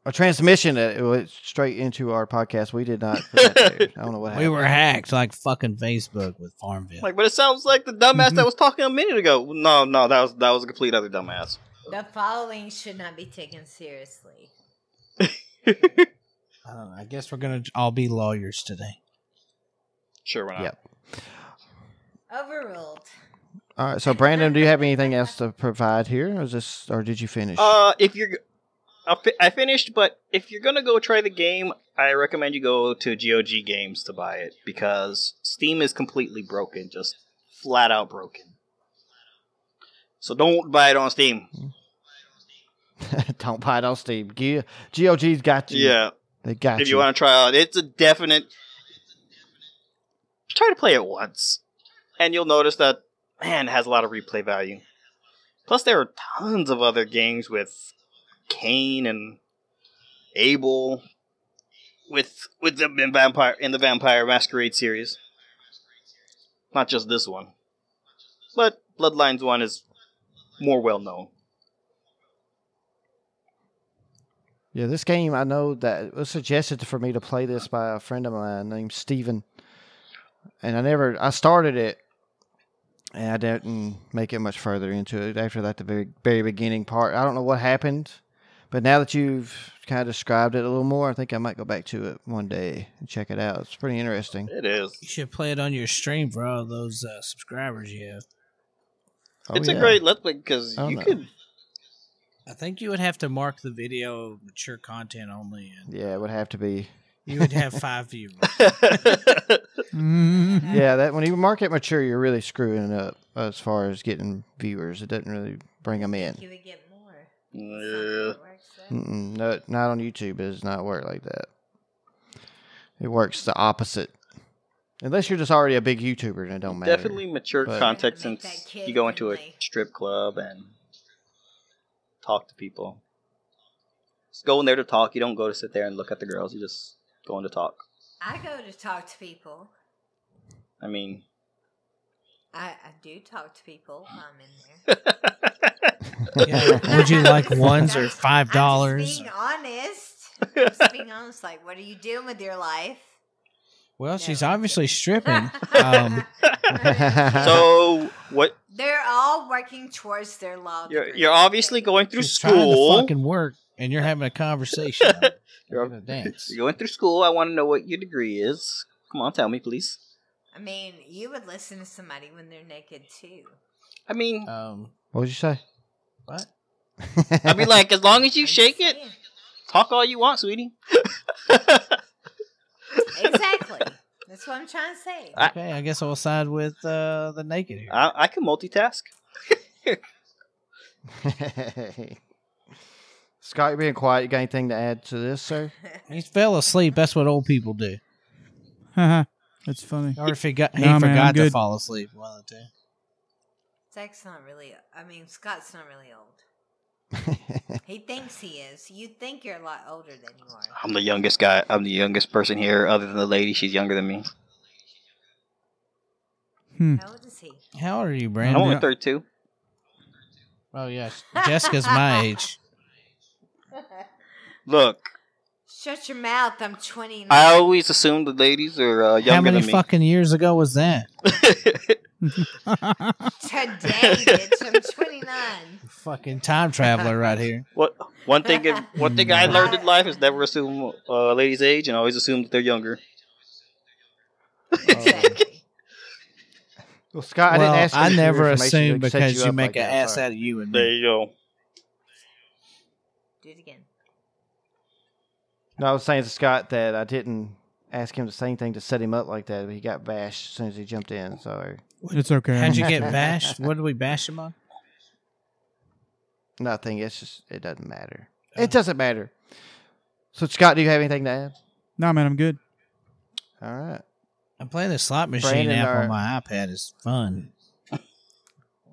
[SPEAKER 1] A transmission that it went straight into our podcast. We did not. put that
[SPEAKER 5] <laughs>
[SPEAKER 1] there. I don't know what
[SPEAKER 2] We
[SPEAKER 1] happened.
[SPEAKER 2] were hacked like fucking Facebook with Farmville.
[SPEAKER 5] Like, but it sounds like the dumbass that was talking a minute ago. No, no, that was that was a complete other dumbass.
[SPEAKER 3] the following should not be taken seriously.
[SPEAKER 2] I don't know. I guess we're gonna all be lawyers today.
[SPEAKER 5] Sure, why not?
[SPEAKER 1] Yep.
[SPEAKER 2] <laughs>
[SPEAKER 3] Overruled.
[SPEAKER 1] All right. So Brandon, do you have anything else to provide here? Or is this, or did you finish?
[SPEAKER 5] Uh, if you're, I fi- I finished, but if you're gonna go try the game, I recommend you go to GOG Games to buy it because Steam is completely broken, just flat out broken. So don't buy it on Steam.
[SPEAKER 1] <laughs> don't buy it on Steam. G- GOG's got you.
[SPEAKER 5] Yeah,
[SPEAKER 1] they got
[SPEAKER 5] if you want to try out, it's a definite. Try to play it once, and you'll notice that man it has a lot of replay value. Plus, there are tons of other games with Kane and Abel, with with the vampire in the Vampire Masquerade series. Not just this one, but Bloodlines one is more well known.
[SPEAKER 1] Yeah, this game I know that it was suggested for me to play this by a friend of mine named Steven. And I never I started it and I didn't make it much further into it after that the very very beginning part. I don't know what happened. But now that you've kind of described it a little more, I think I might go back to it one day and check it out. It's pretty interesting.
[SPEAKER 5] It is.
[SPEAKER 2] You should play it on your stream for all those uh, subscribers you have.
[SPEAKER 1] Oh,
[SPEAKER 5] it's
[SPEAKER 1] yeah. Oh,
[SPEAKER 5] a great let's play because
[SPEAKER 1] I don't
[SPEAKER 5] you
[SPEAKER 1] know. <laughs>
[SPEAKER 5] could <laughs>
[SPEAKER 2] I think you would have to mark the video mature content only, and
[SPEAKER 1] Yeah, it would have to be.
[SPEAKER 2] you would have five
[SPEAKER 5] <laughs>
[SPEAKER 2] viewers.
[SPEAKER 4] Mhm.
[SPEAKER 1] Yeah, that when you mark it mature, you're really screwing it up as far as getting viewers. It doesn't really bring them in.
[SPEAKER 3] You would get more.
[SPEAKER 5] Yeah.
[SPEAKER 2] Hmm.
[SPEAKER 1] Mm-mm, no, not on YouTube. It does not work like that. It works the opposite. Unless you're just already a big YouTuber and it don't matter.
[SPEAKER 5] Definitely
[SPEAKER 1] <laughs>
[SPEAKER 5] mature
[SPEAKER 1] But-
[SPEAKER 5] context
[SPEAKER 3] Make that
[SPEAKER 5] since
[SPEAKER 3] kid
[SPEAKER 5] you go into a
[SPEAKER 3] friendly.
[SPEAKER 5] strip club and talk to people. Just go in there to talk. You don't go to sit there and look at the girls. You just go in to talk.
[SPEAKER 3] I go to talk to people.
[SPEAKER 2] <laughs>
[SPEAKER 5] I mean,
[SPEAKER 3] I, I do talk to people while I'm in there.
[SPEAKER 2] <laughs> Yeah. <laughs> Would you
[SPEAKER 5] <laughs>
[SPEAKER 2] like ones or five
[SPEAKER 3] I'm just
[SPEAKER 2] dollars?
[SPEAKER 3] being honest. I'm just being honest. Like, what are you doing with your life?
[SPEAKER 2] Well, she's
[SPEAKER 3] No.
[SPEAKER 2] obviously
[SPEAKER 3] <laughs>
[SPEAKER 5] <laughs>
[SPEAKER 2] stripping. Um,
[SPEAKER 5] so what?
[SPEAKER 3] They're all working towards their law.
[SPEAKER 5] You're,
[SPEAKER 3] degree.
[SPEAKER 5] you're obviously going through
[SPEAKER 2] she's trying to
[SPEAKER 5] school.
[SPEAKER 2] fucking work, and you're having a conversation.
[SPEAKER 5] <laughs> You're-
[SPEAKER 2] You're gonna dance.
[SPEAKER 5] You're going through school. I want to know what your degree is. Come on, tell me, please.
[SPEAKER 3] I mean, you would listen to somebody when they're naked too.
[SPEAKER 5] I mean,
[SPEAKER 2] Um,
[SPEAKER 1] what would you say?
[SPEAKER 2] what?
[SPEAKER 5] I mean, like as long as
[SPEAKER 3] <laughs>
[SPEAKER 5] you
[SPEAKER 3] I'm
[SPEAKER 5] shake
[SPEAKER 3] just
[SPEAKER 5] it,
[SPEAKER 3] saying.
[SPEAKER 5] talk all you want, sweetie.
[SPEAKER 3] Exactly. That's what I'm trying to say.
[SPEAKER 5] I-
[SPEAKER 2] Okay, I guess I'll side with uh, the naked here.
[SPEAKER 5] I, I can multitask.
[SPEAKER 1] <laughs> Scott, you're being quiet. You got anything to add to this,
[SPEAKER 2] <laughs>
[SPEAKER 1] sir?
[SPEAKER 2] he fell asleep. That's what old people do.
[SPEAKER 4] <laughs> That's funny.
[SPEAKER 2] Or if he got, he
[SPEAKER 4] Nah, man, I'm
[SPEAKER 2] forgot to
[SPEAKER 4] good.
[SPEAKER 2] fall asleep. One of the two.
[SPEAKER 3] Zach's not really. I mean, Scott's not really old. He thinks he is. You think you're a lot older than you are.
[SPEAKER 5] I'm the youngest guy. I'm the youngest person here, other than the lady. She's younger than me.
[SPEAKER 4] Hmm.
[SPEAKER 3] How old is he?
[SPEAKER 2] How old are you,
[SPEAKER 5] I'm
[SPEAKER 4] Oh,
[SPEAKER 2] Brandon?
[SPEAKER 5] only
[SPEAKER 4] yeah.
[SPEAKER 5] 32.
[SPEAKER 2] Oh yes, Jessica's
[SPEAKER 5] <laughs>
[SPEAKER 2] my age.
[SPEAKER 5] Look,
[SPEAKER 3] Shut your mouth. I'm 29.
[SPEAKER 5] I always assume the ladies are uh,
[SPEAKER 2] How
[SPEAKER 5] younger
[SPEAKER 2] many
[SPEAKER 5] than me.
[SPEAKER 2] fucking years ago was that?
[SPEAKER 3] Today, bitch. I'm
[SPEAKER 5] <laughs>
[SPEAKER 3] 29.
[SPEAKER 5] Oh.
[SPEAKER 2] Fucking time traveler right here.
[SPEAKER 5] what one thing? If, one thing I learned in life is never assume uh, a lady's age and always assume that they're younger.
[SPEAKER 3] Exactly.
[SPEAKER 1] well, Scott, I
[SPEAKER 2] well,
[SPEAKER 1] didn't ask you
[SPEAKER 2] I
[SPEAKER 1] for your
[SPEAKER 2] never
[SPEAKER 1] information to
[SPEAKER 2] assume
[SPEAKER 1] set
[SPEAKER 2] because you,
[SPEAKER 1] up
[SPEAKER 2] make
[SPEAKER 1] like
[SPEAKER 2] an
[SPEAKER 1] that,
[SPEAKER 2] ass
[SPEAKER 1] sorry.
[SPEAKER 2] out of you and
[SPEAKER 5] There
[SPEAKER 2] me.
[SPEAKER 5] you go.
[SPEAKER 3] Do it again.
[SPEAKER 1] No, I was saying to Scott that I didn't ask him the same thing to set him up like that, but he got bashed as soon as he jumped in. So
[SPEAKER 4] It's okay.
[SPEAKER 2] How'd you get
[SPEAKER 1] <laughs>
[SPEAKER 2] bashed? What did we bash him on?
[SPEAKER 1] nothing. It's just it doesn't matter. It doesn't matter. So Scott, do you have anything to add?
[SPEAKER 4] Nah, man, I'm good.
[SPEAKER 1] All right.
[SPEAKER 2] I'm playing the slot machine
[SPEAKER 1] Brandon,
[SPEAKER 2] app
[SPEAKER 1] our-
[SPEAKER 2] on my iPad. It's fun.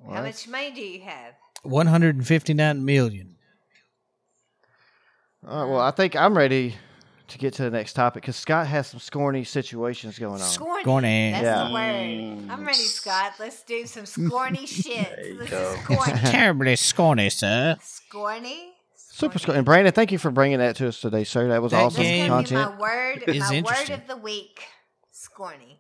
[SPEAKER 1] Well,
[SPEAKER 3] How much money do you have?
[SPEAKER 2] One hundred and fifty
[SPEAKER 1] <laughs>
[SPEAKER 2] nine million.
[SPEAKER 1] All right. Well, I think I'm ready to get to the next topic because Scott has some scorny situations going on.
[SPEAKER 3] Scorny.
[SPEAKER 2] Scorny.
[SPEAKER 3] That's
[SPEAKER 1] Yeah.
[SPEAKER 3] the word. I'm ready, Scott. Let's do some scorny shit.
[SPEAKER 5] <laughs> There you
[SPEAKER 3] This
[SPEAKER 5] go.
[SPEAKER 3] is
[SPEAKER 5] <laughs>
[SPEAKER 3] scorny.
[SPEAKER 2] Terribly scorny, sir.
[SPEAKER 3] scorny.
[SPEAKER 1] Super scorny. And Brandon, thank you for bringing that to us today, sir. That was
[SPEAKER 2] Thank
[SPEAKER 1] awesome
[SPEAKER 2] you.
[SPEAKER 3] That's gonna be
[SPEAKER 1] content.
[SPEAKER 3] my word.
[SPEAKER 2] It's
[SPEAKER 3] My word
[SPEAKER 2] interesting.
[SPEAKER 3] of the week. Scorny.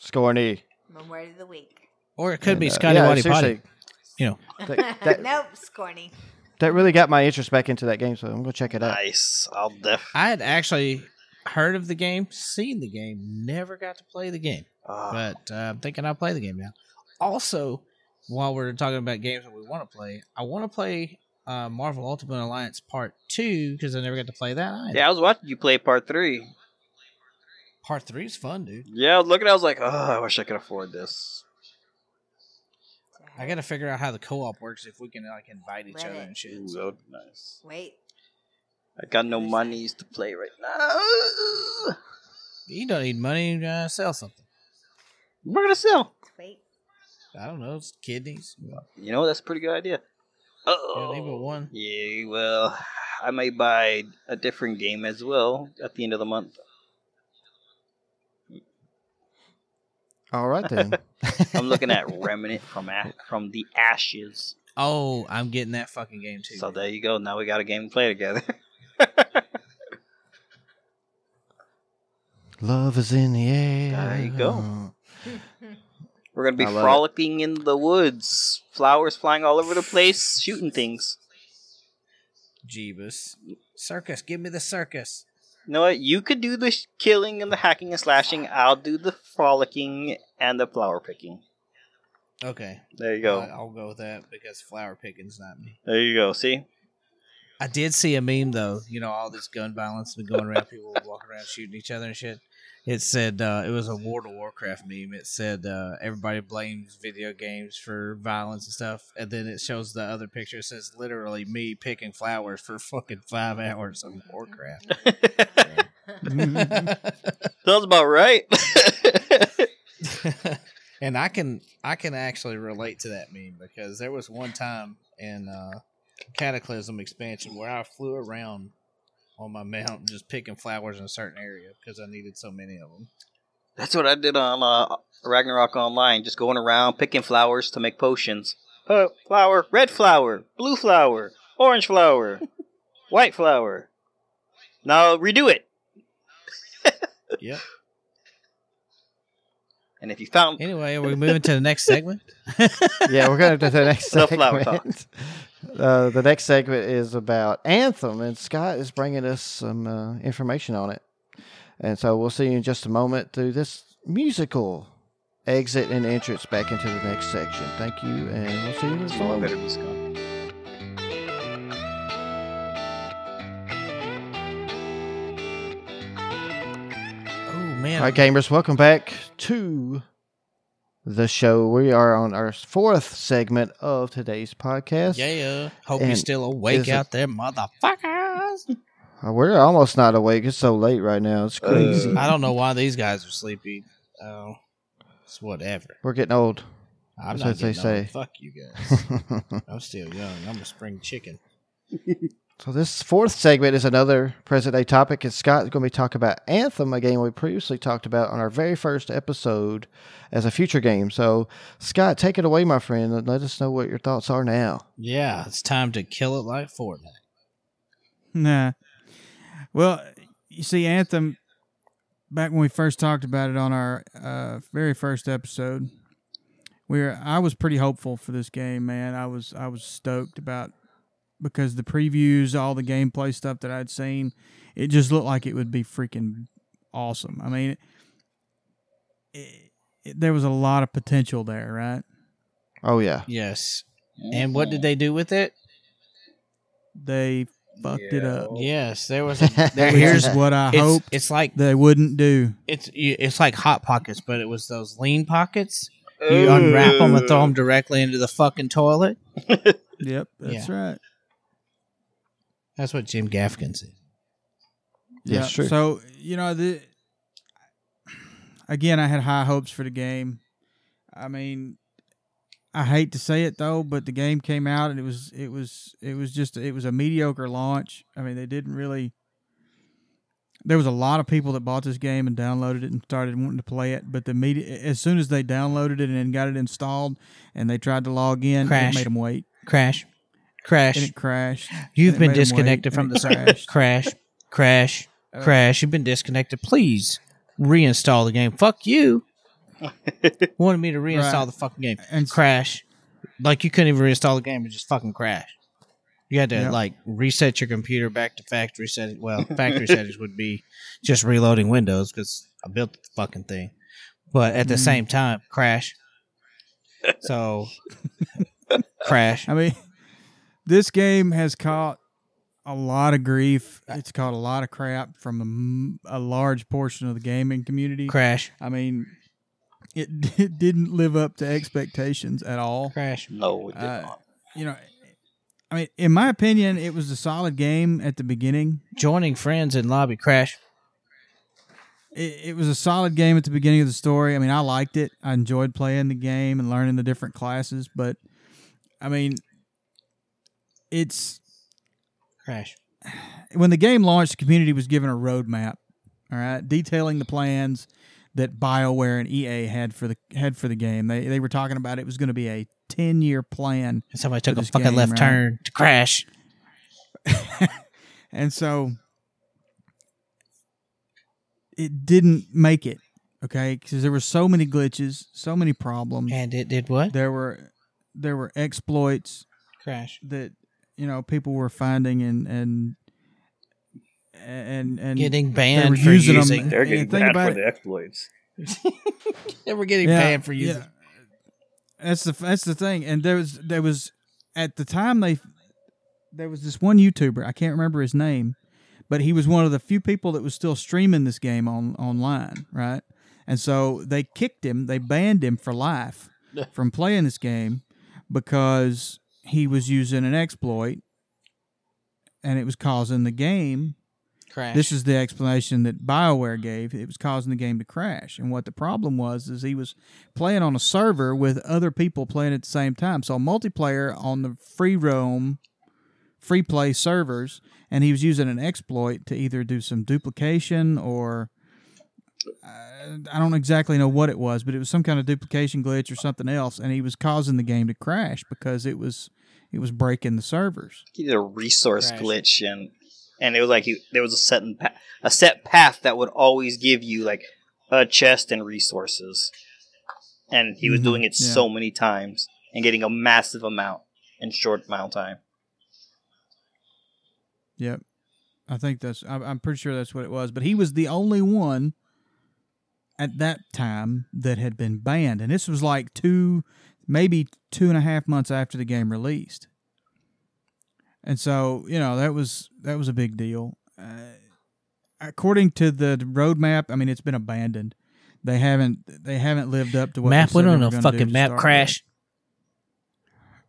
[SPEAKER 1] Scorny.
[SPEAKER 3] My word of the week.
[SPEAKER 2] Or it could be
[SPEAKER 1] And, uh,
[SPEAKER 2] Scotty
[SPEAKER 1] yeah,
[SPEAKER 2] Waddy Potty.
[SPEAKER 1] seriously,
[SPEAKER 2] You know.
[SPEAKER 3] <laughs>
[SPEAKER 1] That, that-
[SPEAKER 3] nope, scorny.
[SPEAKER 1] that really got my interest back into that game, so I'm gonna check
[SPEAKER 2] Mm-hmm.
[SPEAKER 1] it out.
[SPEAKER 5] Nice. I'll def.
[SPEAKER 2] I had actually heard of the game, seen the game, never got to play the game.
[SPEAKER 5] Uh,
[SPEAKER 2] But uh, I'm thinking I'll play the game now. Also, while we're talking about games that we want to play, I want to play uh, Marvel Ultimate Alliance Part 2 because I never got to play that either.
[SPEAKER 5] yeah, I was watching you play part three.
[SPEAKER 2] Part 3 is fun, dude.
[SPEAKER 5] Yeah, I was looking. I was like, oh, I wish I could afford this.
[SPEAKER 2] I got to figure out how the co op works if we can like invite each other
[SPEAKER 3] Right.
[SPEAKER 2] and shit.
[SPEAKER 5] Ooh, that would be nice.
[SPEAKER 3] Wait.
[SPEAKER 5] I got no monies to play right now.
[SPEAKER 2] You don't need money to uh, sell something.
[SPEAKER 5] We're gonna sell.
[SPEAKER 3] Wait.
[SPEAKER 2] I don't know, it's kidneys.
[SPEAKER 5] You know, that's a pretty good idea.
[SPEAKER 2] Yeah, leave it
[SPEAKER 5] Oh,
[SPEAKER 2] one.
[SPEAKER 5] yeah. Well, I may buy a different game as well at the end of the month.
[SPEAKER 1] All right then. <laughs>
[SPEAKER 5] I'm looking at Remnant from a- from the Ashes.
[SPEAKER 2] Oh, I'm getting that fucking game too.
[SPEAKER 5] So there you go. Now we got a game to play together. <laughs>
[SPEAKER 1] Love is in the air.
[SPEAKER 5] There you go. We're gonna be
[SPEAKER 1] I love it.
[SPEAKER 5] frolicking in the woods, flowers flying all over the place, shooting things.
[SPEAKER 2] Jeebus. Circus, give me the circus.
[SPEAKER 5] You know what? You could do the sh- killing and the hacking and slashing. I'll do the frolicking and the flower picking.
[SPEAKER 2] Okay.
[SPEAKER 5] There you go.
[SPEAKER 2] I- I'll go with that because flower picking's not me.
[SPEAKER 5] There you
[SPEAKER 1] <laughs>
[SPEAKER 5] go. See?
[SPEAKER 2] I did see a meme though. You know, all this gun violence been going around, people walking around shooting each other and shit. It said uh, it was a World of Warcraft meme. It said uh, everybody blames video games for violence and stuff, and then it shows the other picture. It says literally me picking flowers for fucking five hours of
[SPEAKER 5] <laughs>
[SPEAKER 2] Warcraft.
[SPEAKER 5] <laughs> Sounds about right.
[SPEAKER 2] and I can I can actually relate to that meme because there was one time in uh, Cataclysm expansion where I flew around on my mountain just picking flowers in a certain area because I needed so many of them.
[SPEAKER 5] That's what I did on uh, Ragnarok Online, just going around picking flowers to make potions. Uh, flower, red flower, blue flower,
[SPEAKER 4] <laughs>
[SPEAKER 5] orange flower, white flower. Now redo it. <laughs>
[SPEAKER 2] Yep.
[SPEAKER 5] And if you found
[SPEAKER 2] Anyway, are we moving to the next segment?
[SPEAKER 1] yeah, we're going to the next
[SPEAKER 5] The flower
[SPEAKER 1] segment. <laughs> Uh, the next segment is about Anthem, and Scott is bringing us some uh, information on it. And so we'll see you in just a moment through this musical exit and entrance back into the next section. Thank you, and we'll see you in just a
[SPEAKER 5] I better
[SPEAKER 1] moment.
[SPEAKER 5] be Scott.
[SPEAKER 2] Oh man,
[SPEAKER 1] All right, gamers, welcome back to the show. We are on our fourth segment of today's podcast.
[SPEAKER 2] yeah. Hope
[SPEAKER 1] And
[SPEAKER 2] you're still awake
[SPEAKER 1] is it-
[SPEAKER 2] out there, motherfuckers.
[SPEAKER 1] Uh, We're almost not awake. It's so late right now. It's crazy.
[SPEAKER 2] I don't know why these guys are sleepy. Oh, it's whatever.
[SPEAKER 1] We're getting old. <laughs> That's
[SPEAKER 2] I'm not
[SPEAKER 1] what they
[SPEAKER 2] getting old.
[SPEAKER 1] say.
[SPEAKER 2] Fuck you guys. I'm still young. I'm a spring chicken.
[SPEAKER 1] So this fourth segment is another present day topic, and Scott's going to be talking about Anthem, a game we previously talked about on our very first episode as a future game. So Scott, take it away, my friend, and let us know what your thoughts are now.
[SPEAKER 2] Yeah, it's time to kill it like Fortnite.
[SPEAKER 4] <laughs> Nah. Well, you see, Anthem, back when we first talked about it on our uh, very first episode, we were, I was pretty hopeful for this game, man. I was I was stoked about because the previews, all the gameplay stuff that I'd seen, it just looked like it would be freaking awesome. I mean, it, it, there was a lot of potential there, right?
[SPEAKER 1] Oh yeah,
[SPEAKER 2] Yes. And what did they do with it?
[SPEAKER 4] They fucked it up.
[SPEAKER 2] Yes, there was. A, there,
[SPEAKER 1] Which
[SPEAKER 4] Which
[SPEAKER 2] here's
[SPEAKER 4] is what I
[SPEAKER 2] it's,
[SPEAKER 4] hoped
[SPEAKER 2] it's like
[SPEAKER 4] they wouldn't do.
[SPEAKER 2] it's it's like hot pockets, but it was those lean pockets. You unwrap them and throw them directly into the fucking toilet.
[SPEAKER 4] Yep, that's right.
[SPEAKER 2] That's what Jim Gaffigan said.
[SPEAKER 1] yeah, it's true.
[SPEAKER 4] So you know the again, I had high hopes for the game. I mean, I hate to say it though, but the game came out and it was it was it was just it was a mediocre launch. I mean, they didn't really. There was a lot of people that bought this game and downloaded it and started wanting to play it, but the media as soon as they downloaded it and then got it installed and they tried to log in,
[SPEAKER 2] Crash.
[SPEAKER 4] it made them wait
[SPEAKER 2] Crash,
[SPEAKER 4] and
[SPEAKER 2] crash.
[SPEAKER 4] it crashed.
[SPEAKER 2] You've
[SPEAKER 4] and
[SPEAKER 2] been
[SPEAKER 4] it made 'em wait,
[SPEAKER 2] disconnected
[SPEAKER 4] and
[SPEAKER 2] from
[SPEAKER 4] it
[SPEAKER 2] the
[SPEAKER 4] <laughs>
[SPEAKER 2] service. <laughs> crash, crash,
[SPEAKER 4] Uh,
[SPEAKER 2] crash. You've been disconnected. Please reinstall the game. Fuck you. Wanted me to reinstall
[SPEAKER 4] Right.
[SPEAKER 2] the fucking game.
[SPEAKER 4] And
[SPEAKER 2] crash. Like you couldn't even reinstall the game; it just fucking crashed. You had to
[SPEAKER 4] Yep.
[SPEAKER 2] like reset your computer back to factory settings. Well, factory settings would be just reloading Windows because I built the fucking thing. But at the
[SPEAKER 4] Mm.
[SPEAKER 2] same time, crash. So, crash.
[SPEAKER 4] I mean, <laughs> this game has caught a lot of grief. It's caught a lot of crap from a m- a, large portion of the gaming community.
[SPEAKER 2] Crash.
[SPEAKER 4] I mean, it, <laughs> it didn't live up to expectations at all.
[SPEAKER 2] Crash.
[SPEAKER 5] No, it did
[SPEAKER 4] Uh,
[SPEAKER 5] not.
[SPEAKER 4] You know, I mean, in my opinion, it was a solid game at the beginning.
[SPEAKER 2] Joining friends in lobby. Crash.
[SPEAKER 4] It, it was a solid game at the beginning of the story. I mean, I liked it. I enjoyed playing the game and learning the different classes, but I mean, it's
[SPEAKER 2] Crash.
[SPEAKER 4] when the game launched, the community was given a roadmap, all right, detailing the plans that BioWare and EA had for the had for the game. They they were talking about it was going to be a ten year plan, <laughs>
[SPEAKER 2] And somebody took a
[SPEAKER 4] this
[SPEAKER 2] fucking
[SPEAKER 4] game,
[SPEAKER 2] left
[SPEAKER 4] right?
[SPEAKER 2] turn to crash.
[SPEAKER 4] and so it didn't make it. Okay, because there were so many glitches, so many problems.
[SPEAKER 2] And it did what?
[SPEAKER 4] There were there were exploits
[SPEAKER 2] Crash.
[SPEAKER 4] that you know people were finding and and and and
[SPEAKER 2] Getting
[SPEAKER 4] they were
[SPEAKER 2] banned for
[SPEAKER 4] using
[SPEAKER 2] using.
[SPEAKER 4] 'em.
[SPEAKER 6] They're
[SPEAKER 4] And
[SPEAKER 6] getting
[SPEAKER 4] think
[SPEAKER 6] bad
[SPEAKER 4] about
[SPEAKER 6] for
[SPEAKER 4] it-
[SPEAKER 6] the exploits.
[SPEAKER 2] They were getting banned for using.
[SPEAKER 4] yeah. That's the that's the thing, and there was there was at the time they there was this one YouTuber I can't remember his name, but he was one of the few people that was still streaming this game on online, right? And so they kicked him, they banned him for life from playing this game because he was using an exploit, and it was causing the game
[SPEAKER 2] Crash.
[SPEAKER 4] This is the explanation that BioWare gave. It was causing the game to crash. And what the problem was is he was playing on a server with other people playing at the same time. So multiplayer on the free roam, free play servers, and he was using an exploit to either do some duplication or uh, I don't exactly know what it was, but it was some kind of duplication glitch or something else, and he was causing the game to crash because it was it was breaking the servers.
[SPEAKER 5] He did a resource
[SPEAKER 2] Right.
[SPEAKER 5] glitch, and and it was like he, there was a set and pa- a set path that would always give you like a chest and resources, and he was
[SPEAKER 4] Mhm,
[SPEAKER 5] doing it
[SPEAKER 4] yeah.
[SPEAKER 5] so many times and getting a massive amount in short amount of time.
[SPEAKER 4] Yep. I think that's, I'm, I'm pretty sure that's what it was. But he was the only one at that time that had been banned. And this was like two, maybe two and a half months after the game released. And so, you know, that was, that was a big deal. Uh, according to the roadmap, I mean, it's been abandoned. They haven't, they haven't lived up to what
[SPEAKER 2] map
[SPEAKER 4] They said
[SPEAKER 2] went
[SPEAKER 4] they
[SPEAKER 2] on
[SPEAKER 4] were
[SPEAKER 2] a
[SPEAKER 4] gonna do
[SPEAKER 2] fucking
[SPEAKER 4] to
[SPEAKER 2] map
[SPEAKER 4] start
[SPEAKER 2] crash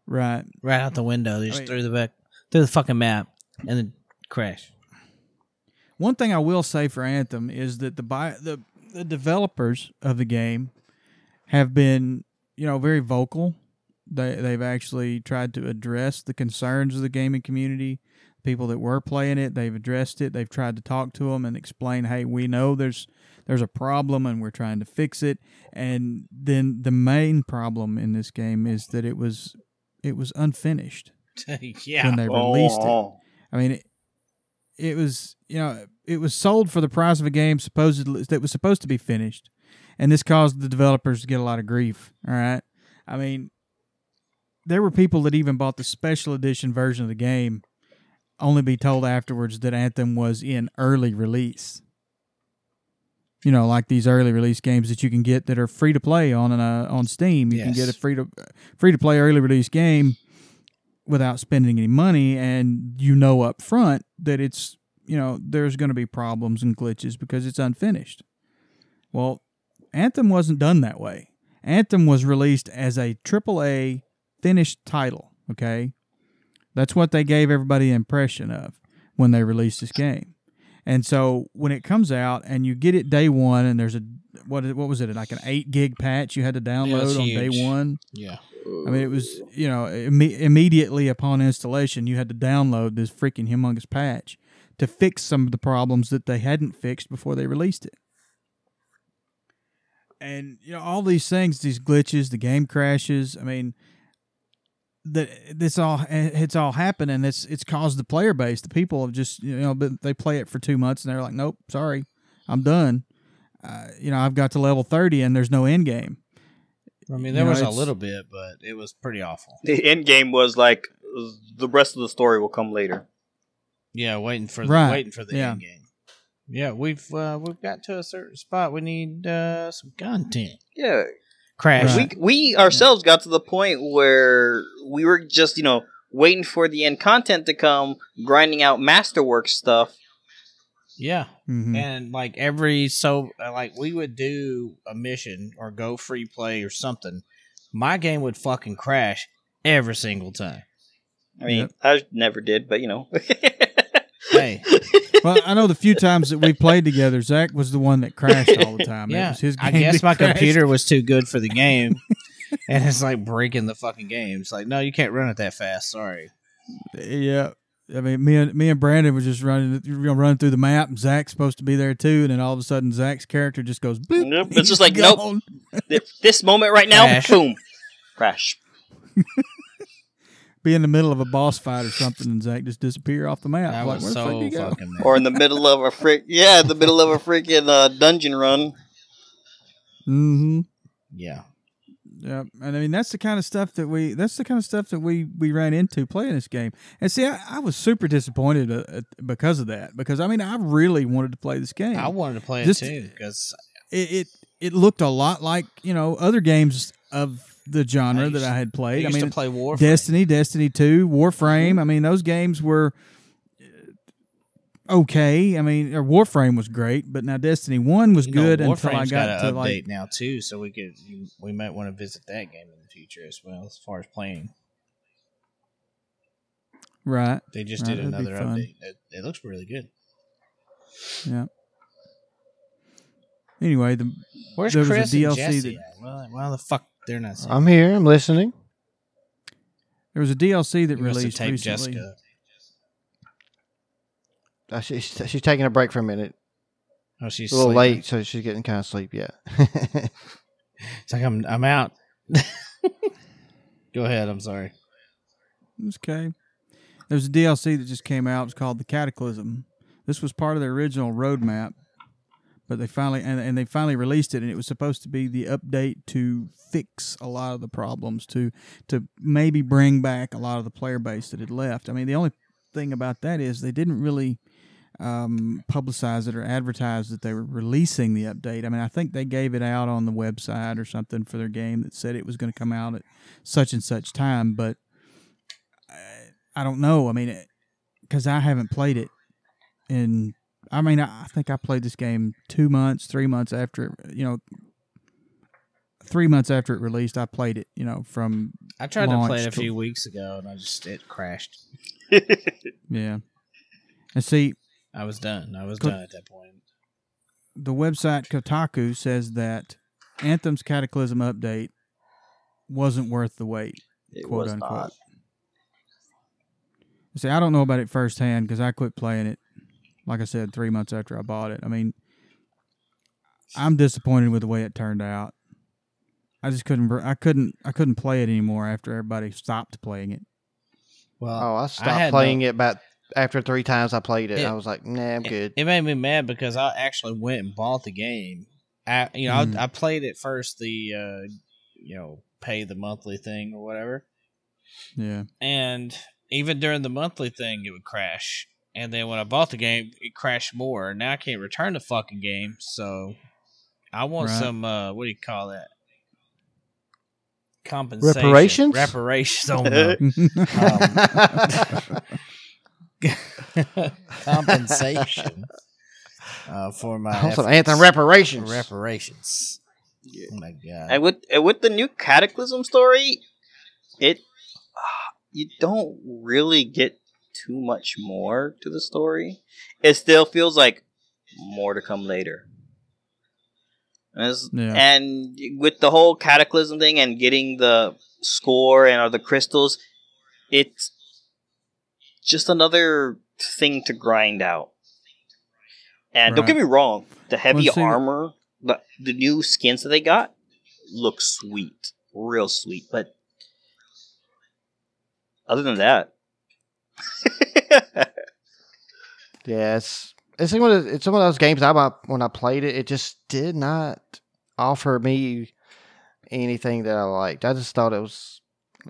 [SPEAKER 4] with. Right.
[SPEAKER 2] right out the window. They just
[SPEAKER 4] mean-
[SPEAKER 2] threw the back through the fucking map and then crash.
[SPEAKER 4] One thing I will say for Anthem is that the bi- the the developers of the game have been, you know, very vocal. They they've actually tried to address the concerns of the gaming community, people that were playing it. They've addressed it. They've tried to talk to them and explain, "Hey, we know there's there's a problem and we're trying to fix it." And then the main problem in this game is that it was it was unfinished
[SPEAKER 2] <laughs> yeah.
[SPEAKER 4] when they
[SPEAKER 5] Oh,
[SPEAKER 4] released it. I mean, it, it was you know it was sold for the price of a game supposedly that was supposed to be finished, and this caused the developers to get a lot of grief. All right, I mean, there were people that even bought the special edition version of the game, only be told afterwards that Anthem was in early release. You know, like these early release games that you can get that are free to play on uh, on Steam. You can get
[SPEAKER 2] Yes.
[SPEAKER 4] a free to free to play early release game without spending any money and you know up front that it's you know there's going to be problems and glitches because it's unfinished well anthem wasn't done that way anthem was released as a aaa finished title okay that's what they gave everybody the impression of when they released this game and so when it comes out and you get it day one and there's a what what was it like an 8 gig patch you had to download on day
[SPEAKER 2] huge.
[SPEAKER 4] 1
[SPEAKER 2] Yeah.
[SPEAKER 4] I mean, it was you know imme- immediately upon installation, you had to download this freaking humongous patch to fix some of the problems that they hadn't fixed before they released it. And you know all these things, these glitches, the game crashes. I mean, that this all it's all happened, and it's it's caused the player base, the people have just you know, but they play it for two months and they're like, nope, sorry, I'm done. Uh, you know, I've got to level thirty and there's no end game.
[SPEAKER 2] I mean,
[SPEAKER 4] You
[SPEAKER 2] there
[SPEAKER 4] know,
[SPEAKER 2] was a
[SPEAKER 4] it's-
[SPEAKER 2] little bit, but it was pretty awful.
[SPEAKER 5] The end game was like the rest of the story will come later.
[SPEAKER 2] Yeah, waiting for
[SPEAKER 4] Right.
[SPEAKER 2] the, waiting for the
[SPEAKER 4] Yeah.
[SPEAKER 2] end game. Yeah, we've uh, we've got to a certain spot. We need uh, some content.
[SPEAKER 5] Yeah,
[SPEAKER 2] Crash.
[SPEAKER 4] Right.
[SPEAKER 5] we we ourselves got to the point where we were just you know waiting for the end content to come, grinding out masterwork stuff.
[SPEAKER 2] Yeah,
[SPEAKER 4] Mm-hmm.
[SPEAKER 2] and like every so uh, like we would do a mission or go free play or something. My game would fucking crash every single time.
[SPEAKER 5] I mean,
[SPEAKER 4] Yep.
[SPEAKER 5] I never did, but you know,
[SPEAKER 2] Hey,
[SPEAKER 4] well, I know the few times that we played together, Zach was the one that crashed all the time. it
[SPEAKER 2] yeah,
[SPEAKER 4] was his game
[SPEAKER 2] I guess
[SPEAKER 4] that <laughs>
[SPEAKER 2] my
[SPEAKER 4] crashed.
[SPEAKER 2] computer was too good for the game,
[SPEAKER 4] <laughs>
[SPEAKER 2] and it's like breaking the fucking game. It's like, no, you can't run it that fast.
[SPEAKER 4] <laughs>
[SPEAKER 2] Sorry.
[SPEAKER 4] Yeah, I mean, me and me and Brandon were just running, you know, running through the map. and Zach's supposed to be there too, and then all of a sudden, Zach's character just goes. Bloop,
[SPEAKER 5] Nope, it's
[SPEAKER 4] he's
[SPEAKER 5] just like, nope.
[SPEAKER 4] gone.
[SPEAKER 5] Th- this moment right now,
[SPEAKER 2] Crash.
[SPEAKER 5] boom, crash.
[SPEAKER 4] Be in the middle of a boss fight or something, and Zach just disappear off the map.
[SPEAKER 2] I
[SPEAKER 4] like,
[SPEAKER 2] was
[SPEAKER 4] where the fuck
[SPEAKER 2] so
[SPEAKER 4] you go?
[SPEAKER 2] fucking mad.
[SPEAKER 5] Or in the middle of a frick, yeah, in the middle of a freaking uh, dungeon run.
[SPEAKER 4] Mm-hmm.
[SPEAKER 2] yeah.
[SPEAKER 4] Yeah, and I mean that's the kind of stuff that we that's the kind of stuff that we we ran into playing this game. And see, I, I was super disappointed uh, uh, because of that because I mean I really wanted to play this game.
[SPEAKER 2] I wanted to play
[SPEAKER 4] Just-
[SPEAKER 2] it too because
[SPEAKER 4] it, it it looked a lot like you know other games of the genre
[SPEAKER 2] I used-
[SPEAKER 4] that I had
[SPEAKER 2] I
[SPEAKER 4] played. I
[SPEAKER 2] used
[SPEAKER 4] mean,
[SPEAKER 2] to play Warframe. Mm-hmm.
[SPEAKER 4] Destiny, Destiny Two, Warframe. I mean, those games were uh, okay. I mean, or Warframe was great, but now Destiny One was
[SPEAKER 2] You know,
[SPEAKER 4] good until I
[SPEAKER 2] Warframe's
[SPEAKER 4] got,
[SPEAKER 2] a
[SPEAKER 4] to
[SPEAKER 2] update
[SPEAKER 4] like
[SPEAKER 2] now too, so we could you- we might want to visit that game in the future as well as far as playing.
[SPEAKER 4] right.
[SPEAKER 2] They just
[SPEAKER 4] Right,
[SPEAKER 2] did
[SPEAKER 4] that'd be
[SPEAKER 2] another
[SPEAKER 4] fun.
[SPEAKER 2] update. It, it looks really good.
[SPEAKER 4] Anyway, the
[SPEAKER 2] Where's
[SPEAKER 4] There was a
[SPEAKER 2] Chris and
[SPEAKER 4] DLC
[SPEAKER 2] Jesse?
[SPEAKER 4] that-
[SPEAKER 2] at?
[SPEAKER 4] Uh,
[SPEAKER 2] Well, why the fuck they're not? saying-
[SPEAKER 1] I'm here. I'm listening.
[SPEAKER 4] there was a DLC that
[SPEAKER 2] He must have
[SPEAKER 4] released
[SPEAKER 2] taped
[SPEAKER 4] recently.
[SPEAKER 2] Jessica.
[SPEAKER 1] Uh, she's, she's taking a break for a minute.
[SPEAKER 2] Oh, she's
[SPEAKER 1] It's a little
[SPEAKER 2] sleeping.
[SPEAKER 1] late, so she's getting kind of sleep. Yeah.
[SPEAKER 2] It's like I'm I'm out. <laughs> Go ahead. I'm sorry.
[SPEAKER 4] It's okay. There's a DLC that just came out. It's called the Cataclysm. This was part of the original roadmap, but they finally and, and they finally released it, and it was supposed to be the update to fix a lot of the problems to to maybe bring back a lot of the player base that had left. I mean, the only thing about that is they didn't really um, publicize it or advertise that they were releasing the update. I mean, I think they gave it out on the website or something for their game that said it was going to come out at such and such time, but I- I don't know. I mean, because I haven't played it, and I mean, I I think I played this game two months, three months after it- you know, three months after it released. I played it, you know, from
[SPEAKER 2] I tried to play it a
[SPEAKER 4] Launched.
[SPEAKER 2] few weeks ago and I just it crashed.
[SPEAKER 4] yeah. And see,
[SPEAKER 2] I was done. I was
[SPEAKER 4] Good.
[SPEAKER 2] done at that point.
[SPEAKER 4] the website Kotaku says that Anthem's Cataclysm update wasn't worth the wait.
[SPEAKER 5] It
[SPEAKER 4] quote
[SPEAKER 5] was
[SPEAKER 4] unquote.
[SPEAKER 5] not.
[SPEAKER 4] See, I don't know about it firsthand because I quit playing it, like I said, three months after I bought it. I mean, I'm disappointed with the way it turned out. I just couldn't, br- I couldn't, I couldn't play it anymore after everybody stopped playing it.
[SPEAKER 2] Well,
[SPEAKER 1] <laughs> oh, I stopped
[SPEAKER 2] had
[SPEAKER 1] playing
[SPEAKER 2] no-
[SPEAKER 1] it about after three times I played it.
[SPEAKER 2] It-
[SPEAKER 1] I was like, nah, I'm
[SPEAKER 2] it,
[SPEAKER 1] good.
[SPEAKER 2] it made me mad because I actually went and bought the game. I you know
[SPEAKER 4] Mhm.
[SPEAKER 2] I, I played at first the uh, you know pay the monthly thing or whatever,
[SPEAKER 5] <laughs>
[SPEAKER 4] Yeah,
[SPEAKER 2] and even during the monthly thing it would crash. And then when I bought the game, it crashed more. Now I can't return the fucking game, so I want
[SPEAKER 4] Right.
[SPEAKER 2] some uh, what do you call that? Compensation
[SPEAKER 1] Reparations?
[SPEAKER 2] Reparations. Oh,
[SPEAKER 4] <laughs>
[SPEAKER 2] no.
[SPEAKER 1] <laughs>
[SPEAKER 2] um, compensation uh, for my <laughs>
[SPEAKER 1] also,
[SPEAKER 2] efforts.
[SPEAKER 1] Anthem reparations.
[SPEAKER 2] Reparations.
[SPEAKER 5] Yeah.
[SPEAKER 2] Oh my god!
[SPEAKER 5] And with and with the new Cataclysm story, it ah, you don't really get too much more to the story. It still feels like more to come later. And, it's-
[SPEAKER 4] Yeah.
[SPEAKER 5] <laughs> and with the whole Cataclysm thing and getting the score and all the crystals, it's just another thing to grind out. And don't
[SPEAKER 4] Right.
[SPEAKER 5] get me wrong, the heavy
[SPEAKER 4] Well, see-
[SPEAKER 5] armor, the, the new skins that they got look sweet, real sweet. But other than that, <laughs>
[SPEAKER 1] Yeah, it's it's like one of it's one of those games I bought when I played it. It just did not offer me anything that I liked. I just thought it was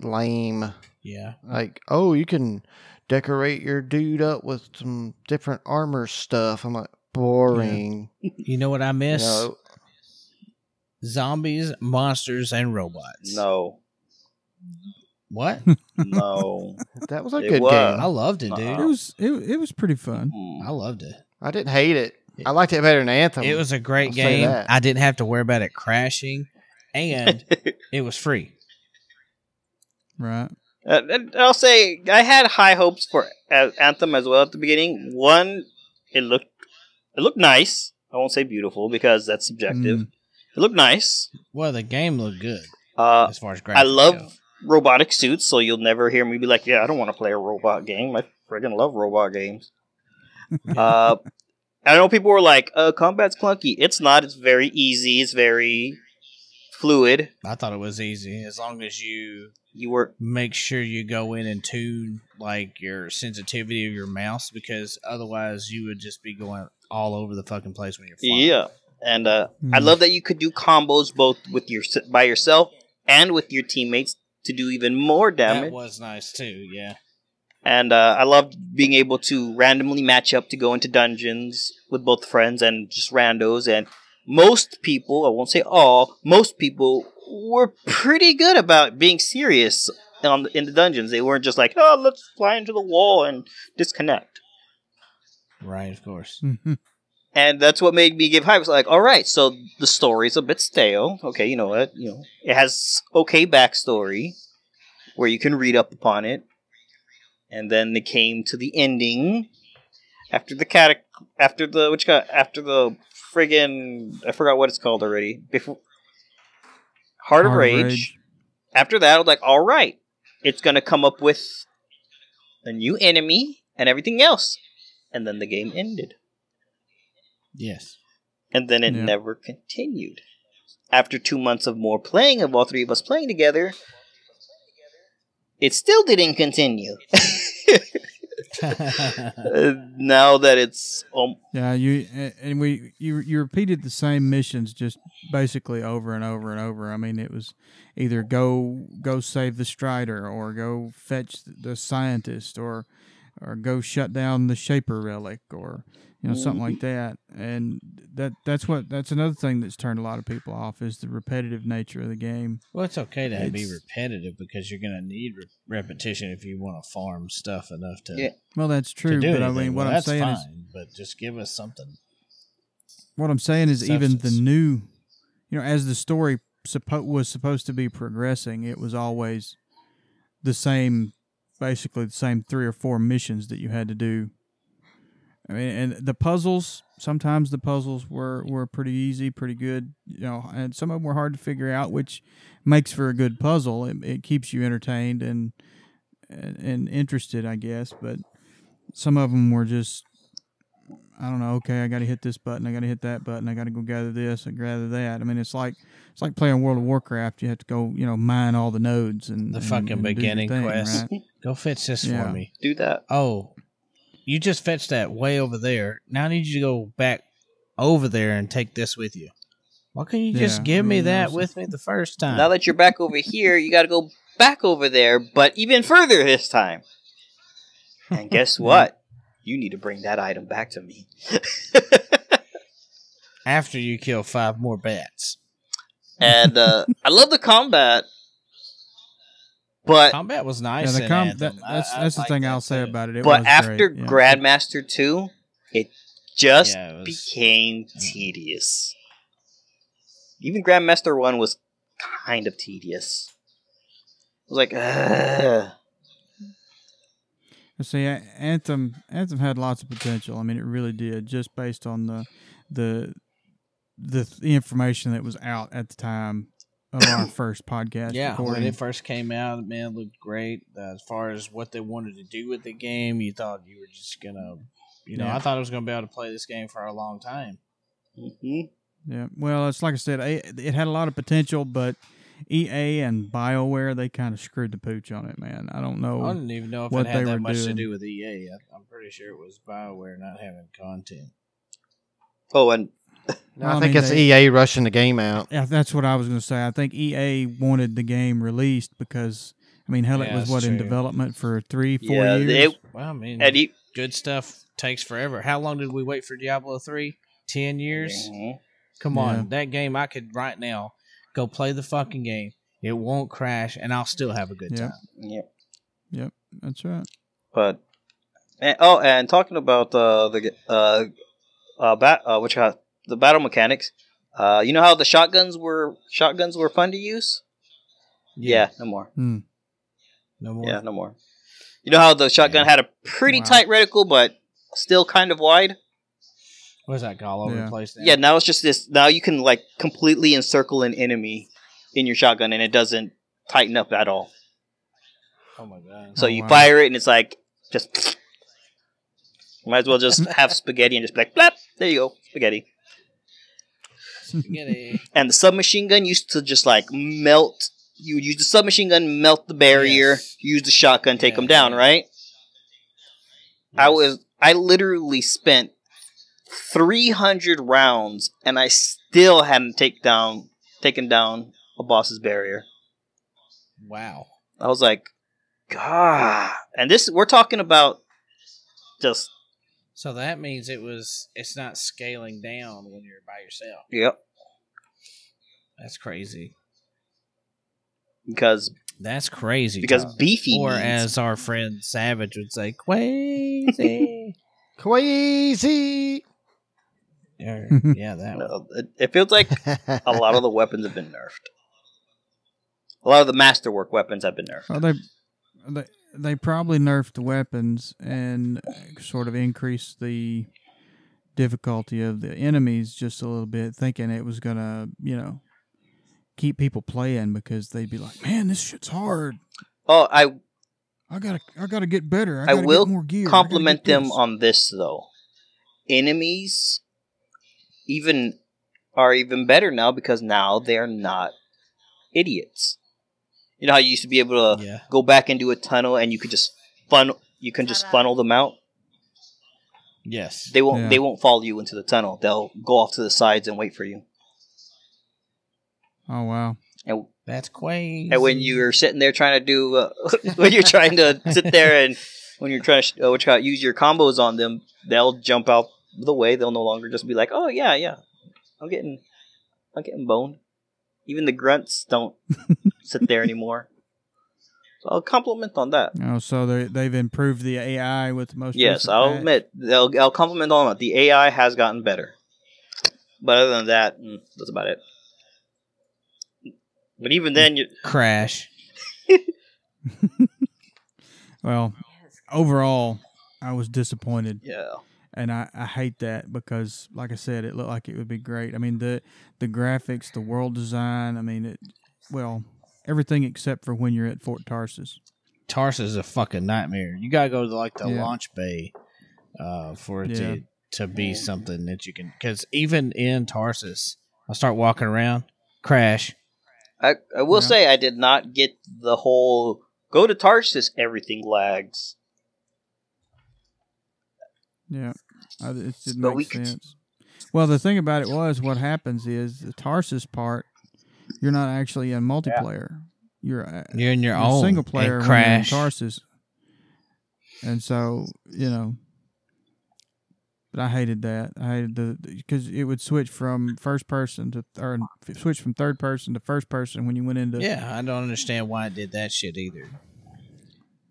[SPEAKER 1] lame.
[SPEAKER 2] yeah,
[SPEAKER 1] Like, oh, you can decorate your dude up with some different armor stuff. I'm like, boring.
[SPEAKER 2] you know what I
[SPEAKER 1] You
[SPEAKER 2] miss?
[SPEAKER 1] know,
[SPEAKER 2] Zombies, monsters, and robots.
[SPEAKER 5] no,
[SPEAKER 2] what?
[SPEAKER 4] <laughs>
[SPEAKER 5] no.
[SPEAKER 1] that was a
[SPEAKER 5] It
[SPEAKER 1] good
[SPEAKER 5] was.
[SPEAKER 2] I
[SPEAKER 1] game.
[SPEAKER 2] loved it, dude.
[SPEAKER 4] it was, it, it was pretty fun.
[SPEAKER 5] Hmm.
[SPEAKER 2] I loved it.
[SPEAKER 1] I didn't hate it. I liked it better than Anthem.
[SPEAKER 2] It was a great
[SPEAKER 1] I'll say
[SPEAKER 2] game.
[SPEAKER 1] that.
[SPEAKER 2] I didn't have to worry about it crashing,
[SPEAKER 5] <laughs>
[SPEAKER 2] and it was free.
[SPEAKER 4] Right?
[SPEAKER 5] Uh, and I'll say I had high hopes for uh, Anthem as well at the beginning. One, it looked it looked nice. I won't say beautiful because that's subjective.
[SPEAKER 4] Mm.
[SPEAKER 5] It looked nice.
[SPEAKER 2] Well, the game looked good
[SPEAKER 5] Uh,
[SPEAKER 2] as far as graphics.
[SPEAKER 5] I love
[SPEAKER 2] go.
[SPEAKER 5] robotic suits, so you'll never hear me be like, "Yeah, I don't want to play a robot game." I friggin' love robot games. uh, I know people were like, uh, "Combat's clunky." It's not. It's very easy. It's very fluid.
[SPEAKER 2] I thought it was easy as long as you
[SPEAKER 5] You were
[SPEAKER 2] make sure you go in and tune like your sensitivity of your mouse because otherwise you would just be going all over the fucking place when you're flying.
[SPEAKER 5] yeah, and uh, I
[SPEAKER 4] Mm.
[SPEAKER 5] love that you could do combos both with your by yourself and with your teammates to do even more
[SPEAKER 2] that
[SPEAKER 5] damage.
[SPEAKER 2] was nice too. Yeah,
[SPEAKER 5] And uh, I loved being able to randomly match up to go into dungeons with both friends and just randos. And most people, I won't say all, most people were pretty good about being serious on in the dungeons. They weren't just like, oh, let's fly into the wall and disconnect.
[SPEAKER 2] right. Of course.
[SPEAKER 4] Mm.
[SPEAKER 5] And that's what made me give hype. It's like, all right, so the story's a bit stale. Okay, you know what? You know, it has okay backstory where you can read up upon it. And then it came to the ending after the catac- after the which got after the friggin' I forgot what it's called already. Before Heart, of Rage. After that, I was like, all right, it's gonna come up with a new enemy and everything else, and then the game ended,
[SPEAKER 2] Yes. <laughs>
[SPEAKER 5] and then it
[SPEAKER 4] Yeah.
[SPEAKER 5] never continued. After two months of more playing of all three of us playing together, it still didn't continue. <laughs> Uh, now that it's um,
[SPEAKER 4] Yeah, you a- and we you you repeated the same missions just basically over and over and over. I mean, it was either go go save the Strider or go fetch the scientist or or go shut down the Shaper relic or you know something like
[SPEAKER 2] Mm-hmm.
[SPEAKER 4] that. And that that's what that's another thing that's turned a lot of people off is the repetitive nature of the game.
[SPEAKER 2] well, it's okay to be
[SPEAKER 4] It's-
[SPEAKER 2] repetitive because you're going to need re- repetition if you want to farm stuff enough to,
[SPEAKER 5] Yeah.
[SPEAKER 4] Well, that's
[SPEAKER 2] to
[SPEAKER 4] true,
[SPEAKER 2] do
[SPEAKER 4] but I
[SPEAKER 2] anything.
[SPEAKER 4] mean, what
[SPEAKER 2] Well,
[SPEAKER 4] I'm
[SPEAKER 2] that's
[SPEAKER 4] saying
[SPEAKER 2] fine,
[SPEAKER 4] is
[SPEAKER 2] but just give us something.
[SPEAKER 4] What I'm saying is, even the
[SPEAKER 2] Substance.
[SPEAKER 4] new, you know, as the story suppo- was supposed to be progressing, it was always the same, basically the same three or four missions that you had to do. I mean, and the puzzles. Sometimes the puzzles were were pretty easy, pretty good, you know, and some of them were hard to figure out, which makes for a good puzzle. It, it keeps you entertained and, and and interested, I guess. But some of them were just I don't know. Okay, I got to hit this button. I got to hit that button. I got to go gather this and gather that. I mean, it's like it's like playing World of Warcraft. You have to go, you know, mine all the nodes and
[SPEAKER 2] The
[SPEAKER 4] and-
[SPEAKER 2] fucking
[SPEAKER 4] and do your
[SPEAKER 2] beginning
[SPEAKER 4] thing,
[SPEAKER 2] quest.
[SPEAKER 4] right?
[SPEAKER 2] Go fetch this
[SPEAKER 4] Yeah.
[SPEAKER 2] for me.
[SPEAKER 5] do that.
[SPEAKER 2] Oh, you just fetched that way over there. Now I need you to go back over there and take this with you. Why couldn't you
[SPEAKER 4] Yeah,
[SPEAKER 2] just give
[SPEAKER 4] I
[SPEAKER 2] me
[SPEAKER 4] mean,
[SPEAKER 2] that
[SPEAKER 4] there's-
[SPEAKER 2] with me the first time?
[SPEAKER 5] Now that you're back over here, you got to go back over there, but even further this time.
[SPEAKER 4] <laughs>
[SPEAKER 5] And guess what? You need to bring that item back to me.
[SPEAKER 2] After you kill five more bats.
[SPEAKER 4] <laughs>
[SPEAKER 5] and uh, I love the combat, but
[SPEAKER 2] Combat was
[SPEAKER 4] Yeah,
[SPEAKER 2] nice.
[SPEAKER 4] the
[SPEAKER 2] in
[SPEAKER 4] com-
[SPEAKER 2] Anthem.
[SPEAKER 4] that- that's
[SPEAKER 2] I- I
[SPEAKER 4] that's the
[SPEAKER 2] liked
[SPEAKER 4] thing
[SPEAKER 2] that
[SPEAKER 4] I'll say
[SPEAKER 2] too.
[SPEAKER 4] about it. It
[SPEAKER 5] but
[SPEAKER 4] was
[SPEAKER 5] after
[SPEAKER 4] great, yeah.
[SPEAKER 5] Grandmaster Two, it just
[SPEAKER 2] Yeah, it was-
[SPEAKER 5] became tedious. Even Grandmaster One was kind of tedious. It was like, Ugh.
[SPEAKER 4] See, A- Anthem Anthem had lots of potential. I mean, it really did, just based on the the the th- information that was out at the time of
[SPEAKER 2] <coughs>
[SPEAKER 4] our first podcast.
[SPEAKER 2] Yeah, when
[SPEAKER 4] recording.
[SPEAKER 2] it first came out, man, it looked great. Uh, as far as what they wanted to do with the game, you thought you were just gonna, you know,
[SPEAKER 4] Yeah.
[SPEAKER 2] I thought I was gonna be able to play this game for a long time.
[SPEAKER 5] Mhm.
[SPEAKER 4] Yeah. Well, it's like I said, I- it had a lot of potential, but EA and BioWare, they kind of screwed the pooch on it, man. I don't know.
[SPEAKER 2] I didn't even know if
[SPEAKER 4] what
[SPEAKER 2] it had
[SPEAKER 4] they were
[SPEAKER 2] that much to
[SPEAKER 4] doing.
[SPEAKER 2] do with EA. I, I'm pretty sure it was Bioware not having content.
[SPEAKER 5] oh, and
[SPEAKER 1] No,
[SPEAKER 4] Well,
[SPEAKER 1] I
[SPEAKER 4] I
[SPEAKER 1] think
[SPEAKER 4] mean,
[SPEAKER 1] it's
[SPEAKER 4] they-
[SPEAKER 1] EA rushing the game out.
[SPEAKER 4] Yeah, that's what I was going to say. I think EA wanted the game released because, I mean, hell, it
[SPEAKER 2] Yeah,
[SPEAKER 4] was
[SPEAKER 2] that's
[SPEAKER 4] what, in
[SPEAKER 2] true.
[SPEAKER 4] development for three, four
[SPEAKER 5] yeah,
[SPEAKER 4] years?
[SPEAKER 5] it,
[SPEAKER 2] Well, I mean,
[SPEAKER 5] and he-
[SPEAKER 2] good stuff takes forever. How long did we wait for Diablo three? Ten years?
[SPEAKER 5] Mhm.
[SPEAKER 2] Come
[SPEAKER 4] Yeah.
[SPEAKER 2] on, that game I could right now go play the fucking game. It won't crash, and I'll still have a good
[SPEAKER 4] Yeah.
[SPEAKER 2] time.
[SPEAKER 5] Yeah,
[SPEAKER 4] that's right.
[SPEAKER 5] but and, oh, and talking about uh, the uh, uh, bat, uh, which uh, the battle mechanics. Uh, you know how the shotguns were shotguns were fun to use. Yeah, no more.
[SPEAKER 4] Hmm.
[SPEAKER 2] No more.
[SPEAKER 5] Yeah, no more. You know how the shotgun had a pretty
[SPEAKER 4] Wow.
[SPEAKER 5] tight reticle, but still kind of wide.
[SPEAKER 2] What is that guy all over
[SPEAKER 4] Yeah.
[SPEAKER 2] the place now?
[SPEAKER 5] Yeah, now it's just this. Now you can like completely encircle an enemy in your shotgun, and it doesn't tighten up at all.
[SPEAKER 2] Oh my god.
[SPEAKER 4] <laughs>
[SPEAKER 5] So
[SPEAKER 4] Oh,
[SPEAKER 5] you
[SPEAKER 4] wow.
[SPEAKER 5] fire it, and it's like just. <sniffs> Might as
[SPEAKER 2] <laughs>
[SPEAKER 5] well just have spaghetti and just be like, blap, there you go, spaghetti.
[SPEAKER 2] Spaghetti.
[SPEAKER 5] And the submachine gun used to just like melt. You would use the submachine gun, melt the barrier,
[SPEAKER 2] Yes.
[SPEAKER 5] use the shotgun, take
[SPEAKER 2] Yeah,
[SPEAKER 5] them down,
[SPEAKER 2] yeah.
[SPEAKER 5] right? I was I literally spent 300 rounds and I still hadn't take down taken down a boss's barrier.
[SPEAKER 2] Wow.
[SPEAKER 5] I was like, God. And this we're talking about just
[SPEAKER 2] So that means it was. It's not scaling down when you're by yourself.
[SPEAKER 5] yep
[SPEAKER 2] That's crazy.
[SPEAKER 5] because
[SPEAKER 2] That's crazy.
[SPEAKER 5] because
[SPEAKER 2] Tom.
[SPEAKER 5] beefy
[SPEAKER 2] or
[SPEAKER 5] means-
[SPEAKER 2] as our friend Savage would say,
[SPEAKER 4] <laughs>
[SPEAKER 2] crazy.
[SPEAKER 1] Crazy.
[SPEAKER 2] Or-
[SPEAKER 4] <laughs>
[SPEAKER 2] yeah, that. One.
[SPEAKER 5] No, it, it
[SPEAKER 1] <laughs>
[SPEAKER 5] feels like a lot of the weapons have been nerfed. A lot of the masterwork weapons have been nerfed.
[SPEAKER 4] Well, Uh, they, they, uh, they probably nerfed the weapons and sort of increased the difficulty of the enemies just a little bit, thinking it was gonna, you know, keep people playing because they'd be like, "Man, this shit's hard.
[SPEAKER 5] Oh, I
[SPEAKER 4] I gotta, I gotta get better. I,
[SPEAKER 5] I
[SPEAKER 4] gotta
[SPEAKER 5] will
[SPEAKER 4] get more gear. I gotta
[SPEAKER 5] compliment
[SPEAKER 4] get
[SPEAKER 5] them
[SPEAKER 4] this."
[SPEAKER 5] on this though. Enemies even are even better now because now they're not idiots. You know how you used to be able to
[SPEAKER 2] yeah.
[SPEAKER 5] go back into a tunnel and you could just funnel you can just funnel them out.
[SPEAKER 2] Yes.
[SPEAKER 5] They won't
[SPEAKER 4] Yeah.
[SPEAKER 5] they won't follow you into the tunnel. They'll go off to the sides and wait for you.
[SPEAKER 4] Oh wow,
[SPEAKER 5] And
[SPEAKER 2] That's crazy.
[SPEAKER 5] and when you're <laughs> sitting there trying to do uh, <laughs> when you're trying to sit there and when you're trying to uh, what you call it, use your combos on them they'll jump out the way they'll no longer just be like oh yeah yeah i'm getting i'm getting boned even the grunts don't sit there anymore so i'll compliment on that
[SPEAKER 4] oh so they they've improved the AI with most.
[SPEAKER 5] yes
[SPEAKER 4] recent
[SPEAKER 5] i'll
[SPEAKER 4] patch.
[SPEAKER 5] admit they'll, i'll compliment on it the ai has gotten better but other than that mm, that's about it but even then you
[SPEAKER 2] <laughs> crash.
[SPEAKER 4] Well,
[SPEAKER 3] Yes.
[SPEAKER 4] overall, I was disappointed,
[SPEAKER 5] yeah
[SPEAKER 4] and I, I hate that because, like I said, it looked like it would be great. I mean the the graphics, the world design. I mean it. Well, everything except for when you're at Fort Tarsus.
[SPEAKER 2] Tarsus is a fucking nightmare. You gotta go to like the
[SPEAKER 4] Yeah.
[SPEAKER 2] launch bay uh, for it
[SPEAKER 4] Yeah.
[SPEAKER 2] to to be something that you can. Because even in Tarsus, I start walking around, crash.
[SPEAKER 5] I, I will
[SPEAKER 4] Yeah.
[SPEAKER 5] say I did not get the whole go to Tarsus, everything lags.
[SPEAKER 4] Yeah, I, it didn't
[SPEAKER 5] But we
[SPEAKER 4] make
[SPEAKER 5] could-
[SPEAKER 4] sense. Well, the thing about it was, what happens is the Tarsus part, you're not actually in multiplayer. You're uh,
[SPEAKER 2] You're in your
[SPEAKER 4] you're
[SPEAKER 2] own
[SPEAKER 4] single
[SPEAKER 2] and
[SPEAKER 4] player when you're in
[SPEAKER 2] crash.
[SPEAKER 4] Tarsus, and so you know. But I hated that. I hated the because it would switch from first person to or switch from third person to first person when you went into
[SPEAKER 2] yeah, I don't understand why it did that shit either.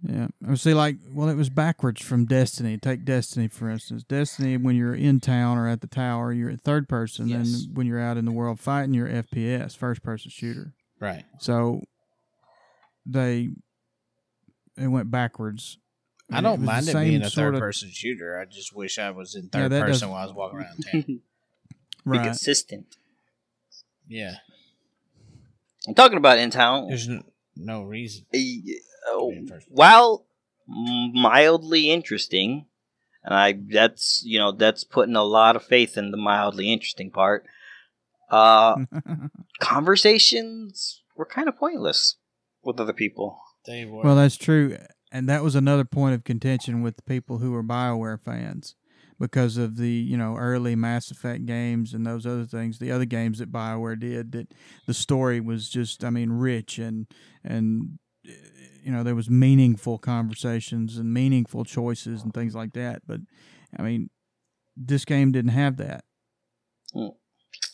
[SPEAKER 4] Yeah. I see like well it was backwards from Destiny. Take Destiny for instance. Destiny when you're in town or at the tower, you're in third person
[SPEAKER 2] Yes.
[SPEAKER 4] and when you're out in the world fighting you're FPS, first person shooter.
[SPEAKER 2] Right.
[SPEAKER 4] So they it went backwards.
[SPEAKER 2] I
[SPEAKER 4] And
[SPEAKER 2] don't
[SPEAKER 4] was the
[SPEAKER 2] mind it
[SPEAKER 4] same
[SPEAKER 2] being a
[SPEAKER 4] sorta-
[SPEAKER 2] third person shooter. I just wish I was in third
[SPEAKER 4] that doesn't-
[SPEAKER 2] person while I was walking
[SPEAKER 4] <laughs>
[SPEAKER 2] around town.
[SPEAKER 5] Be
[SPEAKER 4] Right.
[SPEAKER 5] consistent.
[SPEAKER 2] yeah.
[SPEAKER 5] I'm talking about in town.
[SPEAKER 2] There's no, no reason.
[SPEAKER 5] eh, oh,
[SPEAKER 2] in first.
[SPEAKER 5] while mildly interesting, and I that's you know that's putting a lot of faith in the mildly interesting part. Uh,
[SPEAKER 4] <laughs>
[SPEAKER 5] conversations were kind of pointless with other people.
[SPEAKER 2] They were.
[SPEAKER 4] well, that's true. And that was another point of contention with the people who were BioWare fans because of the, you know, early Mass Effect games and those other things, the other games that BioWare did that the story was just I mean rich and and eh, you know there was meaningful conversations and meaningful choices and things like that, but I mean this game didn't have that.
[SPEAKER 5] Mm.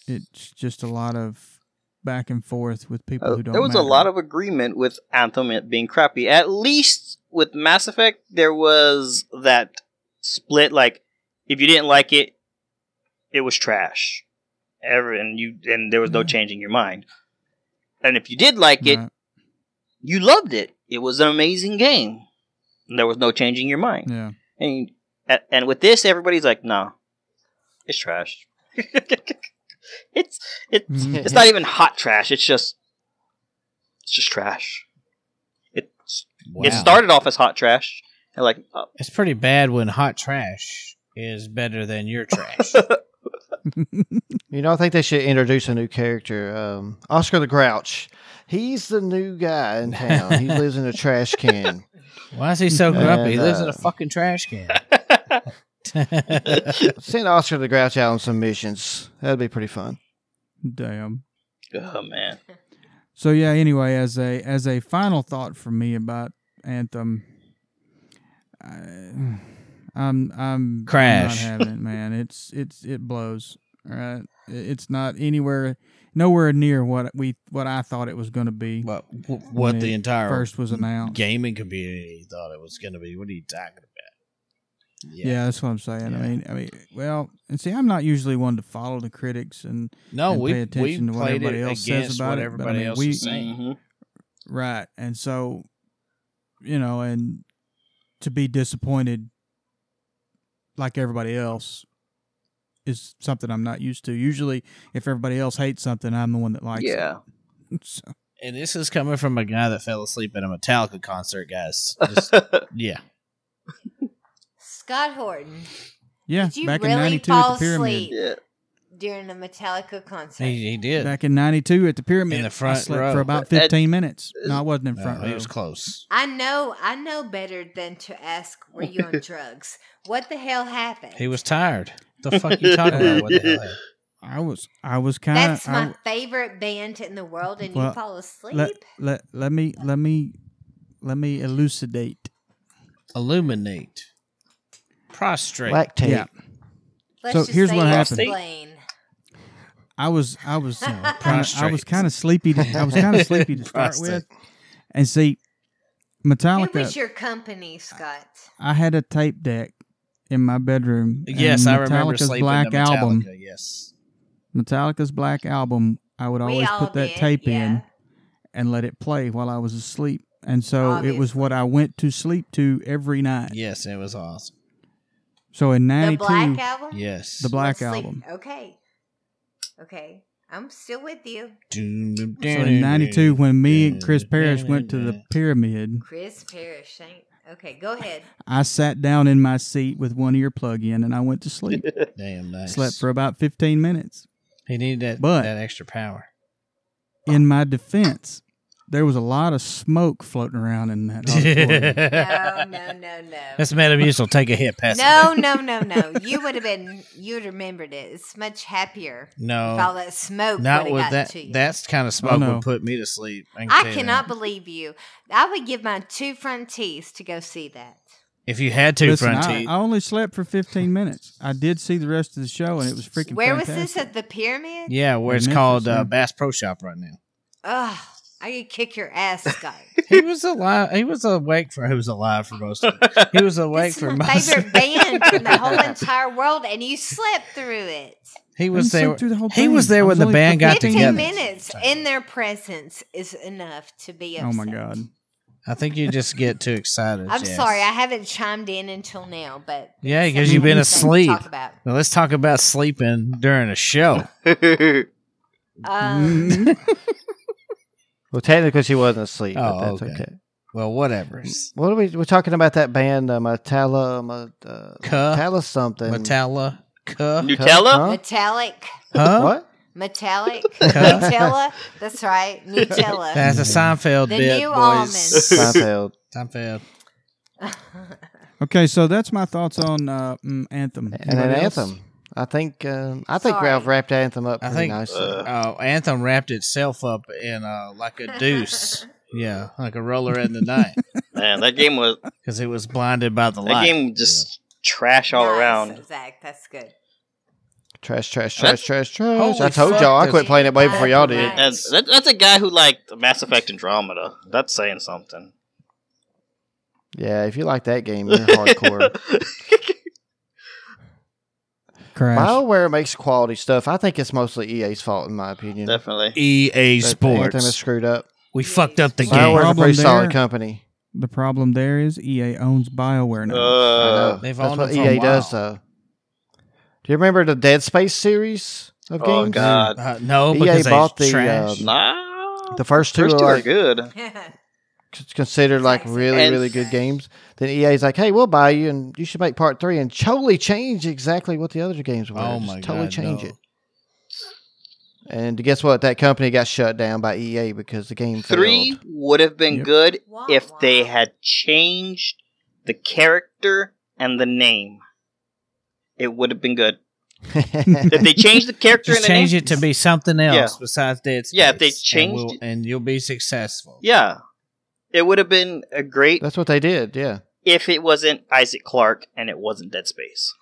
[SPEAKER 4] It's just a lot of back and forth with people
[SPEAKER 5] Uh,
[SPEAKER 4] who don't
[SPEAKER 5] there was a
[SPEAKER 4] matter.
[SPEAKER 5] lot of agreement with Anthem it being crappy. At least with Mass Effect, there was that split. Like, if you didn't like it, it was trash. Ever and you and there was no
[SPEAKER 4] Yeah.
[SPEAKER 5] changing your mind. And if you did like it,
[SPEAKER 4] Right.
[SPEAKER 5] you loved it. It was an amazing game. And there was no changing your mind.
[SPEAKER 4] Yeah.
[SPEAKER 5] And And and with this, everybody's like, "Nah, it's trash." <laughs> it's it,
[SPEAKER 4] Mhm.
[SPEAKER 1] Mm-hmm.
[SPEAKER 5] it's not even hot trash. It's just it's just trash. It
[SPEAKER 2] Wow.
[SPEAKER 5] it started off as hot trash, and like uh,
[SPEAKER 2] It's pretty bad when hot trash is better than
[SPEAKER 5] <laughs>
[SPEAKER 2] your trash.
[SPEAKER 1] You know, I think they should introduce a new character. Um, Oscar the Grouch. He's the new guy in town.
[SPEAKER 2] <laughs>
[SPEAKER 1] he lives in a trash can.
[SPEAKER 2] Why is he so grumpy? He
[SPEAKER 1] And,
[SPEAKER 2] lives
[SPEAKER 1] uh,
[SPEAKER 2] in a fucking trash
[SPEAKER 5] <laughs>
[SPEAKER 2] can.
[SPEAKER 1] Send Oscar the Grouch out on some missions. That'd be pretty fun.
[SPEAKER 4] Damn.
[SPEAKER 5] oh man,
[SPEAKER 4] So yeah, anyway, as a as a final thought for me about Anthem, I, I'm I'm
[SPEAKER 2] Crash.
[SPEAKER 4] not having it, man. It's it's it blows. All right, It- it's not anywhere, nowhere near what we what I thought it was going to be.
[SPEAKER 2] what what the
[SPEAKER 4] it
[SPEAKER 2] entire
[SPEAKER 4] first was announced.
[SPEAKER 2] gaming community thought it was going to be. What are you talking about?
[SPEAKER 4] yeah. that's what I'm saying. I
[SPEAKER 2] Yeah.
[SPEAKER 4] mean, I mean, well, and see, I'm not usually one to follow the critics, and
[SPEAKER 2] No,
[SPEAKER 4] and
[SPEAKER 2] we
[SPEAKER 4] pay
[SPEAKER 2] we
[SPEAKER 4] attention to what
[SPEAKER 2] played it
[SPEAKER 4] everybody else
[SPEAKER 2] against
[SPEAKER 4] says
[SPEAKER 2] what
[SPEAKER 4] about it, but I
[SPEAKER 2] everybody
[SPEAKER 4] mean,
[SPEAKER 2] else
[SPEAKER 4] we-
[SPEAKER 2] is saying.
[SPEAKER 5] Mhm.
[SPEAKER 4] Right. And so, you know, and to be disappointed like everybody else is something I'm not used to. Usually, if everybody else hates something, I'm the one that likes
[SPEAKER 5] yeah.
[SPEAKER 4] it. <laughs> So,
[SPEAKER 2] And this is coming from a guy that fell asleep at a Metallica concert, guys. Just, yeah.
[SPEAKER 3] Scott Horton
[SPEAKER 4] yeah,
[SPEAKER 3] Did you
[SPEAKER 4] back in
[SPEAKER 3] really
[SPEAKER 4] '92 at
[SPEAKER 3] fall
[SPEAKER 4] the pyramid.
[SPEAKER 3] asleep?
[SPEAKER 5] yeah. <laughs>
[SPEAKER 3] during a Metallica concert.
[SPEAKER 2] He, he did.
[SPEAKER 4] Back in '92 at the pyramid,
[SPEAKER 2] In the front
[SPEAKER 4] I slept
[SPEAKER 2] row.
[SPEAKER 4] for about
[SPEAKER 5] That-
[SPEAKER 4] 15 minutes. No, I wasn't in
[SPEAKER 2] No,
[SPEAKER 4] front
[SPEAKER 2] he
[SPEAKER 4] row.
[SPEAKER 2] was close.
[SPEAKER 3] I know, I know better than to ask, "Were you
[SPEAKER 1] <laughs>
[SPEAKER 3] on drugs? What the hell happened?"
[SPEAKER 2] He was tired. The fuck you talking about? What the hell? happened?
[SPEAKER 4] I was, I was kind of.
[SPEAKER 3] That's my favorite band in the world, and
[SPEAKER 4] Well,
[SPEAKER 3] you fall asleep.
[SPEAKER 4] let, let let me let me let me elucidate.
[SPEAKER 2] Illuminate. Prostrate.
[SPEAKER 1] Lactate.
[SPEAKER 4] Yeah,
[SPEAKER 3] Let's
[SPEAKER 4] so here's
[SPEAKER 3] say
[SPEAKER 4] what
[SPEAKER 3] you
[SPEAKER 4] happened.
[SPEAKER 3] Explain.
[SPEAKER 4] I was I was kinda, I
[SPEAKER 2] prostrate.
[SPEAKER 4] was kind of sleepy. To, I was kind of
[SPEAKER 2] <laughs>
[SPEAKER 4] sleepy to start with,
[SPEAKER 2] Prostrate.
[SPEAKER 4] and see,
[SPEAKER 3] Who
[SPEAKER 4] Metallica.
[SPEAKER 3] was your company, Scott?
[SPEAKER 4] I had a tape deck in my bedroom. and
[SPEAKER 2] Yes, I remember
[SPEAKER 4] Metallica's
[SPEAKER 2] sleeping
[SPEAKER 4] Black
[SPEAKER 2] to Metallica,
[SPEAKER 4] Album.
[SPEAKER 2] Yes.
[SPEAKER 4] Metallica's Black Album. I would
[SPEAKER 3] we
[SPEAKER 4] always
[SPEAKER 3] all
[SPEAKER 4] put that
[SPEAKER 3] did,
[SPEAKER 4] tape
[SPEAKER 3] yeah.
[SPEAKER 4] in and let it play while I was asleep, and so it was
[SPEAKER 3] Obviously.
[SPEAKER 4] what I went to sleep to every night.
[SPEAKER 2] Yes, it was awesome.
[SPEAKER 4] So in
[SPEAKER 3] The
[SPEAKER 4] '92,
[SPEAKER 3] Black Album.
[SPEAKER 2] Yes.
[SPEAKER 4] The Black
[SPEAKER 3] Let's sleep-
[SPEAKER 4] Album.
[SPEAKER 3] Okay. Okay. I'm still with you,
[SPEAKER 2] So
[SPEAKER 4] So in '92, when me and Chris Parrish went to the pyramid,
[SPEAKER 3] Chris Parrish. Ain't okay. Go ahead.
[SPEAKER 4] I sat down in my seat with one ear plug in and I went to sleep.
[SPEAKER 2] Damn nice.
[SPEAKER 4] Slept for about 15 minutes.
[SPEAKER 2] He needed that,
[SPEAKER 4] But-
[SPEAKER 2] that extra
[SPEAKER 4] <laughs>
[SPEAKER 2] power.
[SPEAKER 4] In my defense, there was a lot of smoke floating around
[SPEAKER 2] <laughs>
[SPEAKER 4] in that auditorium.
[SPEAKER 3] No, no, no, no.
[SPEAKER 2] That's Metamucil. will Take a hit, pass
[SPEAKER 3] No, no, no, no. You would have been. You would have remembered it. It's much happier.
[SPEAKER 2] no,
[SPEAKER 3] if all that smoke would
[SPEAKER 2] not
[SPEAKER 3] have
[SPEAKER 2] with
[SPEAKER 3] gotten
[SPEAKER 2] Oh, that.
[SPEAKER 3] to you.
[SPEAKER 2] That's kind of smoke
[SPEAKER 4] no.
[SPEAKER 2] would put me to sleep. can tell
[SPEAKER 3] I
[SPEAKER 2] you
[SPEAKER 3] cannot
[SPEAKER 2] that.
[SPEAKER 3] believe you. I would give my two front teeth to go see that.
[SPEAKER 2] If you had two
[SPEAKER 4] Listen,
[SPEAKER 2] front
[SPEAKER 4] I,
[SPEAKER 2] teeth,
[SPEAKER 4] I only slept for 15 minutes. I did see the rest of the show and it was freaking
[SPEAKER 3] Where
[SPEAKER 4] fantastic.
[SPEAKER 3] was this at the pyramid?
[SPEAKER 2] yeah, where it's
[SPEAKER 4] Memphis,
[SPEAKER 2] called
[SPEAKER 4] yeah.
[SPEAKER 2] uh, Bass Pro Shop right
[SPEAKER 3] <laughs>
[SPEAKER 2] now.
[SPEAKER 3] Ugh, I could kick your
[SPEAKER 2] <laughs>
[SPEAKER 3] ass, Scott.
[SPEAKER 2] He was alive. He was awake for. He was alive for most of it. He was awake
[SPEAKER 3] This is
[SPEAKER 2] for
[SPEAKER 3] my
[SPEAKER 2] most. <laughs>
[SPEAKER 3] favorite band in the whole entire world, and you slept through it.
[SPEAKER 2] He
[SPEAKER 4] I didn't
[SPEAKER 2] was
[SPEAKER 4] sleep
[SPEAKER 2] there.
[SPEAKER 4] through the whole
[SPEAKER 2] he
[SPEAKER 4] thing.
[SPEAKER 2] was there
[SPEAKER 4] I
[SPEAKER 2] when the
[SPEAKER 4] only
[SPEAKER 2] band
[SPEAKER 4] for
[SPEAKER 2] got
[SPEAKER 3] 15
[SPEAKER 2] together.
[SPEAKER 3] minutes in their presence is enough to be upset.
[SPEAKER 4] Oh my God.
[SPEAKER 2] I think you just get too excited.
[SPEAKER 3] I'm
[SPEAKER 2] Jess.
[SPEAKER 3] sorry, I haven't chimed in until now, but
[SPEAKER 2] Yeah, because
[SPEAKER 3] something
[SPEAKER 2] you've been
[SPEAKER 3] to
[SPEAKER 2] asleep.
[SPEAKER 3] Talk about.
[SPEAKER 2] Now let's talk about sleeping during a
[SPEAKER 4] <laughs>
[SPEAKER 2] show.
[SPEAKER 3] Um,
[SPEAKER 1] Mm-hmm.
[SPEAKER 4] Mm-hmm.
[SPEAKER 1] Well, technically, she wasn't asleep,
[SPEAKER 2] Oh,
[SPEAKER 1] but that's
[SPEAKER 2] okay.
[SPEAKER 1] okay.
[SPEAKER 2] well, whatever.
[SPEAKER 1] What are we? We're talking about that band, uh, Metalla, Ma- uh,
[SPEAKER 2] Cuh,
[SPEAKER 1] Metalla something.
[SPEAKER 2] Metallica, Cuh,
[SPEAKER 5] Nutella?
[SPEAKER 1] Huh?
[SPEAKER 3] metallic.
[SPEAKER 2] huh? <laughs>
[SPEAKER 1] What?
[SPEAKER 3] Metallic.
[SPEAKER 2] Huh?
[SPEAKER 3] Nutella.
[SPEAKER 2] <laughs>
[SPEAKER 3] That's right. <laughs> Nutella.
[SPEAKER 2] That's a Seinfeld
[SPEAKER 3] The
[SPEAKER 2] bit,
[SPEAKER 3] new
[SPEAKER 2] boys.
[SPEAKER 1] Seinfeld.
[SPEAKER 2] Seinfeld.
[SPEAKER 4] Okay, so that's my thoughts on uh, mm, Anthem.
[SPEAKER 1] and an
[SPEAKER 4] Anybody else?
[SPEAKER 1] anthem. I think um, I think
[SPEAKER 3] Sorry.
[SPEAKER 1] Ralph wrapped Anthem up
[SPEAKER 2] I
[SPEAKER 1] pretty
[SPEAKER 2] think-
[SPEAKER 1] nicely.
[SPEAKER 2] <laughs> Oh, Anthem wrapped itself up in uh, like a deuce. yeah, like a roller in the night
[SPEAKER 5] Man, that game was
[SPEAKER 2] because it was blinded by the
[SPEAKER 5] that
[SPEAKER 2] light.
[SPEAKER 5] game was just trash all
[SPEAKER 3] Nice,
[SPEAKER 5] around.
[SPEAKER 3] Zach, that's good. <laughs>
[SPEAKER 1] trash, trash,
[SPEAKER 5] That's-
[SPEAKER 1] trash, trash, trash. I
[SPEAKER 2] Holy
[SPEAKER 1] told
[SPEAKER 2] fuck,
[SPEAKER 1] y'all I
[SPEAKER 2] that's-
[SPEAKER 1] quit playing it way before y'all did.
[SPEAKER 3] Right.
[SPEAKER 5] That's that, that's a guy who liked Mass Effect Andromeda. That's saying something.
[SPEAKER 1] Yeah, if you like that game, you're
[SPEAKER 2] <laughs>
[SPEAKER 1] hardcore.
[SPEAKER 4] Crash.
[SPEAKER 1] BioWare makes quality stuff. I think it's mostly EA's fault, in my opinion.
[SPEAKER 5] <laughs> Definitely.
[SPEAKER 2] EA
[SPEAKER 1] That Anthem is
[SPEAKER 2] E Sports.
[SPEAKER 1] screwed up.
[SPEAKER 2] We fucked up the
[SPEAKER 3] Yeah.
[SPEAKER 2] game.
[SPEAKER 1] BioWare's a
[SPEAKER 4] Problem
[SPEAKER 1] pretty
[SPEAKER 4] there-
[SPEAKER 1] solid company.
[SPEAKER 4] The problem there is EA owns BioWare now.
[SPEAKER 1] I know.
[SPEAKER 5] Uh,
[SPEAKER 2] They've
[SPEAKER 1] That's
[SPEAKER 2] owned
[SPEAKER 1] what
[SPEAKER 2] it for a
[SPEAKER 1] EA does,
[SPEAKER 2] while.
[SPEAKER 1] though. Do you remember the Dead Space series of
[SPEAKER 5] oh <laughs>
[SPEAKER 1] games?
[SPEAKER 5] god.
[SPEAKER 2] Uh, no,
[SPEAKER 1] EA
[SPEAKER 2] because they
[SPEAKER 1] bought the,
[SPEAKER 2] trash.
[SPEAKER 1] um,
[SPEAKER 5] Nah.
[SPEAKER 1] The first two
[SPEAKER 5] First
[SPEAKER 1] are
[SPEAKER 5] two are
[SPEAKER 1] like,
[SPEAKER 5] good.
[SPEAKER 1] c- considered like really,
[SPEAKER 5] And-
[SPEAKER 1] really good games. Then EA's like, "Hey, we'll buy you, and you should make part three and totally change exactly what the other games were.
[SPEAKER 2] Oh
[SPEAKER 1] Just
[SPEAKER 2] my
[SPEAKER 1] totally
[SPEAKER 2] god,
[SPEAKER 1] change
[SPEAKER 2] no.
[SPEAKER 1] it." And guess what? That company got shut down by EA because the game
[SPEAKER 5] Three
[SPEAKER 1] failed.
[SPEAKER 5] would have been
[SPEAKER 4] Yep.
[SPEAKER 5] good
[SPEAKER 3] Wah,
[SPEAKER 5] if they
[SPEAKER 3] wah.
[SPEAKER 5] had changed the character and the name. It would have been good. If they changed the character
[SPEAKER 2] Just
[SPEAKER 5] and the
[SPEAKER 2] change
[SPEAKER 5] name.
[SPEAKER 2] it to be something else
[SPEAKER 5] Yeah.
[SPEAKER 2] besides Dead Space.
[SPEAKER 5] Yeah, if they
[SPEAKER 2] and,
[SPEAKER 5] changed
[SPEAKER 2] we'll-
[SPEAKER 5] it-
[SPEAKER 2] and you'll be successful.
[SPEAKER 5] Yeah. It would have been a
[SPEAKER 1] <laughs>
[SPEAKER 5] great
[SPEAKER 1] That's what they did. Yeah,
[SPEAKER 5] if it wasn't Isaac Clarke and it wasn't Dead Space.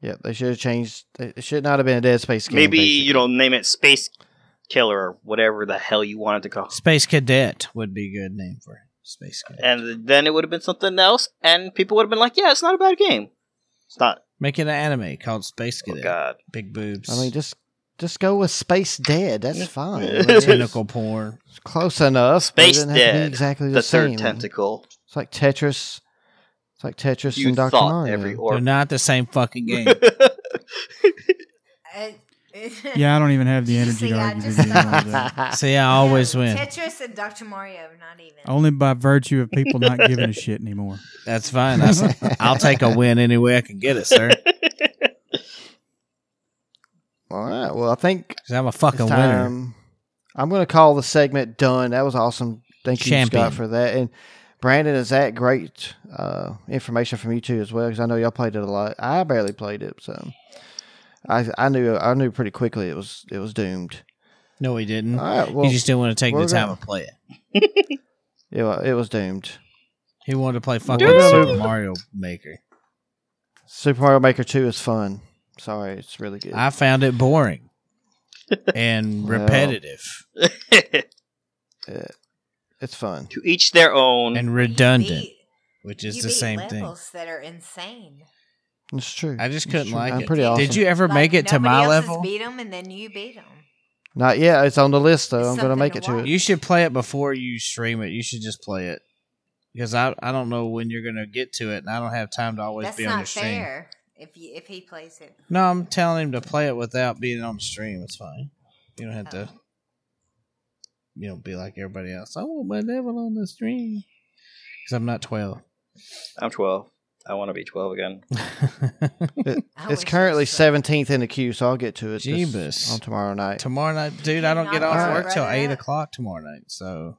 [SPEAKER 1] yeah. They should have changed. It should not have been a Dead Space game.
[SPEAKER 5] Maybe
[SPEAKER 1] basically.
[SPEAKER 5] you know, name it Space Killer or whatever the hell you wanted to call. it.
[SPEAKER 2] Space Cadet would be a good name for it. Space Cadet.
[SPEAKER 5] And then it would have been something else, and people would have been like, "Yeah, it's not a bad game. It's not."
[SPEAKER 2] Make it an anime called Space
[SPEAKER 5] Oh
[SPEAKER 2] Cadet.
[SPEAKER 5] God,
[SPEAKER 2] Big boobs.
[SPEAKER 1] I mean, just just go with Space Dead. That's
[SPEAKER 2] <laughs>
[SPEAKER 1] fine. I mean, it's
[SPEAKER 2] tentacle porn.
[SPEAKER 5] <laughs>
[SPEAKER 1] close enough. but it
[SPEAKER 5] Space
[SPEAKER 1] doesn't have to be
[SPEAKER 5] Dead,
[SPEAKER 1] Exactly the,
[SPEAKER 5] the third
[SPEAKER 1] same.
[SPEAKER 5] tentacle.
[SPEAKER 1] It's like Tetris. It's like Tetris
[SPEAKER 5] You
[SPEAKER 1] and Dr.
[SPEAKER 5] thought
[SPEAKER 1] Mario. <laughs>
[SPEAKER 5] every
[SPEAKER 2] They're
[SPEAKER 5] orb. <laughs>
[SPEAKER 2] not the same fucking game.
[SPEAKER 3] Uh, <laughs>
[SPEAKER 4] Yeah, I don't even have the
[SPEAKER 3] You
[SPEAKER 4] energy
[SPEAKER 3] <laughs> see,
[SPEAKER 4] to
[SPEAKER 3] I
[SPEAKER 4] argue
[SPEAKER 3] just
[SPEAKER 4] with you
[SPEAKER 3] thought-
[SPEAKER 4] about
[SPEAKER 3] <laughs>
[SPEAKER 4] that.
[SPEAKER 2] See, I always win.
[SPEAKER 3] Tetris and Dr. Mario, not even.
[SPEAKER 4] Only by virtue of people not giving a shit anymore.
[SPEAKER 2] That's fine. I, will take a win any way I can get
[SPEAKER 1] <laughs>
[SPEAKER 2] it, sir.
[SPEAKER 1] All right. Well, I think
[SPEAKER 2] 'Cause I'm a
[SPEAKER 1] it's
[SPEAKER 2] fucking winner.
[SPEAKER 1] time. I'm going to call the segment done. That was awesome. Thank you,
[SPEAKER 2] Champion.
[SPEAKER 1] Scott, for that. And Brandon, is that great uh, information from you too as well? Because I know y'all played it a lot. I barely played it, so I I knew I knew pretty quickly it was it was doomed.
[SPEAKER 2] No, he didn't.
[SPEAKER 1] All right. uh, Well,
[SPEAKER 2] he Mm-hmm. just didn't want to take the
[SPEAKER 1] we're
[SPEAKER 2] time
[SPEAKER 1] gonna-
[SPEAKER 2] to play it.
[SPEAKER 1] it, wa- it was doomed.
[SPEAKER 2] He wanted to play fucking
[SPEAKER 1] Dude.
[SPEAKER 2] Super Mario Maker.
[SPEAKER 1] Super Mario Maker Two is fun. Sorry, it's really good.
[SPEAKER 2] I found it boring
[SPEAKER 1] <laughs>
[SPEAKER 2] and
[SPEAKER 1] Well.
[SPEAKER 2] repetitive
[SPEAKER 1] Yeah. it's fun.
[SPEAKER 5] to each their own.
[SPEAKER 2] and
[SPEAKER 3] You
[SPEAKER 2] redundant,
[SPEAKER 3] beat-
[SPEAKER 2] which is
[SPEAKER 3] you
[SPEAKER 2] the
[SPEAKER 3] beat
[SPEAKER 2] same thing.
[SPEAKER 3] levels that are insane.
[SPEAKER 1] It's true.
[SPEAKER 2] I just
[SPEAKER 1] It's
[SPEAKER 2] couldn't
[SPEAKER 1] true.
[SPEAKER 2] like
[SPEAKER 1] I'm
[SPEAKER 2] it.
[SPEAKER 1] pretty awesome.
[SPEAKER 2] Did you ever make it to my level?
[SPEAKER 3] Beat them and then you beat them.
[SPEAKER 1] Not yet. It's on the list though.
[SPEAKER 3] It's
[SPEAKER 1] I'm gonna
[SPEAKER 3] something
[SPEAKER 1] make
[SPEAKER 3] to
[SPEAKER 1] it to
[SPEAKER 3] watch.
[SPEAKER 1] it.
[SPEAKER 2] You should play it before you stream it. You should just play it because I I don't know when you're gonna get to it, and I don't have time to always
[SPEAKER 3] That's
[SPEAKER 2] be on the
[SPEAKER 3] not
[SPEAKER 2] stream.
[SPEAKER 3] fair. If you, if he plays it,
[SPEAKER 2] No, I'm telling him to play it without being on the stream. It's fine. You don't have to. You don't be like everybody else. I want my level on the stream because I'm not
[SPEAKER 5] <laughs>
[SPEAKER 2] twelve.
[SPEAKER 5] I'm 12. I want to be
[SPEAKER 2] <laughs>
[SPEAKER 5] 12 again.
[SPEAKER 3] I wish
[SPEAKER 1] It's
[SPEAKER 3] it
[SPEAKER 1] currently
[SPEAKER 3] was free.
[SPEAKER 1] seventeenth in the queue, so I'll get to it this-
[SPEAKER 2] Jeebus.
[SPEAKER 1] on tomorrow night.
[SPEAKER 2] tomorrow night, dude. I don't get
[SPEAKER 3] Knock
[SPEAKER 2] off
[SPEAKER 1] your
[SPEAKER 2] work till
[SPEAKER 3] brother
[SPEAKER 2] eight
[SPEAKER 3] out.
[SPEAKER 2] o'clock tomorrow night, so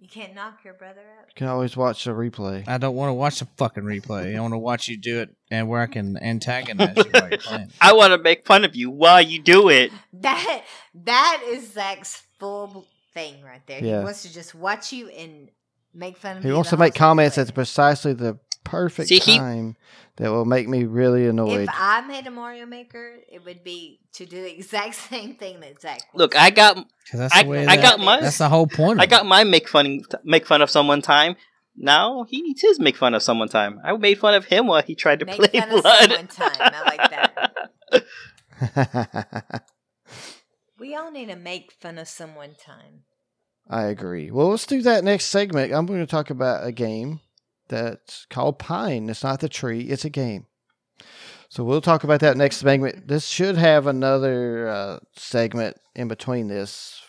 [SPEAKER 3] You can't knock your brother up.
[SPEAKER 1] You can always watch the replay.
[SPEAKER 2] I don't want to watch the fucking replay. I want to watch you do it and where I can antagonize you while you're playing.
[SPEAKER 5] I want to make fun of you while you do it.
[SPEAKER 3] That that is Zach's full bl- thing right there.
[SPEAKER 1] Yeah.
[SPEAKER 3] He wants to just watch you and make fun of
[SPEAKER 1] He
[SPEAKER 3] you
[SPEAKER 1] wants
[SPEAKER 3] the
[SPEAKER 1] to make
[SPEAKER 3] whole time you
[SPEAKER 1] comments
[SPEAKER 3] play.
[SPEAKER 1] at precisely the perfect
[SPEAKER 5] See, he-
[SPEAKER 1] time that will make me really annoyed.
[SPEAKER 3] If I made a Mario Maker, it would be to do the <laughs> exact same thing that Zach. was
[SPEAKER 5] Look, I got
[SPEAKER 2] 'Cause that's
[SPEAKER 5] I,
[SPEAKER 2] the way
[SPEAKER 5] I
[SPEAKER 2] that-
[SPEAKER 5] got my
[SPEAKER 2] That's the whole point. of
[SPEAKER 5] I
[SPEAKER 2] it.
[SPEAKER 5] got my make fun make fun of someone time. Now he needs his make fun of someone time. I made fun of him while he tried to
[SPEAKER 3] make
[SPEAKER 5] play
[SPEAKER 3] fun
[SPEAKER 5] blood.
[SPEAKER 3] of someone time. I like
[SPEAKER 5] <laughs>
[SPEAKER 3] that.
[SPEAKER 1] <laughs>
[SPEAKER 3] We all need to make fun of someone time.
[SPEAKER 1] I agree. Well, let's do that next segment. I'm going to talk about a game that's called Pine. It's not the tree, it's a game. So we'll talk about that next segment. This should have another uh, segment in between this.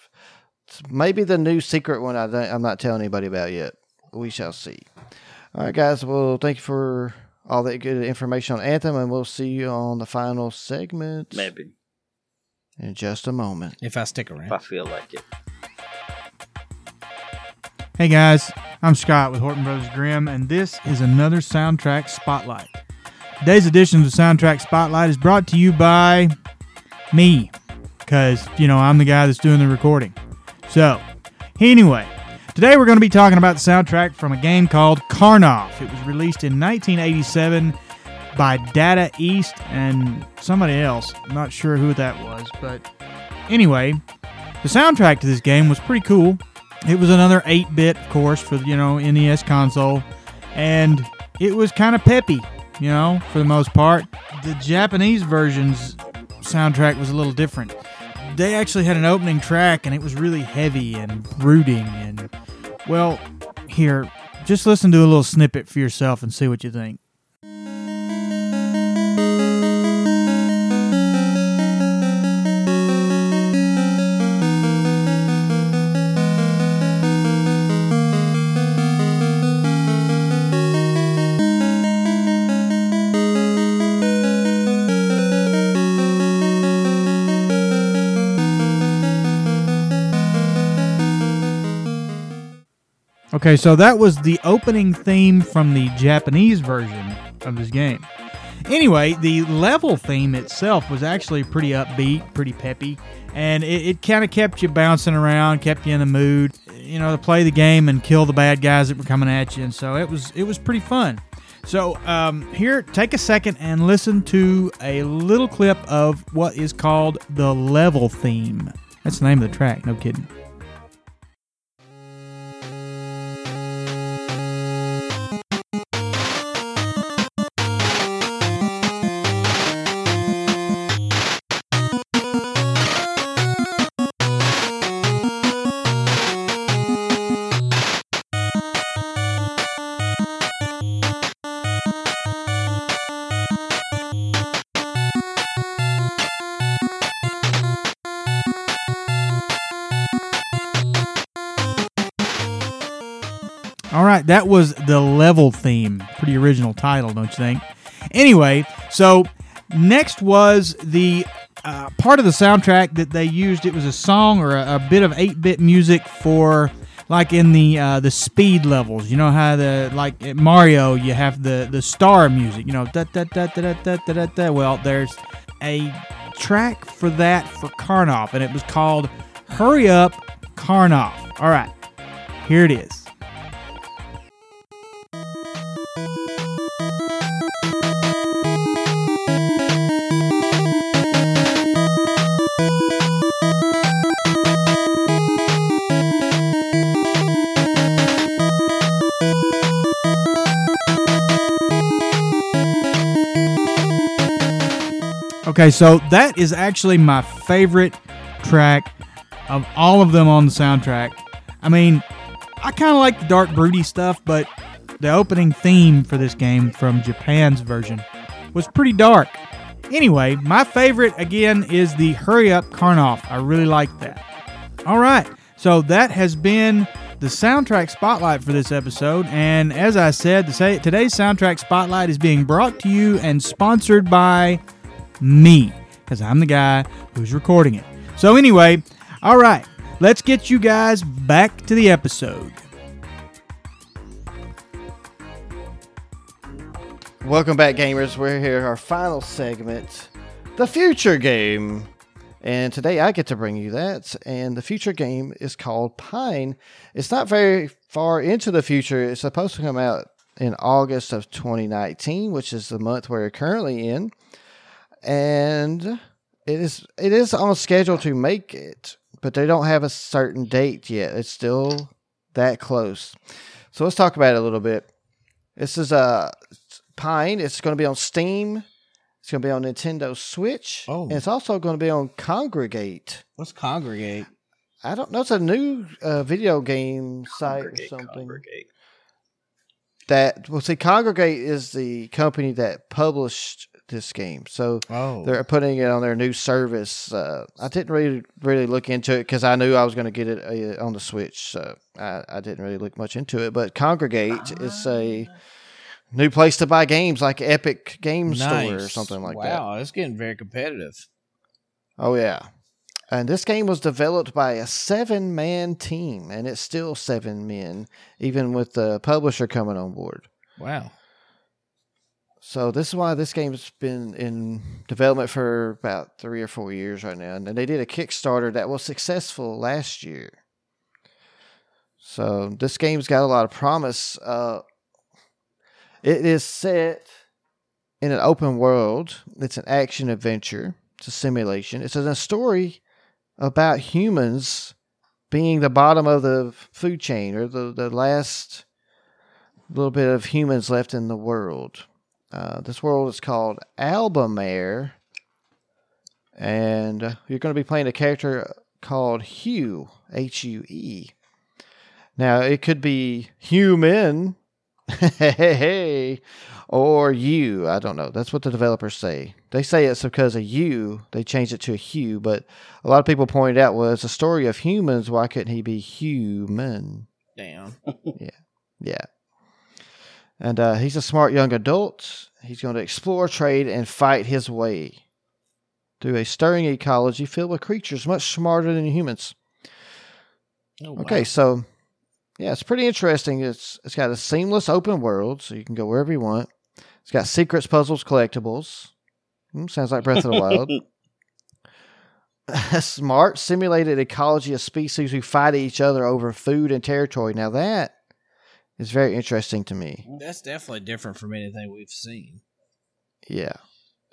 [SPEAKER 1] It's maybe the new secret one I don't, I'm not telling anybody about yet. We shall see. All right, guys. Well, thank you for all that good information on Anthem, and we'll see you on the final segment
[SPEAKER 5] Maybe
[SPEAKER 1] in just a moment.
[SPEAKER 2] if I stick around.
[SPEAKER 5] if I feel like it.
[SPEAKER 4] Hey guys, I'm Scott with Horton Brothers Grimm, and this is another Soundtrack Spotlight. Today's edition of the Soundtrack Spotlight is brought to you by me, because, you know, I'm the guy that's doing the recording. So, anyway, today we're going to be talking about the soundtrack from a game called Karnoff. It was released in 1987 by Data East and somebody else. I'm not sure who that was, but anyway, the soundtrack to this game was pretty cool. It was another 8 bit, of course, for the, you know, NES console, and it was kind of peppy, you know, for the most part. The Japanese version's soundtrack was a little different. They actually had an opening track, and it was really heavy and brooding. And, well, here, just listen to a little snippet for yourself and see what you think. Okay, so that was the opening theme from the Japanese version of this game. Anyway, the level theme itself was actually pretty upbeat, pretty peppy, and it, it kind of kept you bouncing around, kept you in the mood, you know, to play the game and kill the bad guys that were coming at you. And so it was it was pretty fun. So um, here, take a second and listen to a little clip of what is called the level theme. That's the name of the track. No kidding. All right, that was the level theme. Pretty original title, don't you think? Anyway, so next was the uh, part of the soundtrack that they used. It was a song or a, a bit of eight-bit music for, like in the uh, the speed levels. You know how the like at Mario, you have the the star music. You know da da da da da da da da. da. Well, there's a track for that for Karnoff, and it was called "Hurry Up, Karnoff." All right, here it is. Okay, so that is actually my favorite track of all of them on the soundtrack. I mean, I kind of like the dark, broody stuff, but the opening theme for this game from Japan's version was pretty dark. Anyway, my favorite again is the Hurry Up Karnoff. I really like that. All right, so that has been the soundtrack spotlight for this episode. And as I said, the sa- today's soundtrack spotlight is being brought to you and sponsored by me because I'm the guy who's recording it. So, anyway, all right, let's get you guys back to the episode.
[SPEAKER 1] Welcome back, gamers. We're here, our final segment, the future game. And today I get to bring you that. And the future game is called Pine. It's not very far into the future. It's supposed to come out in August of 2019, which is the month we're currently in. And it is it is on schedule to make it, but they don't have a certain date yet. It's still that close. So let's talk about it a little bit. This is a Pine. It's going to be on Steam. It's going to be on Nintendo Switch.
[SPEAKER 2] Oh.
[SPEAKER 1] And it's also going to be on Congregate.
[SPEAKER 2] Let's congregate.
[SPEAKER 1] I don't know. It's a new uh, video game site or something.
[SPEAKER 5] Congregate.
[SPEAKER 1] That well, see, Congregate is the company that published this game, so
[SPEAKER 2] Oh,
[SPEAKER 1] they're putting it on their new service. Uh, I didn't really really look into it because I knew I was going to get it uh, on the Switch, so I, I didn't really look much into it. But Congregate is a new place to buy games, like Epic Game Store or something like
[SPEAKER 2] wow,
[SPEAKER 1] that.
[SPEAKER 2] Wow, it's getting very competitive.
[SPEAKER 1] Oh yeah. And this game was developed by a seven man team, and it's still seven men, even with the publisher coming on board.
[SPEAKER 2] Wow.
[SPEAKER 1] So this is why this game's been in development for about three or four years right now, and they did a Kickstarter that was successful last year. So this game's got a lot of promise. Uh, it is set in an open world. It's an action adventure. It's a simulation. It's a story about humans being the bottom of the food chain or the, the last little bit of humans left in the world. Uh, this world is called Albamare, and uh, you're going to be playing a character called Hugh, H U E. Now, it could be human, <laughs> hey, or you. I don't know. That's what the developers say. They say it's because of you. They changed it to Hugh, but a lot of people pointed out, well, it's a story of humans. Why couldn't he be human?
[SPEAKER 2] Damn.
[SPEAKER 1] Yeah. And uh, he's a smart young adult. He's going to explore, trade, and fight his way through a stirring ecology filled with creatures much smarter than humans.
[SPEAKER 2] Oh, wow.
[SPEAKER 1] Okay, so yeah, it's pretty interesting. It's it's got a seamless open world, so you can go wherever you want. It's got secrets, puzzles, collectibles. Hmm, sounds like Breath of the Wild. <laughs> Smart simulated ecology of species who fight each other over food and territory. Now that is very interesting to me.
[SPEAKER 2] That's definitely different from anything we've seen.
[SPEAKER 1] Yeah.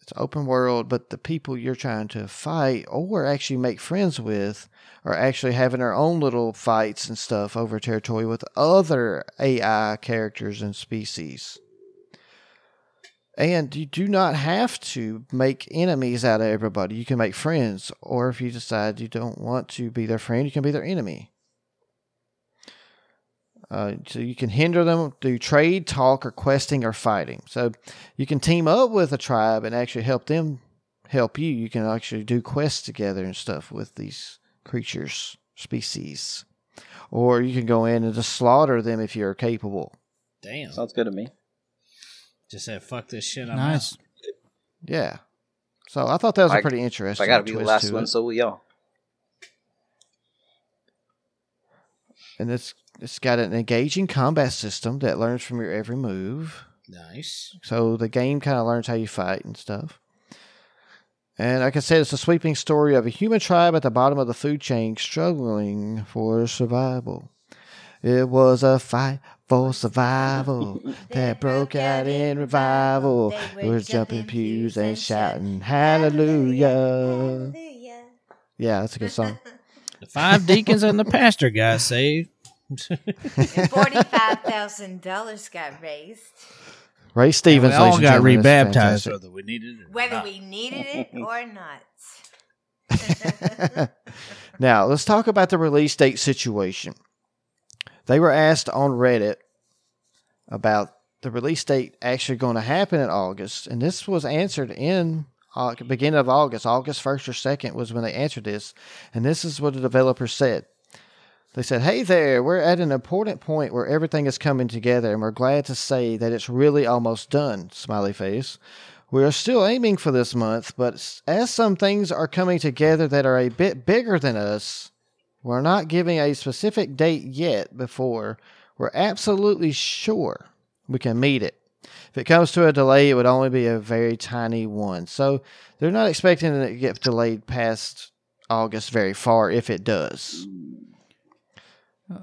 [SPEAKER 1] It's open world, but the people you're trying to fight or actually make friends with are actually having their own little fights and stuff over territory with other AI characters and species. And you do not have to make enemies out of everybody. You can make friends, or if you decide you don't want to be their friend, you can be their enemy. Uh, so you can hinder them through trade, talk, or questing or fighting. So you can team up with a tribe and actually help them help you. You can actually do quests together and stuff with these creatures, species. or you can go in and just slaughter them if you're capable.
[SPEAKER 2] Damn.
[SPEAKER 6] Sounds good to me.
[SPEAKER 2] Just said, fuck this shit. I'm out.
[SPEAKER 4] Nice.
[SPEAKER 1] Yeah. So I thought that was a
[SPEAKER 6] I-
[SPEAKER 1] pretty
[SPEAKER 6] If I
[SPEAKER 1] interesting.
[SPEAKER 6] gotta be the
[SPEAKER 1] twist
[SPEAKER 6] last
[SPEAKER 1] to
[SPEAKER 6] one,
[SPEAKER 1] it.
[SPEAKER 6] so will y'all.
[SPEAKER 1] and it's it's got an engaging combat system that learns from your every move.
[SPEAKER 2] Nice.
[SPEAKER 1] So the game kind of learns how you fight and stuff. And like I said, it's a sweeping story of a human tribe at the bottom of the food chain struggling for survival. It was a fight for <laughs> survival that broke out in revival. They were jumping pews and shouting hallelujah.
[SPEAKER 3] Hallelujah.
[SPEAKER 1] Yeah, that's a good song.
[SPEAKER 2] The five deacons and the pastor
[SPEAKER 1] <laughs>
[SPEAKER 2] got saved.
[SPEAKER 3] Forty-five thousand dollars got raised.
[SPEAKER 1] Ray Stevens,
[SPEAKER 2] we all
[SPEAKER 1] ladies and
[SPEAKER 2] got
[SPEAKER 1] gentlemen, that's
[SPEAKER 2] rebaptized,
[SPEAKER 1] fantastic.
[SPEAKER 2] whether we needed it. Or
[SPEAKER 3] Whether
[SPEAKER 2] not.
[SPEAKER 3] we needed it or not.
[SPEAKER 1] now, let's talk about the release date situation. They were asked on Reddit about the release date actually going to happen in August, and this was answered in uh, beginning of August. August 1st or 2nd was when they answered this, and this is what the developer said. They said, Hey there, we're at an important point where everything is coming together, and we're glad to say that it's really almost done. Smiley face. We are still aiming for this month, but s- as some things are coming together that are a bit bigger than us, we're not giving a specific date yet before we're absolutely sure we can meet it. If it comes to a delay, it would only be a very tiny one. So they're not expecting it to get delayed past August very far if it does.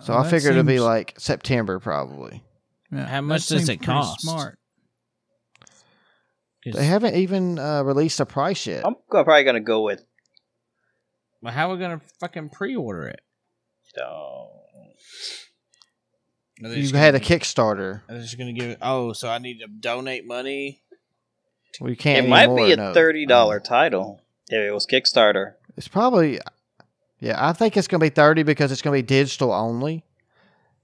[SPEAKER 1] So I
[SPEAKER 4] that
[SPEAKER 1] figured it'd be
[SPEAKER 4] seems-
[SPEAKER 1] like September probably.
[SPEAKER 4] yeah,
[SPEAKER 2] How
[SPEAKER 4] that
[SPEAKER 2] much does
[SPEAKER 4] seems
[SPEAKER 2] it
[SPEAKER 4] pretty
[SPEAKER 2] cost?
[SPEAKER 4] Smart.
[SPEAKER 2] 'Cause-
[SPEAKER 1] They haven't even uh, released a price yet.
[SPEAKER 6] I'm go- probably gonna go with.
[SPEAKER 2] Well, how are we going to fucking pre order it?
[SPEAKER 6] Uh,
[SPEAKER 5] um,
[SPEAKER 2] Are they
[SPEAKER 1] You
[SPEAKER 2] just
[SPEAKER 1] had
[SPEAKER 2] gonna
[SPEAKER 1] a
[SPEAKER 2] give-
[SPEAKER 1] Kickstarter.
[SPEAKER 2] Are they just going to give it? Oh, so I need to donate money?
[SPEAKER 1] We can't.
[SPEAKER 6] it might
[SPEAKER 1] anymore,
[SPEAKER 6] be a
[SPEAKER 1] no.
[SPEAKER 6] thirty dollar title if it was Kickstarter.
[SPEAKER 1] It's probably, yeah, I think it's going to be 30 because it's going to be digital only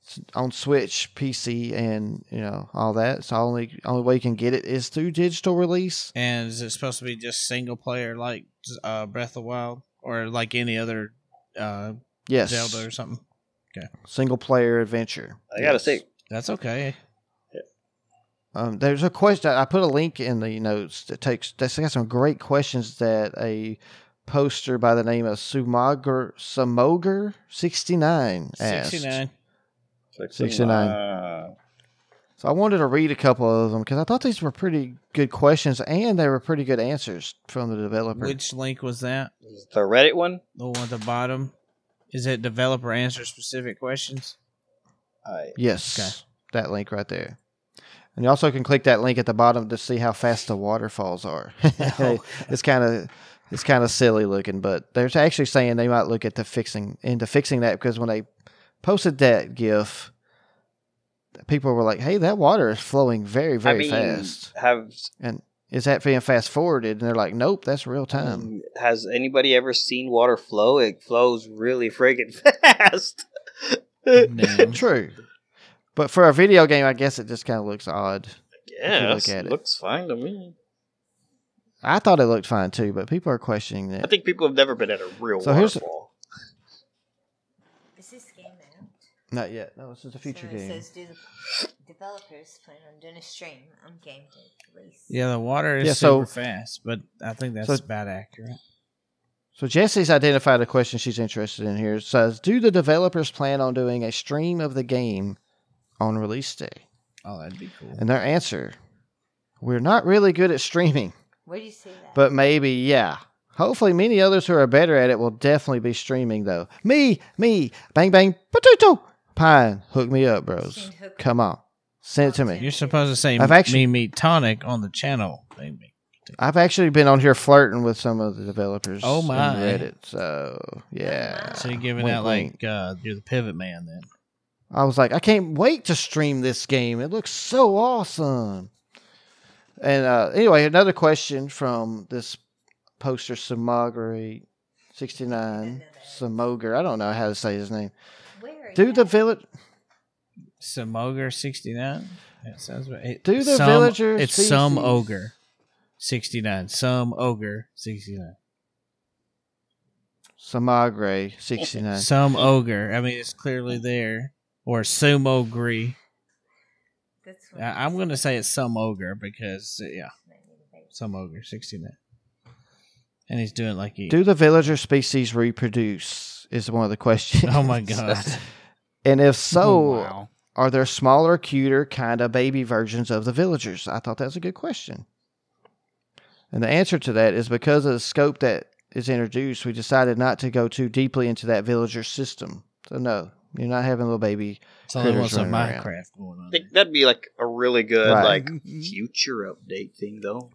[SPEAKER 1] It's on Switch, PC, and, you know, all that. So only only way you can get it is through digital release.
[SPEAKER 2] And is it supposed to be just single player like uh, Breath of Wild or like any other uh,
[SPEAKER 1] Yes.
[SPEAKER 2] Zelda or something?
[SPEAKER 1] Single player adventure.
[SPEAKER 6] I gotta say,
[SPEAKER 2] That's okay.
[SPEAKER 1] Um, there's a question. I put a link in the notes that takes. That's got some great questions that a poster by the name of Sumager Samoger sixty nine asked.
[SPEAKER 2] 69.
[SPEAKER 1] 69.
[SPEAKER 6] Uh,
[SPEAKER 1] So I wanted to read a couple of them because I thought these were pretty good questions and they were pretty good answers from the developer.
[SPEAKER 2] Which link was that?
[SPEAKER 6] the Reddit one.
[SPEAKER 2] The one at the bottom? Is it developer answer specific questions?
[SPEAKER 6] I
[SPEAKER 1] yes, that link right there. And you also can click that link at the bottom to see how fast the
[SPEAKER 6] <laughs>
[SPEAKER 1] waterfalls are. <laughs> it's kind of it's kind of silly looking, but they're actually saying they might look at the fixing into fixing that because when they posted that GIF, people were like, "Hey, that water is flowing very very
[SPEAKER 6] I mean,
[SPEAKER 1] fast."
[SPEAKER 6] have
[SPEAKER 1] And is that being fast forwarded? And they're like, "Nope, that's real time."
[SPEAKER 6] has anybody ever seen water flow? It flows really
[SPEAKER 5] <laughs>
[SPEAKER 6] friggin' fast.
[SPEAKER 2] Damn.
[SPEAKER 1] True. But for a video game, I guess it just kind of looks odd.
[SPEAKER 5] Yeah,
[SPEAKER 1] look at it.
[SPEAKER 5] looks fine to me.
[SPEAKER 1] I thought it looked fine too, but people are questioning
[SPEAKER 5] I
[SPEAKER 1] that.
[SPEAKER 5] think people have never been at a real
[SPEAKER 1] So here's-
[SPEAKER 5] waterfall.
[SPEAKER 3] Is this game out?
[SPEAKER 1] Not yet. No, this is a future
[SPEAKER 3] so it
[SPEAKER 1] game.
[SPEAKER 3] says do the developers plan on doing a stream on game day release.
[SPEAKER 2] Yeah, the water is
[SPEAKER 1] Yeah, so-
[SPEAKER 2] super fast, but I think that's
[SPEAKER 1] So-
[SPEAKER 2] about accurate.
[SPEAKER 1] So Jesse's identified a question she's interested in here. It says, "Do the developers plan on doing a stream of the game on release day?"
[SPEAKER 2] Oh, that'd be cool.
[SPEAKER 1] And their answer: We're not really good at streaming,
[SPEAKER 3] Where do you see that?
[SPEAKER 1] but maybe yeah. Hopefully, many others who are better at it will definitely be streaming though. Me, me, bang bang, potato, pine, hook me up, bros. Come on, send it to me.
[SPEAKER 2] You're supposed to say
[SPEAKER 1] I've actually-
[SPEAKER 2] me meet tonic on the channel. Maybe.
[SPEAKER 1] I've actually been on here flirting with some of the developers.
[SPEAKER 2] Oh,
[SPEAKER 1] on
[SPEAKER 2] my.
[SPEAKER 1] Reddit. So yeah.
[SPEAKER 2] So you're giving
[SPEAKER 1] Wink,
[SPEAKER 2] out
[SPEAKER 1] wink.
[SPEAKER 2] like uh, you're the pivot man then.
[SPEAKER 1] I was like, I can't wait to stream this game. It looks so awesome. And uh, anyway, another question from this poster Samagri sixty nine Samoger. I don't know how to say his name.
[SPEAKER 3] Where are
[SPEAKER 1] Do
[SPEAKER 3] you
[SPEAKER 1] the
[SPEAKER 3] at?
[SPEAKER 1] village
[SPEAKER 2] Samoger sixty nine. That sounds right. It-
[SPEAKER 1] Do the
[SPEAKER 2] some-
[SPEAKER 1] villagers
[SPEAKER 2] It's some
[SPEAKER 1] feces-
[SPEAKER 2] ogre sixty nine. Some ogre sixty nine.
[SPEAKER 1] Samagre
[SPEAKER 2] <laughs>
[SPEAKER 1] 69.
[SPEAKER 2] Some ogre. I mean, it's clearly there. Or sumo gree.
[SPEAKER 3] That's what
[SPEAKER 2] I- I'm going to say it's some ogre because, uh, yeah, some ogre, 69. And he's doing like he.
[SPEAKER 1] Do the villager species reproduce? Is one of the questions.
[SPEAKER 2] <laughs>
[SPEAKER 1] <laughs>
[SPEAKER 2] Oh my God. Oh,
[SPEAKER 1] And if so,
[SPEAKER 4] wow.
[SPEAKER 1] are there smaller, cuter, kind of baby versions of the villagers? I thought that was a good question. And the answer to that is because of the scope that is introduced, we decided not to go too deeply into that villager system. So, no, you're not having little baby.
[SPEAKER 2] It's all there was
[SPEAKER 1] critters
[SPEAKER 2] of
[SPEAKER 1] running around.
[SPEAKER 2] Minecraft going on.
[SPEAKER 5] I think that'd be like a really good
[SPEAKER 1] Right. <laughs>
[SPEAKER 5] like future update thing though.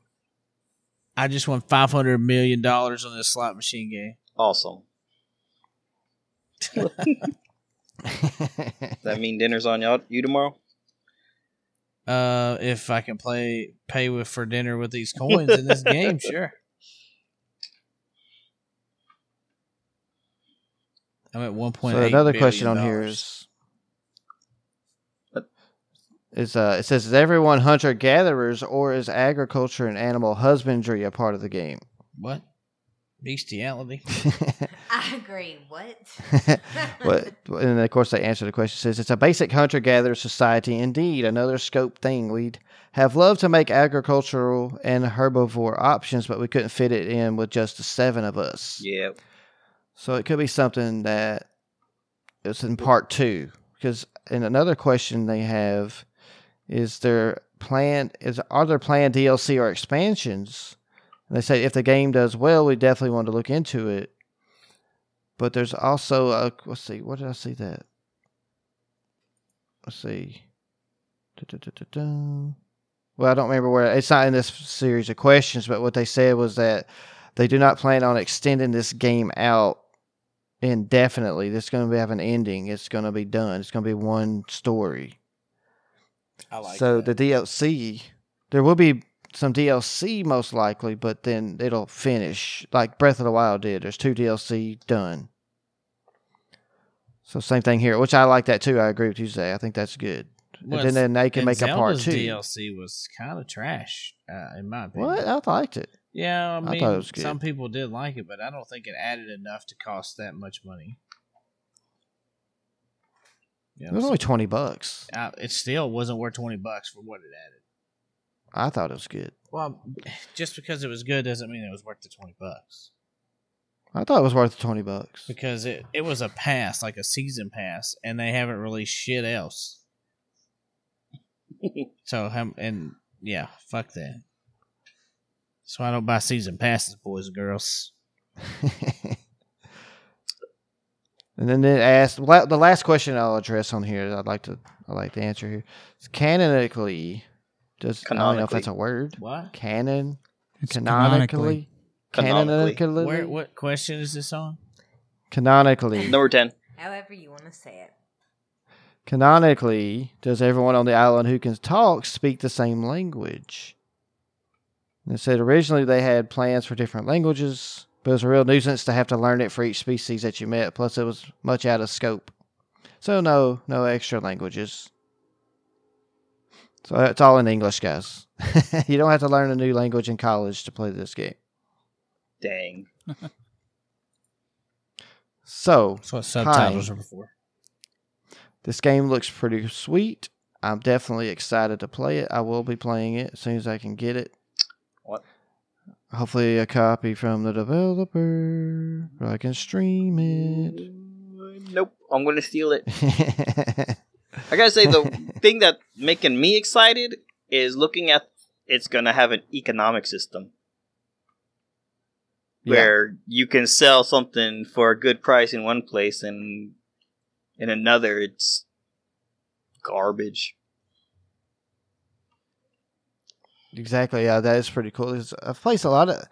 [SPEAKER 2] I just won $500 million on this slot machine game.
[SPEAKER 5] Awesome. Does that mean dinner's on y'all you tomorrow?
[SPEAKER 2] Uh, if I can play pay with for dinner with these coins in
[SPEAKER 1] <laughs>
[SPEAKER 2] this game, sure. I'm at one
[SPEAKER 1] <laughs>
[SPEAKER 2] point.
[SPEAKER 1] so another question on here is is uh it says is everyone hunter gatherers or is agriculture and animal husbandry a part of the game? <laughs>
[SPEAKER 2] what bestiality.
[SPEAKER 3] I agree. What?
[SPEAKER 1] what, and then, of course they answer the question says it's a basic hunter gatherer society indeed another scope thing we'd have loved to make agricultural and herbivore options but we couldn't fit it in with just the seven of us
[SPEAKER 5] Yeah.
[SPEAKER 1] so it could be something that it's in part two. Because and another question they have is there planned is are there planned DLC or expansions? And they say if the game does well, we definitely want to look into it. But there's also a, let's see, what did I see that? Let's see. Du-du-du-du-du. Well, I don't remember where it's not in this series of questions, but what they said was that they do not plan on extending this game out indefinitely. This is going to have an ending. It's going to be done. It's going to be one story.
[SPEAKER 2] I like
[SPEAKER 1] so
[SPEAKER 2] that.
[SPEAKER 1] the DLC, there will be some DLC most likely, but then it'll finish like Breath of the Wild did. There's two DLC done. So same thing here, which I like that too. I agree with you, Zay. I think that's good.
[SPEAKER 2] Well,
[SPEAKER 1] and then they can
[SPEAKER 2] and
[SPEAKER 1] make a part
[SPEAKER 2] Zelda's
[SPEAKER 1] two.
[SPEAKER 2] DLC was kind of trash, uh, in my opinion.
[SPEAKER 1] What? I liked it.
[SPEAKER 2] Yeah, I
[SPEAKER 1] thought
[SPEAKER 2] mean,
[SPEAKER 1] it was good.
[SPEAKER 2] some people did like it, but I don't think it added enough to cost that much money. Yeah,
[SPEAKER 1] It was
[SPEAKER 2] so-
[SPEAKER 1] only twenty bucks.
[SPEAKER 2] uh, it still wasn't worth twenty bucks for what it added.
[SPEAKER 1] I thought it was good.
[SPEAKER 2] Well, <sighs> just because it was good doesn't mean it was worth the twenty bucks.
[SPEAKER 1] I thought it was worth the twenty bucks.
[SPEAKER 2] Because it, it was a pass, like a season pass, and they haven't released shit else. so hum- and yeah, fuck that. So I don't buy season passes, boys and girls.
[SPEAKER 1] <laughs> and then it asked la- the last question I'll address on here. that I'd like to I like to answer here. It's canonically, just I don't know if
[SPEAKER 5] Canonically.
[SPEAKER 1] that's a word.
[SPEAKER 2] What?
[SPEAKER 1] Canon,
[SPEAKER 4] It's
[SPEAKER 1] canonically,
[SPEAKER 5] Canonically.
[SPEAKER 1] canonically,
[SPEAKER 2] Where? What question is this on?
[SPEAKER 1] canonically,
[SPEAKER 5] Number ten.
[SPEAKER 3] However you want to say it.
[SPEAKER 1] canonically. Does everyone on the island who can talk speak the same language? And it said originally they had plans for different languages, but it was a real nuisance to have to learn it for each species that you met. Plus, it was much out of scope. So no, no extra languages. So it's all in English, guys. <laughs> you don't have to learn a new language in college to play this game.
[SPEAKER 5] Dang.
[SPEAKER 1] So
[SPEAKER 2] That's what subtitles are for.
[SPEAKER 1] this game looks pretty sweet. I'm definitely excited to play it. I will be playing it as soon as I can get it.
[SPEAKER 5] What?
[SPEAKER 1] Hopefully, a copy from the developer. Or I can stream it.
[SPEAKER 5] Nope. I'm gonna steal it. I gotta say the
[SPEAKER 1] <laughs>
[SPEAKER 5] thing that making me excited is looking at it's gonna have an economic system
[SPEAKER 1] Yeah.
[SPEAKER 5] where you can sell something for a good price in one place and in another it's garbage.
[SPEAKER 1] Exactly. Yeah, that is pretty cool. There's- I've played a lot of.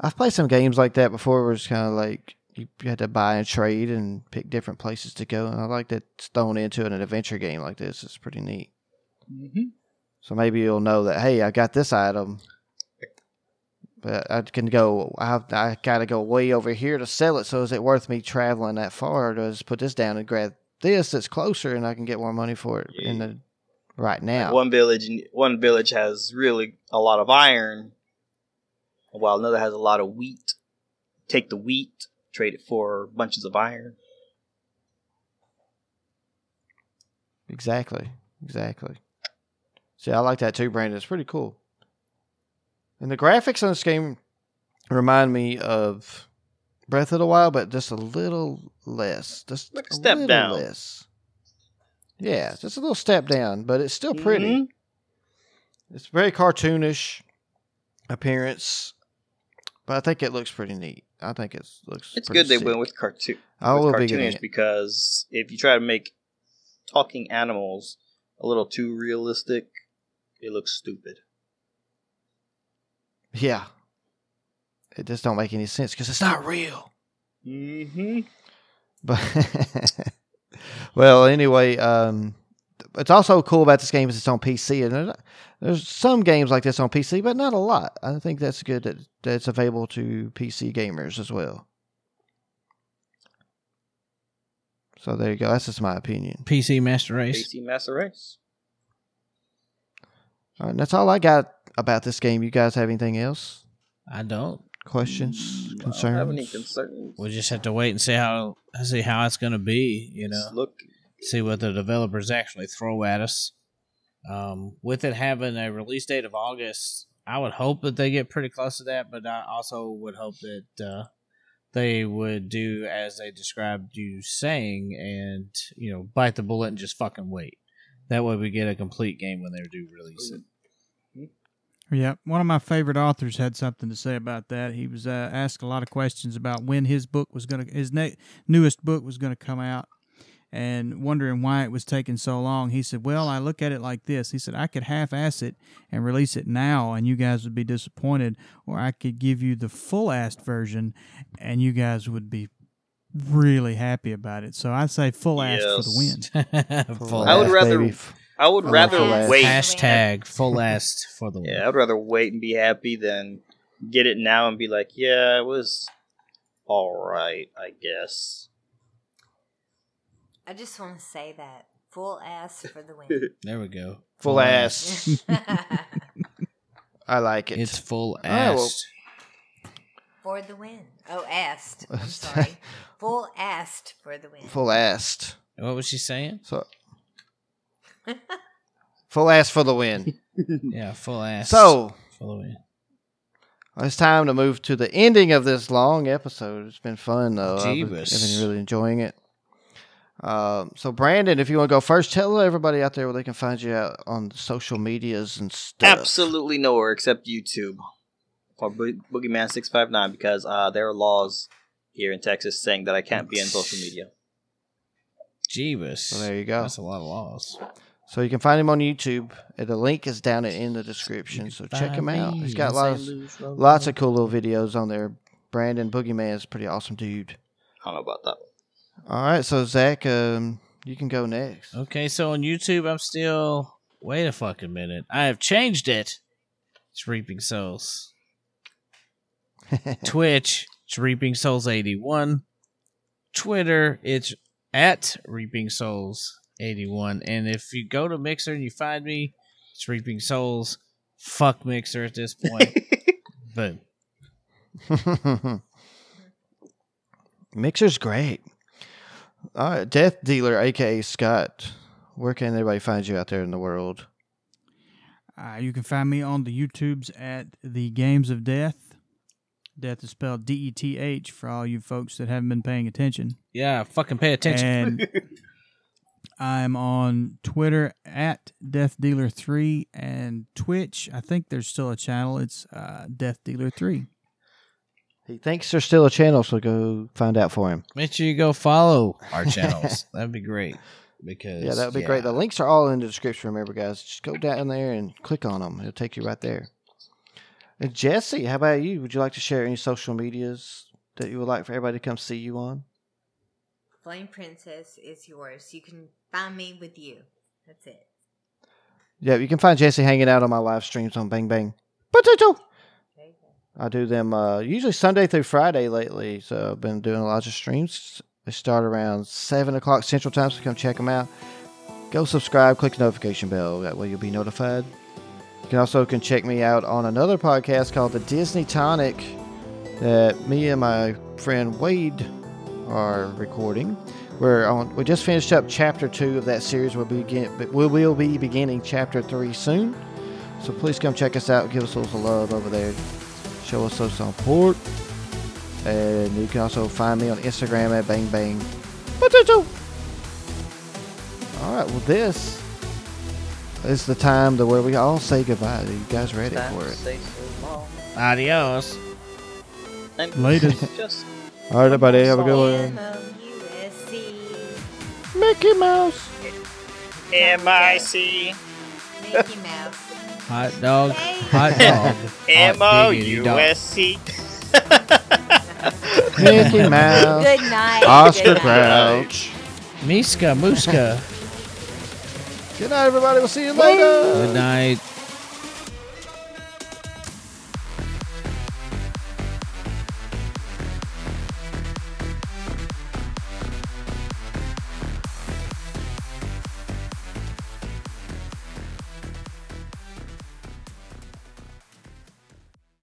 [SPEAKER 1] I've played some games like that before where it's kind of like you you had to buy and trade and pick different places to go. And I like that it's thrown into an adventure game like this. It's pretty neat. So maybe you'll know that hey, I got this item, but I can go. I I gotta go way over here to sell it. So is it worth me traveling that far? Or do I just put this down and grab this that's closer, and I can get more money for it in the right now?
[SPEAKER 5] One village one village has really a lot of iron, while another has a lot of wheat. Take the wheat, trade it for bunches of iron.
[SPEAKER 1] Exactly. Exactly. See, I like that too, Brandon. It's pretty cool. And the graphics on this game remind me of Breath of the Wild, but just a little less. Just
[SPEAKER 5] Like a step
[SPEAKER 1] little
[SPEAKER 5] down.
[SPEAKER 1] Less. Yeah, just a little step down, but it's still Oh, pretty.
[SPEAKER 5] Mhm. Mm-hmm.
[SPEAKER 1] It's very cartoonish appearance, but I think it looks pretty neat. I think it looks.
[SPEAKER 5] It's
[SPEAKER 1] pretty
[SPEAKER 5] good they
[SPEAKER 1] sick.
[SPEAKER 5] went with cartoon.
[SPEAKER 1] I will
[SPEAKER 5] with
[SPEAKER 1] be getting
[SPEAKER 5] cartoonish
[SPEAKER 1] it.
[SPEAKER 5] because if you try to make talking animals a little too realistic, it looks stupid.
[SPEAKER 1] Yeah, it just don't make any sense because it's not real.
[SPEAKER 5] Mm-hmm.
[SPEAKER 1] But <laughs> well, anyway, um, it's also cool about this game is it's on PC, and there- there's some games like this on PC, but not a lot. I think that's good that that's available to PC gamers as well. So there you go. That's just my opinion.
[SPEAKER 2] PC Master Race.
[SPEAKER 5] AC Master Race.
[SPEAKER 1] All right, and that's all I got about this game. You guys have anything else?
[SPEAKER 2] I don't.
[SPEAKER 1] Questions,
[SPEAKER 5] Mm, I
[SPEAKER 1] concerns?
[SPEAKER 5] don't have any concerns.
[SPEAKER 2] We'll just have to wait and see how see how it's gonna be. You know,
[SPEAKER 5] Just look,
[SPEAKER 2] see what the developers actually throw at us. Um, with it having a release date of August, I would hope that they get pretty close to that, but I also would hope that uh, they would do as they described you saying and, you know, bite the bullet and just fucking wait. That way we get a complete game when they do release it.
[SPEAKER 4] Yeah, one of my favorite authors had something to say about that. He was uh, asked a lot of questions about when his book was going to his ne- newest book was going to come out and wondering why it was taking so long. He said, "Well, I look at it like this." He said, "I could half-ass it and release it now and you guys would be disappointed, or I could give you the full-assed version and you guys would be really happy about it." So I say full-assed for the
[SPEAKER 5] Yes.
[SPEAKER 2] <laughs>
[SPEAKER 4] win.
[SPEAKER 2] full
[SPEAKER 5] I would
[SPEAKER 1] Yes,
[SPEAKER 2] ass.
[SPEAKER 5] rather-
[SPEAKER 1] baby.
[SPEAKER 5] I would
[SPEAKER 1] Oh,
[SPEAKER 5] rather
[SPEAKER 1] full ass.
[SPEAKER 5] wait. <laughs>
[SPEAKER 2] Hashtag full ass for the win.
[SPEAKER 5] Yeah, I'd rather wait and be happy than get it now and be like, yeah, it was all right, I guess.
[SPEAKER 3] I just want to say that full ass for the win.
[SPEAKER 1] <laughs>
[SPEAKER 2] There we go.
[SPEAKER 1] full ass. I like it.
[SPEAKER 2] It's full
[SPEAKER 5] Oh,
[SPEAKER 1] All right,
[SPEAKER 2] ass.
[SPEAKER 1] well-
[SPEAKER 3] for the win. Oh, assed.
[SPEAKER 1] <laughs>
[SPEAKER 3] I'm sorry. Full assed for the win.
[SPEAKER 1] full assed.
[SPEAKER 2] What was she saying?
[SPEAKER 1] So full ass for the win.
[SPEAKER 2] Yeah, full ass.
[SPEAKER 1] So
[SPEAKER 2] for the win.
[SPEAKER 1] it's time to move to the ending of this long episode. It's been fun though. I've been- I've
[SPEAKER 2] Jeebus.
[SPEAKER 1] been really enjoying it. Um, so Brandon, if you want to go first, tell everybody out there where they can find you out on social medias and stuff.
[SPEAKER 5] Absolutely nowhere except YouTube or Bo- Boogeyman six five nine because uh, there are laws here in Texas saying that I can't be on social media.
[SPEAKER 2] Jeebus.
[SPEAKER 1] So there you go.
[SPEAKER 2] That's a lot of laws.
[SPEAKER 1] So you can find him on YouTube. And the link is down in the description. So check him out. He's got lots, lots of cool little videos on there. Brandon Boogeyman is a pretty awesome dude.
[SPEAKER 5] I don't know about that.
[SPEAKER 1] All right, so Zach, um, you can go next.
[SPEAKER 2] Okay, so on YouTube, I'm still. Wait a fucking minute. I have changed it. It's
[SPEAKER 1] <laughs>
[SPEAKER 2] Reaping Souls. Twitch, it's Reaping Souls 81. Twitter, it's at Reaping Souls 81. And if you go to Mixer and you find me, it's Reaping Souls. Fuck Mixer at
[SPEAKER 1] <laughs>
[SPEAKER 2] this point. but
[SPEAKER 1] Mixer's great. All right, Death Dealer, aka Scott. Where can everybody find you out there in the world?
[SPEAKER 4] Uh, you can find me on the YouTubes at the Games of Death. Death is spelled D E T H for all you folks that haven't been paying attention.
[SPEAKER 2] yeah, fucking pay attention.
[SPEAKER 4] And I'm on Twitter at Death Dealer Three and Twitch. I think there's still a channel. It's uh, Death Dealer Three.
[SPEAKER 1] He thinks there's still a channel, so go find out for him.
[SPEAKER 2] Make sure you go follow our channels. That'd be great. Because
[SPEAKER 1] Yeah, that would be great. The links are all in the description. Remember, guys, just go down there and click on them. It'll take you right there. And Jesse, how about you? Would you like to share any social medias that you would like for everybody to come see you on?
[SPEAKER 3] Flame Princess is yours. You can find me with you. That's it.
[SPEAKER 1] Yeah, you can find Jesse hanging out on my live streams on Bang Bang Potato.
[SPEAKER 3] There you go.
[SPEAKER 1] I do them uh, usually Sunday through Friday lately. So I've been doing a lot of streams. They start around 7 o'clock Central Time, so come check them out. Go subscribe, click the notification bell. That way you'll be notified. You can also can check me out on another podcast called The Disney Tonic. that me and my friend Wade are recording. We're on. We just finished up chapter two of that series. We'll begin. But we will be beginning chapter three soon. So please come check us out. Give us a little love over there. Show us some support. And you can also find me on Instagram at Bang Bang Potato. All right. Well, this is the time to where we all say goodbye. Are you guys ready
[SPEAKER 6] Time
[SPEAKER 1] for
[SPEAKER 6] to
[SPEAKER 1] it?
[SPEAKER 6] say so long.
[SPEAKER 2] Adios.
[SPEAKER 5] And
[SPEAKER 4] Later.
[SPEAKER 5] Just
[SPEAKER 1] All right, everybody. Have a good one.
[SPEAKER 3] M-O-U-S-E.
[SPEAKER 1] Mickey Mouse.
[SPEAKER 5] M I C
[SPEAKER 3] Mickey Mouse.
[SPEAKER 2] Hot dog.
[SPEAKER 3] Hey.
[SPEAKER 2] Hot dog.
[SPEAKER 5] <laughs> M O U S C.
[SPEAKER 1] Mickey Mouse.
[SPEAKER 3] Good night.
[SPEAKER 1] Oscar
[SPEAKER 3] Good night.
[SPEAKER 1] Crouch.
[SPEAKER 2] Miska Muska.
[SPEAKER 1] <laughs> Good night, everybody. We'll see you later.
[SPEAKER 2] Good night.